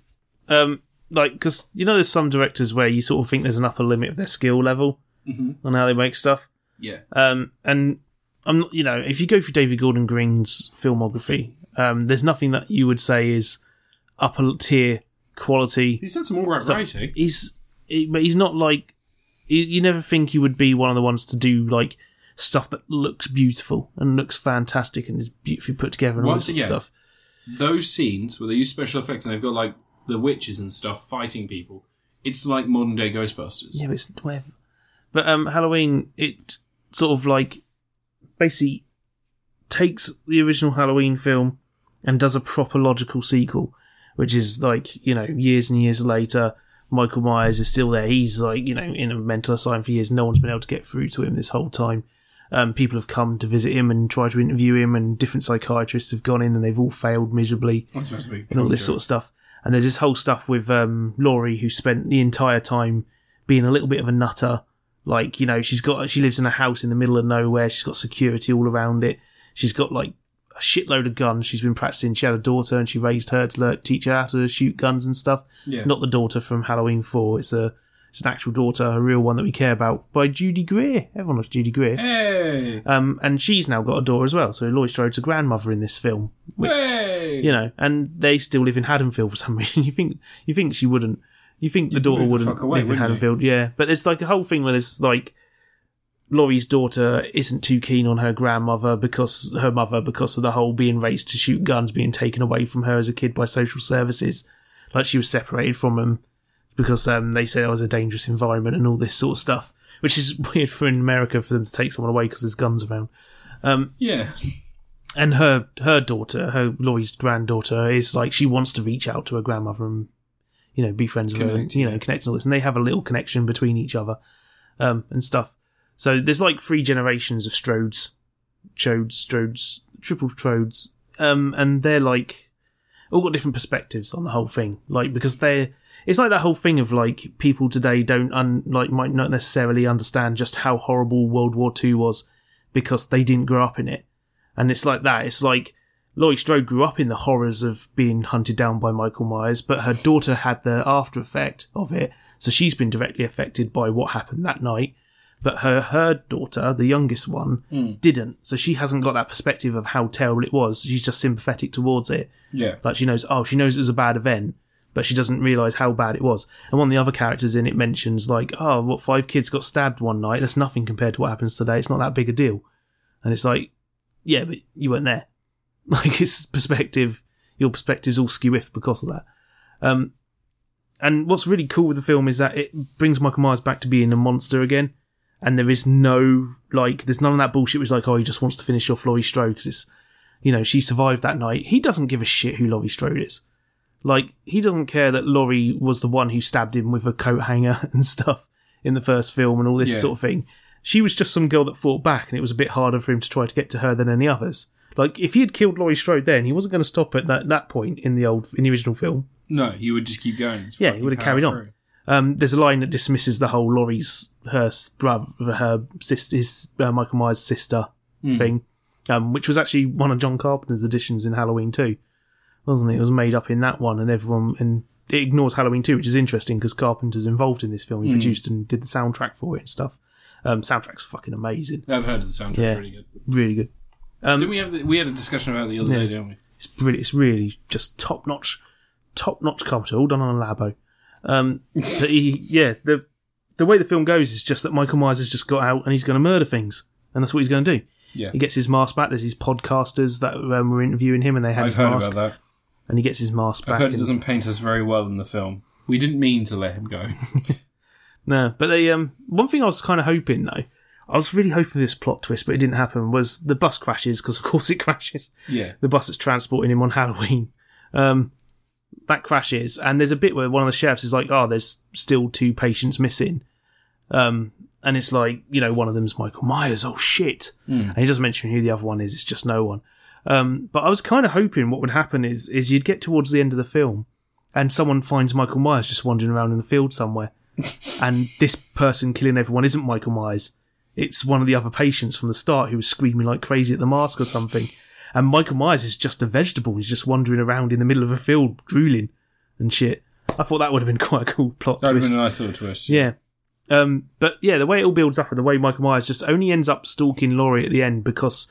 Um, like, because you know, there's some directors where you sort of think there's an upper limit of their skill level Mm-hmm. on how they make stuff. Yeah. Um, and I'm not, you know, if you go through David Gordon Green's filmography, um, there's nothing that you would say is upper tier quality. He said some alright So- writing. He's, he, but he's not like you, you never think he would be one of the ones to do like stuff that looks beautiful and looks fantastic and is beautifully put together and all Once this sort of again, stuff. Those scenes where they use special effects and they've got like the witches and stuff fighting people, it's like modern day Ghostbusters. Yeah, but it's whatever. But um, Halloween, it sort of like basically takes the original Halloween film and does a proper logical sequel, which is like you know years and years later. Michael Myers is still there. He's like you know in a mental asylum for years. No one's been able to get through to him this whole time. Um, people have come to visit him and try to interview him, and different psychiatrists have gone in and they've all failed miserably That's supposed to be and all this sort of stuff. And there's this whole stuff with um, Laurie, who spent the entire time being a little bit of a nutter. Like, you know, she's got she lives in a house in the middle of nowhere. She's got security all around it. She's got like a shitload of guns. She's been practicing. She had a daughter, and she raised her to learn, teach her how to shoot guns and stuff. Yeah. Not the daughter from Halloween Four. It's a it's an actual daughter, a real one that we care about, by Judy Greer. Everyone loves Judy Greer. Hey! Um, and she's now got a daughter as well. So Laurie Strode's a grandmother in this film, which Hey! you know, and they still live in Haddonfield for some [LAUGHS] reason. You think you think she wouldn't? You think the daughter move the wouldn't fuck away, live in wouldn't you? Haddonfield? Yeah, but there's like a whole thing where there's like Laurie's daughter isn't too keen on her grandmother because her mother because of the whole being raised to shoot guns being taken away from her as a kid by social services, like she was separated from them because um, they said it was a dangerous environment and all this sort of stuff, which is [LAUGHS] weird for in America for them to take someone away because there's guns around Yeah. and her her daughter, her Laurie's granddaughter, is like she wants to reach out to her grandmother and you know be friends with her, Connect, you know, connect and all this, and they have a little connection between each other um, and stuff. So there's like three generations of Strodes, Chodes, Strodes, triple Trodes, um, and they're like all got different perspectives on the whole thing, like because they're. It's like that whole thing of like people today don't un, like might not necessarily understand just how horrible World War Two was because they didn't grow up in it. And it's like that. It's like Laurie Strode grew up in the horrors of being hunted down by Michael Myers, but her daughter had the after effect of it, so she's been directly affected by what happened that night. But her her daughter, the youngest one, didn't. So she hasn't got that perspective of how terrible it was. She's just sympathetic towards it. Yeah. Like she knows, oh, she knows it was a bad event, but she doesn't realise how bad it was. And one of the other characters in it mentions like, oh, what five kids got stabbed one night? That's nothing compared to what happens today. It's not that big a deal. And it's like, yeah, but you weren't there. [LAUGHS] Like it's perspective, your perspective's all skewiff because of that. Um, and what's really cool with the film is that it brings Michael Myers back to being a monster again. And there is no, like, there's none of that bullshit. It's like, oh, he just wants to finish off Laurie Strode because it's you know, she survived that night. He doesn't give a shit who Laurie Strode is. Like, he doesn't care that Laurie was the one who stabbed him with a coat hanger [LAUGHS] and stuff in the first film and all this Yeah. sort of thing. She was just some girl that fought back, and it was a bit harder for him to try to get to her than any others. Like, if he had killed Laurie Strode then, he wasn't going to stop at that, that point in the old, in the original film. No, you would just keep going. Just Yeah, fucking he would have power carried on. through. Um, there's a line that dismisses the whole Laurie's her s- brother, her sister, his uh, Michael Myers sister Hmm. thing, um, which was actually one of John Carpenter's editions in Halloween too, wasn't it? It was made up in that one, and everyone and it ignores Halloween too, which is interesting because Carpenter's involved in this film. He Hmm. produced and did the soundtrack for it and stuff. Um, soundtrack's fucking amazing, I've heard of the soundtrack's Yeah. Um, really good. really good. Didn't we have the, we had a discussion about it the other day, didn't we? It's really, it's really just top notch, top notch Carpenter, all done on a labo. [LAUGHS] Um, but he, yeah, the the way the film goes is just that Michael Myers has just got out and he's going to murder things, and that's what he's going to do. Yeah. He gets his mask back. There's his podcasters that um, were interviewing him, and they had I've his heard mask, about that. and he gets his mask I've back. heard it and- doesn't paint us very well in the film. We didn't mean to let him go. [LAUGHS] No, but they um one thing I was kind of hoping though, I was really hoping for this plot twist, but it didn't happen. Was the bus crashes because of course it [LAUGHS] crashes. yeah. the bus that's transporting him on Halloween. Um, that crashes, and there's a bit where one of the sheriffs is like, "Oh, there's still two patients missing," um, and it's like, you know, one of them's Michael Myers. Oh shit! And he doesn't mention who the other one is. It's just no one. Um, but I was kind of hoping what would happen is is you'd get towards the end of the film, and someone finds Michael Myers just wandering around in the [LAUGHS] field somewhere, and this person killing everyone isn't Michael Myers. It's one of the other patients from the start who was screaming like crazy at the mask or something. And Michael Myers is just a vegetable. He's just wandering around in the middle of a field, drooling and shit. I thought that would have been [LAUGHS] quite a cool plot That would have twist. been a nice little twist. Yeah. Um, but yeah, the way it all builds up and the way Michael Myers just only ends up stalking Laurie at the end because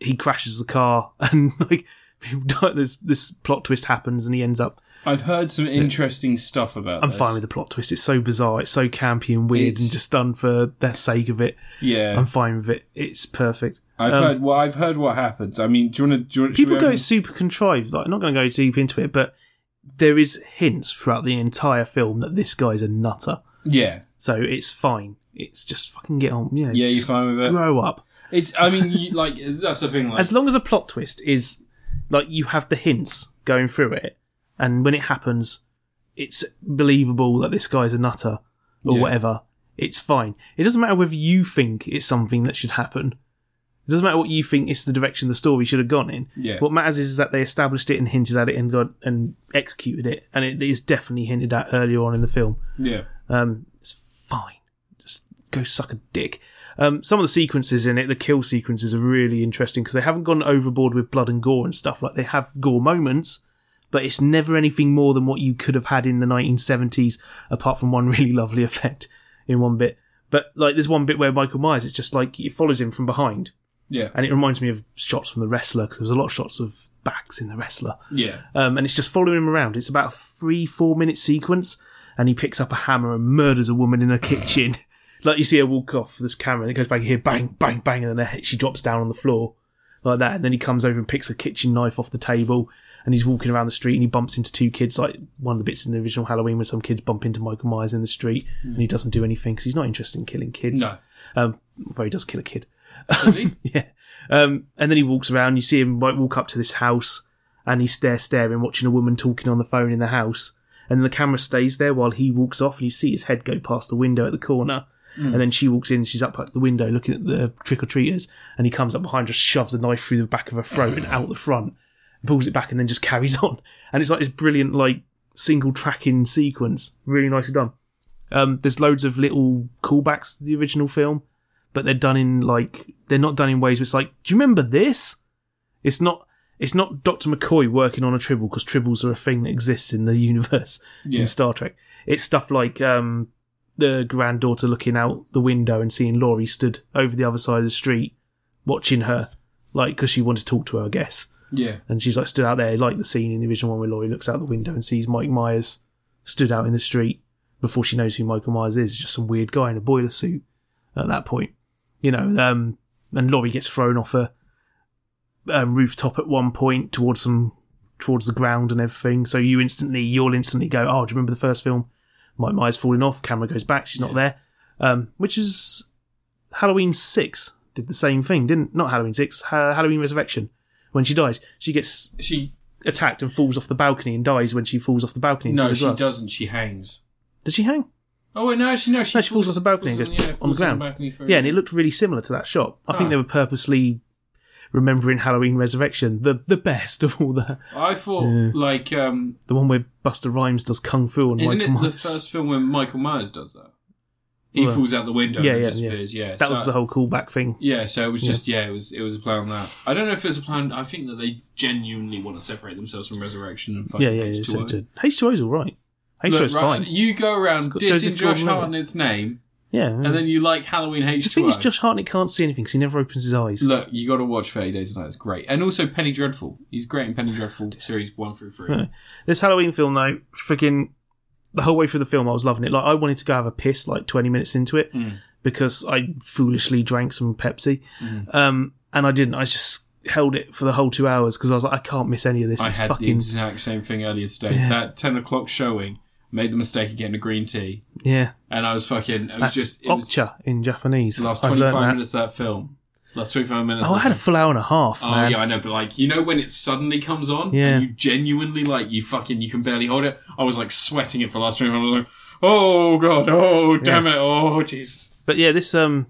he crashes the car [LAUGHS] and like people die- this this plot twist happens and he ends up. I've heard some interesting stuff about I'm this. fine with the plot twist. It's so bizarre. It's so campy and weird It's- and just done for the sake of it. Yeah. I'm fine with it. It's perfect. I've heard well, I've heard what happens. I mean, do you want to? Do you wanna, should People we go open- super contrived. Like, I'm not going to go deep into it, but there is hints throughout the entire film that this guy's a nutter. Yeah, So it's fine. It's just fucking get on. You know, yeah, you're just fine with it. grow up. It's. I mean, you, like that's the thing. Like, as long as a plot twist is like you have the hints going through it, and when it happens, it's believable that this guy's a nutter or Yeah. whatever. It's fine. It doesn't matter whether you think it's something that should happen. It doesn't matter what you think is the direction the story should have gone in. Yeah. What matters is that they established it and hinted at it and got and executed it, and it is definitely hinted at earlier on in the film. yeah, Um, it's fine. Just go suck a dick. Um, some of the sequences in it, the kill sequences, are really interesting because they haven't gone overboard with blood and gore and stuff. Like they have gore moments, but it's never anything more than what you could have had in the 1970s, apart from one [LAUGHS] really lovely effect in one bit. But like there's one bit where Michael Myers, it's just like it follows him from behind, Yeah. and it reminds me of shots from the wrestler because there was a lot of shots of backs in the wrestler Yeah. um, and it's just following him around. It's about a three, four minute sequence, and he picks up a hammer and murders a woman in her kitchen. [LAUGHS] like you see her walk off this camera, and it goes back here, bang, bang, bang, and then her- she drops down on the floor like that. And then he comes over and picks a kitchen knife off the table, and he's walking around the street, and he bumps into two kids. Like one of the bits in the original Halloween, where some kids bump into Michael Myers in the street, and he doesn't do anything because he's not interested in killing kids. No. um, although he does kill a kid. Does [LAUGHS] he? Yeah. Um, and then he walks around. You see him like walk up to this house, and he's there staring, watching a woman talking on the phone in the house. And the camera stays there while he walks off, and you see his head go past the window at the corner. And then she walks in. She's up at the window looking at the trick or treaters, and he comes up behind her, shoves a knife through the back of her throat and out the front, pulls it back, and then just [LAUGHS] carries on. And it's like this brilliant like single tracking sequence, really nicely done. Um, there's loads of little callbacks to the original film but they're done in like they're not done in ways where it's like, do you remember this? It's not it's not Doctor McCoy working on a tribble because tribbles are a thing that exists in the [LAUGHS] universe Yeah. in Star Trek. It's stuff like um, the granddaughter looking out the window and seeing Laurie stood over the other side of the street watching her, like because she wanted to talk to her, I guess. Yeah. And she's like stood out there, like the scene in the original one where Laurie looks out the window and sees Mike Myers stood out in the street before she knows who Michael Myers is. It's just some weird guy in a boiler suit at that point, you know. Um, and Laurie gets thrown off a um, rooftop at one point towards some towards the ground and everything. So you instantly you'll instantly go, oh, do you remember the first film? Mike Myers falling off, camera goes back, she's not there. Um, which is Halloween six did the same thing, didn't? Not Halloween six, ha- Halloween Resurrection. When she dies, she gets She attacked and falls off the balcony and dies when she falls off the balcony. into no, the she glass. doesn't. She hangs. Did she hang? Oh wait, no, actually no. She, No, she falls off the balcony falls and goes yeah, on, the falls ground. balcony for- yeah, and it looked really similar to that shot. I think Oh, Ah. they were purposely remembering Halloween Resurrection, the the best of all the I thought like um, the one where Buster Rhymes does kung fu and isn't it Michael Myers. the first film when Michael Myers does that? He Well, falls out the window yeah, and yeah, disappears. Yeah, that was so- the whole callback thing. Yeah, so it was just yeah, it was it was a play on that. I don't know if it's a plan. I think that they genuinely want to separate themselves from Resurrection and fucking Yeah, yeah, yeah. H2O. H two O's all right. H two Look, O's right, fine. You go around got dissing Joseph Josh Gordon-Levitt. Hartnett's name, Yeah, and then you like Halloween the H2O. thing is, Josh Hartnett can't see anything because he never opens his eyes. Look, you got to watch Thirty Days a Night. It's great, and also Penny Dreadful. He's great in Penny Dreadful series one through three. Right. This Halloween film, though, freaking the whole way through the film, I was loving it. Like, I wanted to go have a piss like 20 minutes into it Mm. because I foolishly drank some Pepsi. Mm. Um, and I didn't. I just held it for the whole two hours because I was like, I can't miss any of this. I it's had fucking. the exact same thing earlier today. That ten o'clock showing made the mistake of getting a green tea, yeah. and I was fucking. It was That's just it was Okcha in Japanese. the last I've twenty learned five that. minutes of that film. Last twenty five minutes. Oh, I of had a that- full hour and a half, Oh man. yeah, I know, but like you know when it suddenly comes on Yeah. and you genuinely like you fucking you can barely hold it. I was like sweating it for the last twenty minutes. I was like, oh god, oh damn it, oh Jesus. But yeah, this um,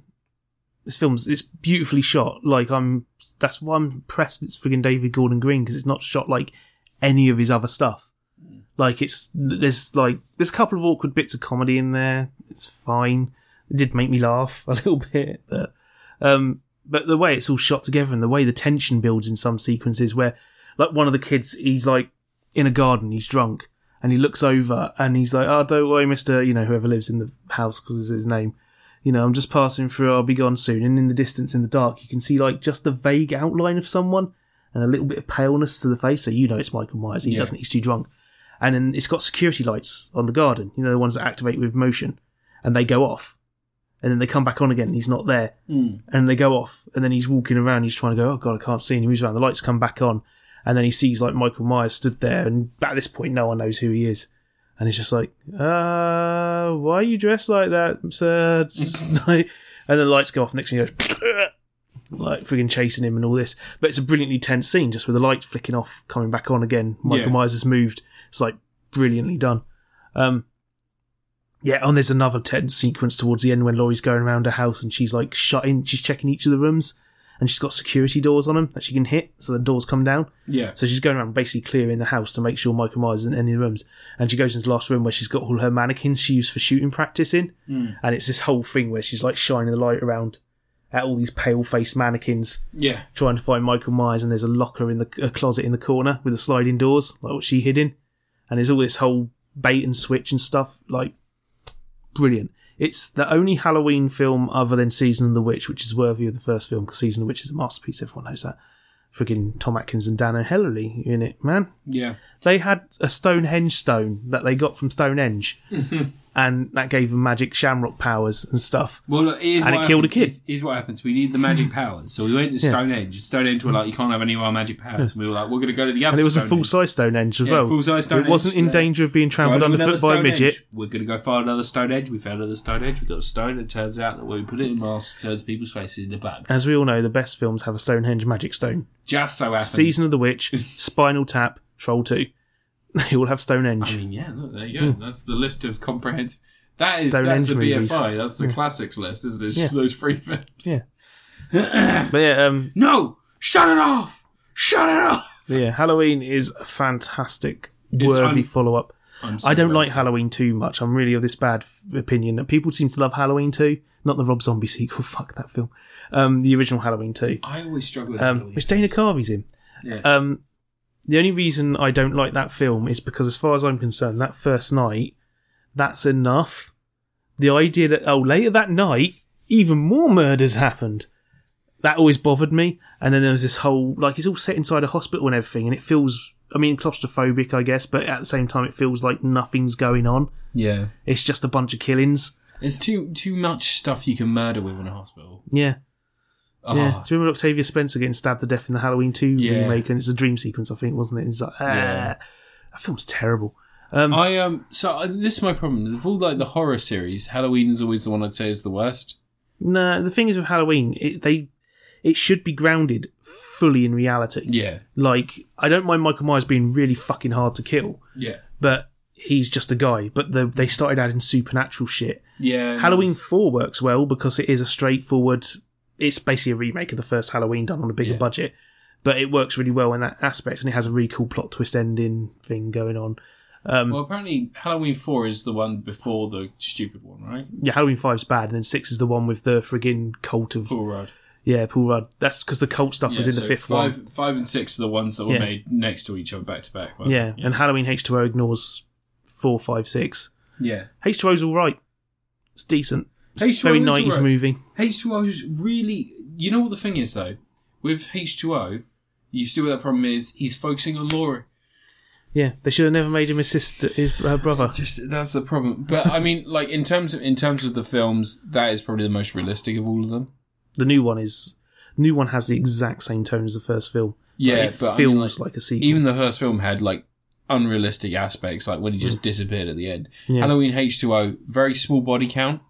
this film's it's beautifully shot. Like I'm, that's why I'm impressed. It's friggin' David Gordon Green because it's not shot like any of his other stuff. Like it's there's like there's a couple of awkward bits of comedy in there. It's fine. It did make me laugh [LAUGHS] a little bit, but um, but the way it's all shot together and the way the tension builds in some sequences where like one of the kids he's like in a garden he's drunk and he looks over and he's like oh don't worry mister you know whoever lives in the house because it's his name you know, I'm just passing through, I'll be gone soon. And in the distance in the dark, you can see like just the vague outline of someone and a little bit of paleness to the face. So you know it's Michael Myers. He Yeah. doesn't, he's too drunk. And then it's got security lights on the garden, you know, the ones that activate with motion and they go off. And then they come back on again and he's not there. And they go off. And then he's walking around. He's trying to go, oh God, I can't see. And he moves around. The lights come back on. And then he sees like Michael Myers stood there. And at this point, no one knows who he is. And he's just like, uh, why are you dressed like that, sir? [LAUGHS] Just like- and then the lights go off. Next thing he goes, [LAUGHS] like frigging chasing him and all this. But it's a brilliantly tense scene, just with the light flicking off, coming back on again. Michael Yeah. Myers has moved. It's like brilliantly done. Um, yeah, oh, and there's another tense sequence towards the end when Laurie's going around her house and she's like shutting, she's checking each of the rooms, and she's got security doors on them that she can hit, so the doors come down. Yeah. So she's going around basically clearing the house to make sure Michael Myers isn't in any of the rooms. And she goes into the last room where she's got all her mannequins she used for shooting practice in. And it's this whole thing where she's like shining the light around at all these pale faced mannequins Yeah. trying to find Michael Myers, and there's a locker in the a closet in the corner with the sliding doors, like what she hid in, and there's all this whole bait and switch and stuff, like brilliant. It's the only Halloween film other than Season of the Witch which is worthy of the first film because Season of the Witch is a masterpiece. Everyone knows that. Friggin' Tom Atkins and Dan O'Hellerly in it, man Yeah. they had a Stonehenge stone that they got from Stonehenge, and that gave them magic shamrock powers and stuff. Well, look, here's And what it killed a happens. kid. Here's, here's what happens. We need the magic powers. So we went to Yeah. Stonehenge. Stonehenge were like, you can't have any of our magic powers. And we were like, we're going to go to the other And it was a Stonehenge. full size Stonehenge as Yeah, well. full-size it wasn't Stonehenge, in yeah. danger of being Go trampled to underfoot another by a Stonehenge. midget. We're going to go find another Stonehenge. We found another Stonehenge. We got a stone. It turns out that when we put it in masks, it turns people's faces into bugs. As we all know, the best films have a Stonehenge magic stone. Just so happens. Season of the Witch, Spinal Tap, Troll 2. [LAUGHS] They all have Stonehenge. I mean, yeah. Look, there you Hmm. go. That's the list of comprehensive. That is Stonehenge that's the BFI. movies. That's the classics list, isn't it? It's just Yeah. those three films. Yeah. but yeah, um, No, shut it off. Shut it off. but yeah, Halloween is a fantastic, It's worthy un- follow up. I'm so I don't like amazed. Halloween too much. I'm really of this bad f- opinion that people seem to love Halloween 2, not the Rob Zombie sequel. [LAUGHS] Fuck that film. Um, the original Halloween 2, I always struggle with um, Halloween. which Dana Carvey's in. Yeah. Um, the only reason I don't like that film is because, as far as I'm concerned, that first night, that's enough. The idea that oh, later that night, even more murders happened. That always bothered me. And then there was this whole like it's all set inside a hospital and everything, and it feels. I mean, claustrophobic, I guess, but at the same time, it feels like nothing's going on. Yeah. It's just a bunch of killings. There's too too much stuff you can murder with in a hospital. Yeah. Oh, yeah. Do you remember Octavia Spencer getting stabbed to death in the Halloween 2 Yeah. remake? And it's a dream sequence, I think, wasn't it? And it's like, ah, Yeah. that film's terrible. I um. So uh, this is my problem. Of all like the horror series, Halloween is always the one I'd say is the worst. No, the thing is with Halloween, it, they it should be grounded fully in reality. Yeah. Like, I don't mind Michael Myers being really fucking hard to kill, Yeah. but he's just a guy. But the, they started adding supernatural shit. Yeah. Halloween 4 works well because it is a straightforward. It's basically a remake of the first Halloween done on a bigger Yeah. budget, but it works really well in that aspect, and it has a really cool plot twist ending thing going on. um, Well, apparently Halloween Four is the one before the stupid one, right? Yeah, Halloween Five's bad, and then six is the one with the friggin' cult of Paul Rudd. yeah Paul Rudd. That's because the cult stuff was in the so fifth five, one. Five and six are the ones that were Yeah. made next to each other, back to back. weren't they? Yeah, and Halloween H two O ignores four, five, six. yeah. H two O's all right. It's decent. It's H2O very is all nineties right. movie. H2O is really. You know what the thing is though, with H2O, you see what that problem is. He's focusing on Laura. Yeah, they should have never made him his sister, his her brother. Just that's the problem. But [LAUGHS] I mean, like in terms of in terms of the films, that is probably the most realistic of all of them. The new one is new one has the exact same tone as the first film. Yeah, it but I mean, feels like, like, a sequel. even the first film had like unrealistic aspects, like when he just disappeared at the end. Mm. Yeah. Halloween H two O, very small body count,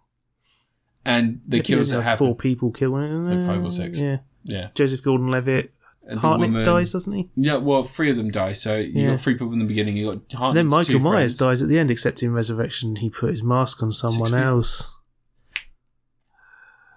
and the It was kills that like happen. four people killing. So five or six. Yeah, Yeah, Joseph Gordon-Levitt. And the Hartnett woman- dies, doesn't he? Yeah, well, three of them die. So you Yeah. got three people in the beginning. You got And Hartnett's then Michael two Myers friends. dies at the end, except in Resurrection, he put his mask on someone people. else.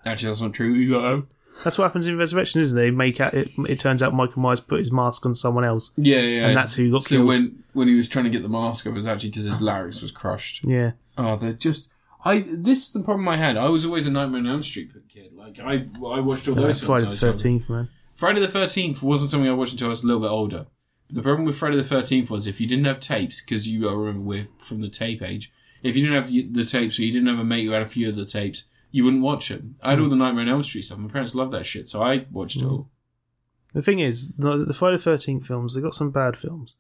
Actually, that's not true. You got um, That's what happens in Resurrection, isn't it? They make out it. It turns out Michael Myers put his mask on someone else. yeah, yeah, And that's who got so killed. when when he was trying to get the mask, it was actually because his larynx was crushed. Yeah, Oh, they're just. I this is the problem I had. I was always a Nightmare on Elm Street kid. Like I, I watched all That's those. films Friday when I the was younger. Thirteenth, man. Friday the Thirteenth wasn't something I watched until I was a little bit older. The problem with Friday the Thirteenth was if you didn't have tapes, because you I remember we're from the tape age. If you didn't have y- the tapes, or you didn't have a mate who had a few of the tapes, you wouldn't watch it. I had all the Nightmare on Elm Street stuff. My parents loved that shit, so I watched it all. Mm. The thing is, the, the Friday the Thirteenth films they got some bad films,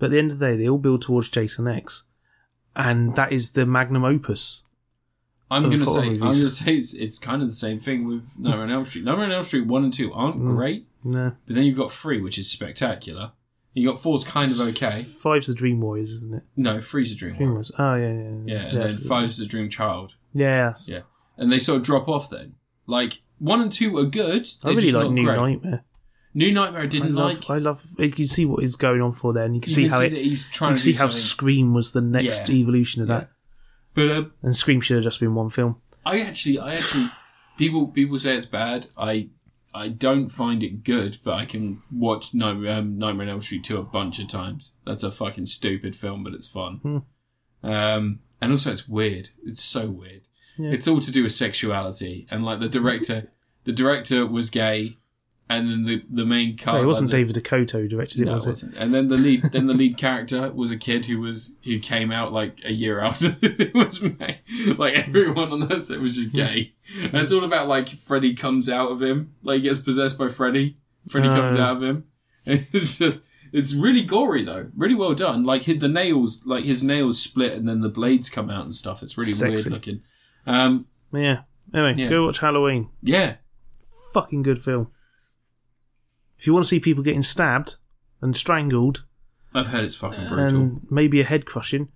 but at the end of the day, they all build towards Jason X, and that is the magnum opus. I'm Oh, gonna horror say, I'm gonna movies. say it's, it's kind of the same thing with [LAUGHS] Nightmare on Elm Street. Nightmare on Elm Street one and two Mm. aren't great, No, but then you've got three, which is spectacular. You got four's kind of okay. Five's the Dream Warriors, isn't it? No, three's a dream. Dream World. Warriors. Oh yeah, yeah, Yeah, and that's then it. five's the dream child. Yeah, that's- Yeah, and they sort of drop off then. Like one and two are good. I they're really just like not New great. Nightmare. New Nightmare I I didn't love, like. I love. You can see what is going on for there, and you can you see can how see it. that You he's trying can to see do how something. Scream was the next Yeah. evolution of Yeah. that, but uh, and Scream should have just been one film. I actually, I actually, people people say it's bad. I I don't find it good, but I can watch Nightmare, um, Nightmare on Elm Street two a bunch of times. That's a fucking stupid film, but it's fun. Hmm. Um, and also, it's weird. It's so weird. It's all to do with sexuality, and like the director. the director was gay, and then the, the main cast. No, it wasn't like David Okoto who directed it, the- Oh, no, was it it? wasn't. And then the lead then the lead character was a kid who was who came out like a year after [LAUGHS] it was made. Like everyone on that set was just gay. And it's all about like Freddy comes out of him, like he gets possessed by Freddy. Freddy comes Oh. out of him. [LAUGHS] And it's just it's really gory though, really well done. Like his, the nails, like his nails split and then the blades come out and stuff. It's really Sexy. weird looking. Um, Yeah. Anyway, Yeah. go watch Halloween. yeah, Fucking good film. If you want to see people getting stabbed and strangled I've heard it's fucking brutal. and maybe a head crushing,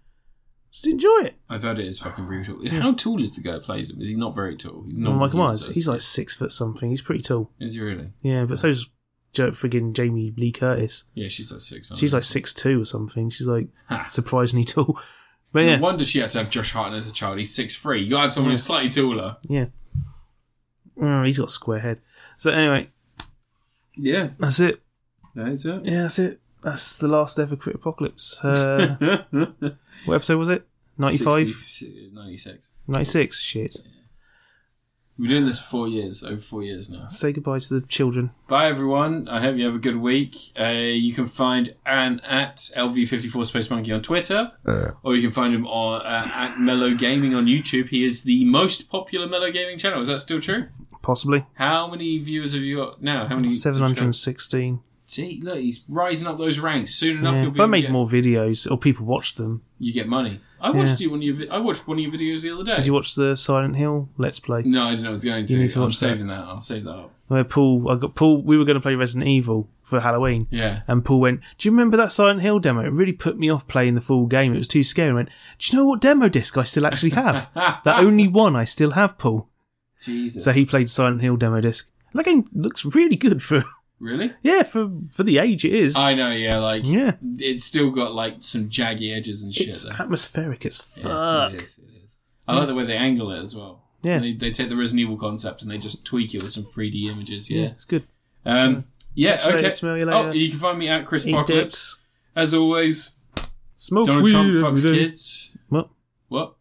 just enjoy it. I've heard it is fucking brutal. How tall is the guy that plays him? Is he not very tall? He's not. Oh, Michael Myers, he's like six foot something. He's pretty tall. Is he really? Yeah, but so's jo- friggin' Jamie Lee Curtis. Oh, Yeah, she's like six. aren't She's they? like six two or something. She's like Ha. surprisingly [LAUGHS] tall. But yeah, No wonder she had to have Josh Hartnett as a child. He's six three. You gotta have someone who's slightly taller. yeah. Oh, he's got a square head. So anyway, Yeah, that's it. that's it. Yeah, that's it. That's the last ever Crit Apocalypse. [LAUGHS] Uh, what episode was it? 95? 96. 96? Shit. We've been doing this for four years, over four years now. Say goodbye to the children. Bye, everyone. I hope you have a good week. Uh, you can find Anne at LV54 Space Monkey on Twitter, or you can find him on uh, at Mellow Gaming on YouTube. He is the most popular Mellow Gaming channel. Is that still true? Possibly. How many viewers have you got now? How many? 716. subscribers? See, look, he's rising up those ranks. Soon enough, Yeah. you'll be If I able to made get- more videos, or people watched them, You get money. I watched you one of your. vi- I watched one of your videos the other day. did you watch the Silent Hill Let's Play? no, I didn't know I was going to. need to I'm watch that. saving that. I'll save that up. Where Paul, I got Paul, we were going to play Resident Evil for Halloween. Yeah. [LAUGHS] And Paul went, Do you remember that Silent Hill demo? It really put me off playing the full game. It was too scary. I went, Do you know what demo disc I still [LAUGHS] actually have? the only one I still have, Paul. Jesus. So he played Silent Hill demo disc. That game looks really good for [LAUGHS] really? yeah for for the age it is. I know. Yeah, like yeah, it's still got like some jaggy edges and shit. it's though. atmospheric as Yeah, fuck. it is, it is. I like the way they angle it as well. Yeah. They, they take the Resident Evil concept and they just tweak it with some 3D images. yeah. Yeah. it's good. Um, yeah, Catch you later, okay. smell you Oh, later. you can find me at Chris Eat Apocalypse. dicks. As always, Smoke Donald weed Trump every fucks day. kids. Well, What?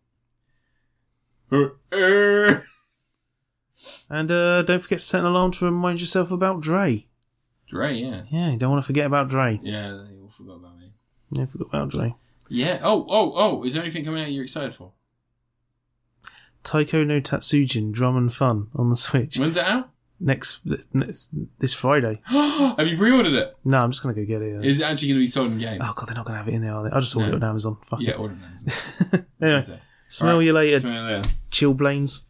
Er, er. and uh, don't forget to set an alarm to remind yourself about Dre. Dre, yeah. Yeah, you don't want to forget about Dre. Yeah, they all forgot about me. Never forget about Dre. Yeah. Oh, oh, oh. Is there anything coming out you're excited for? Taiko no Tatsujin, Drum and Fun on the Switch When's it out? [GASPS] next, next this Friday. Have you pre ordered it? No, I'm just gonna go get it. uh. Is it actually going to be sold in [LAUGHS] game? oh god, they're not gonna have it in there, are they? I'll just order No. [LAUGHS] it on Amazon. Fuck Yeah, it. order it. [LAUGHS] Anyway, smell you later, Smell you later. chill blains.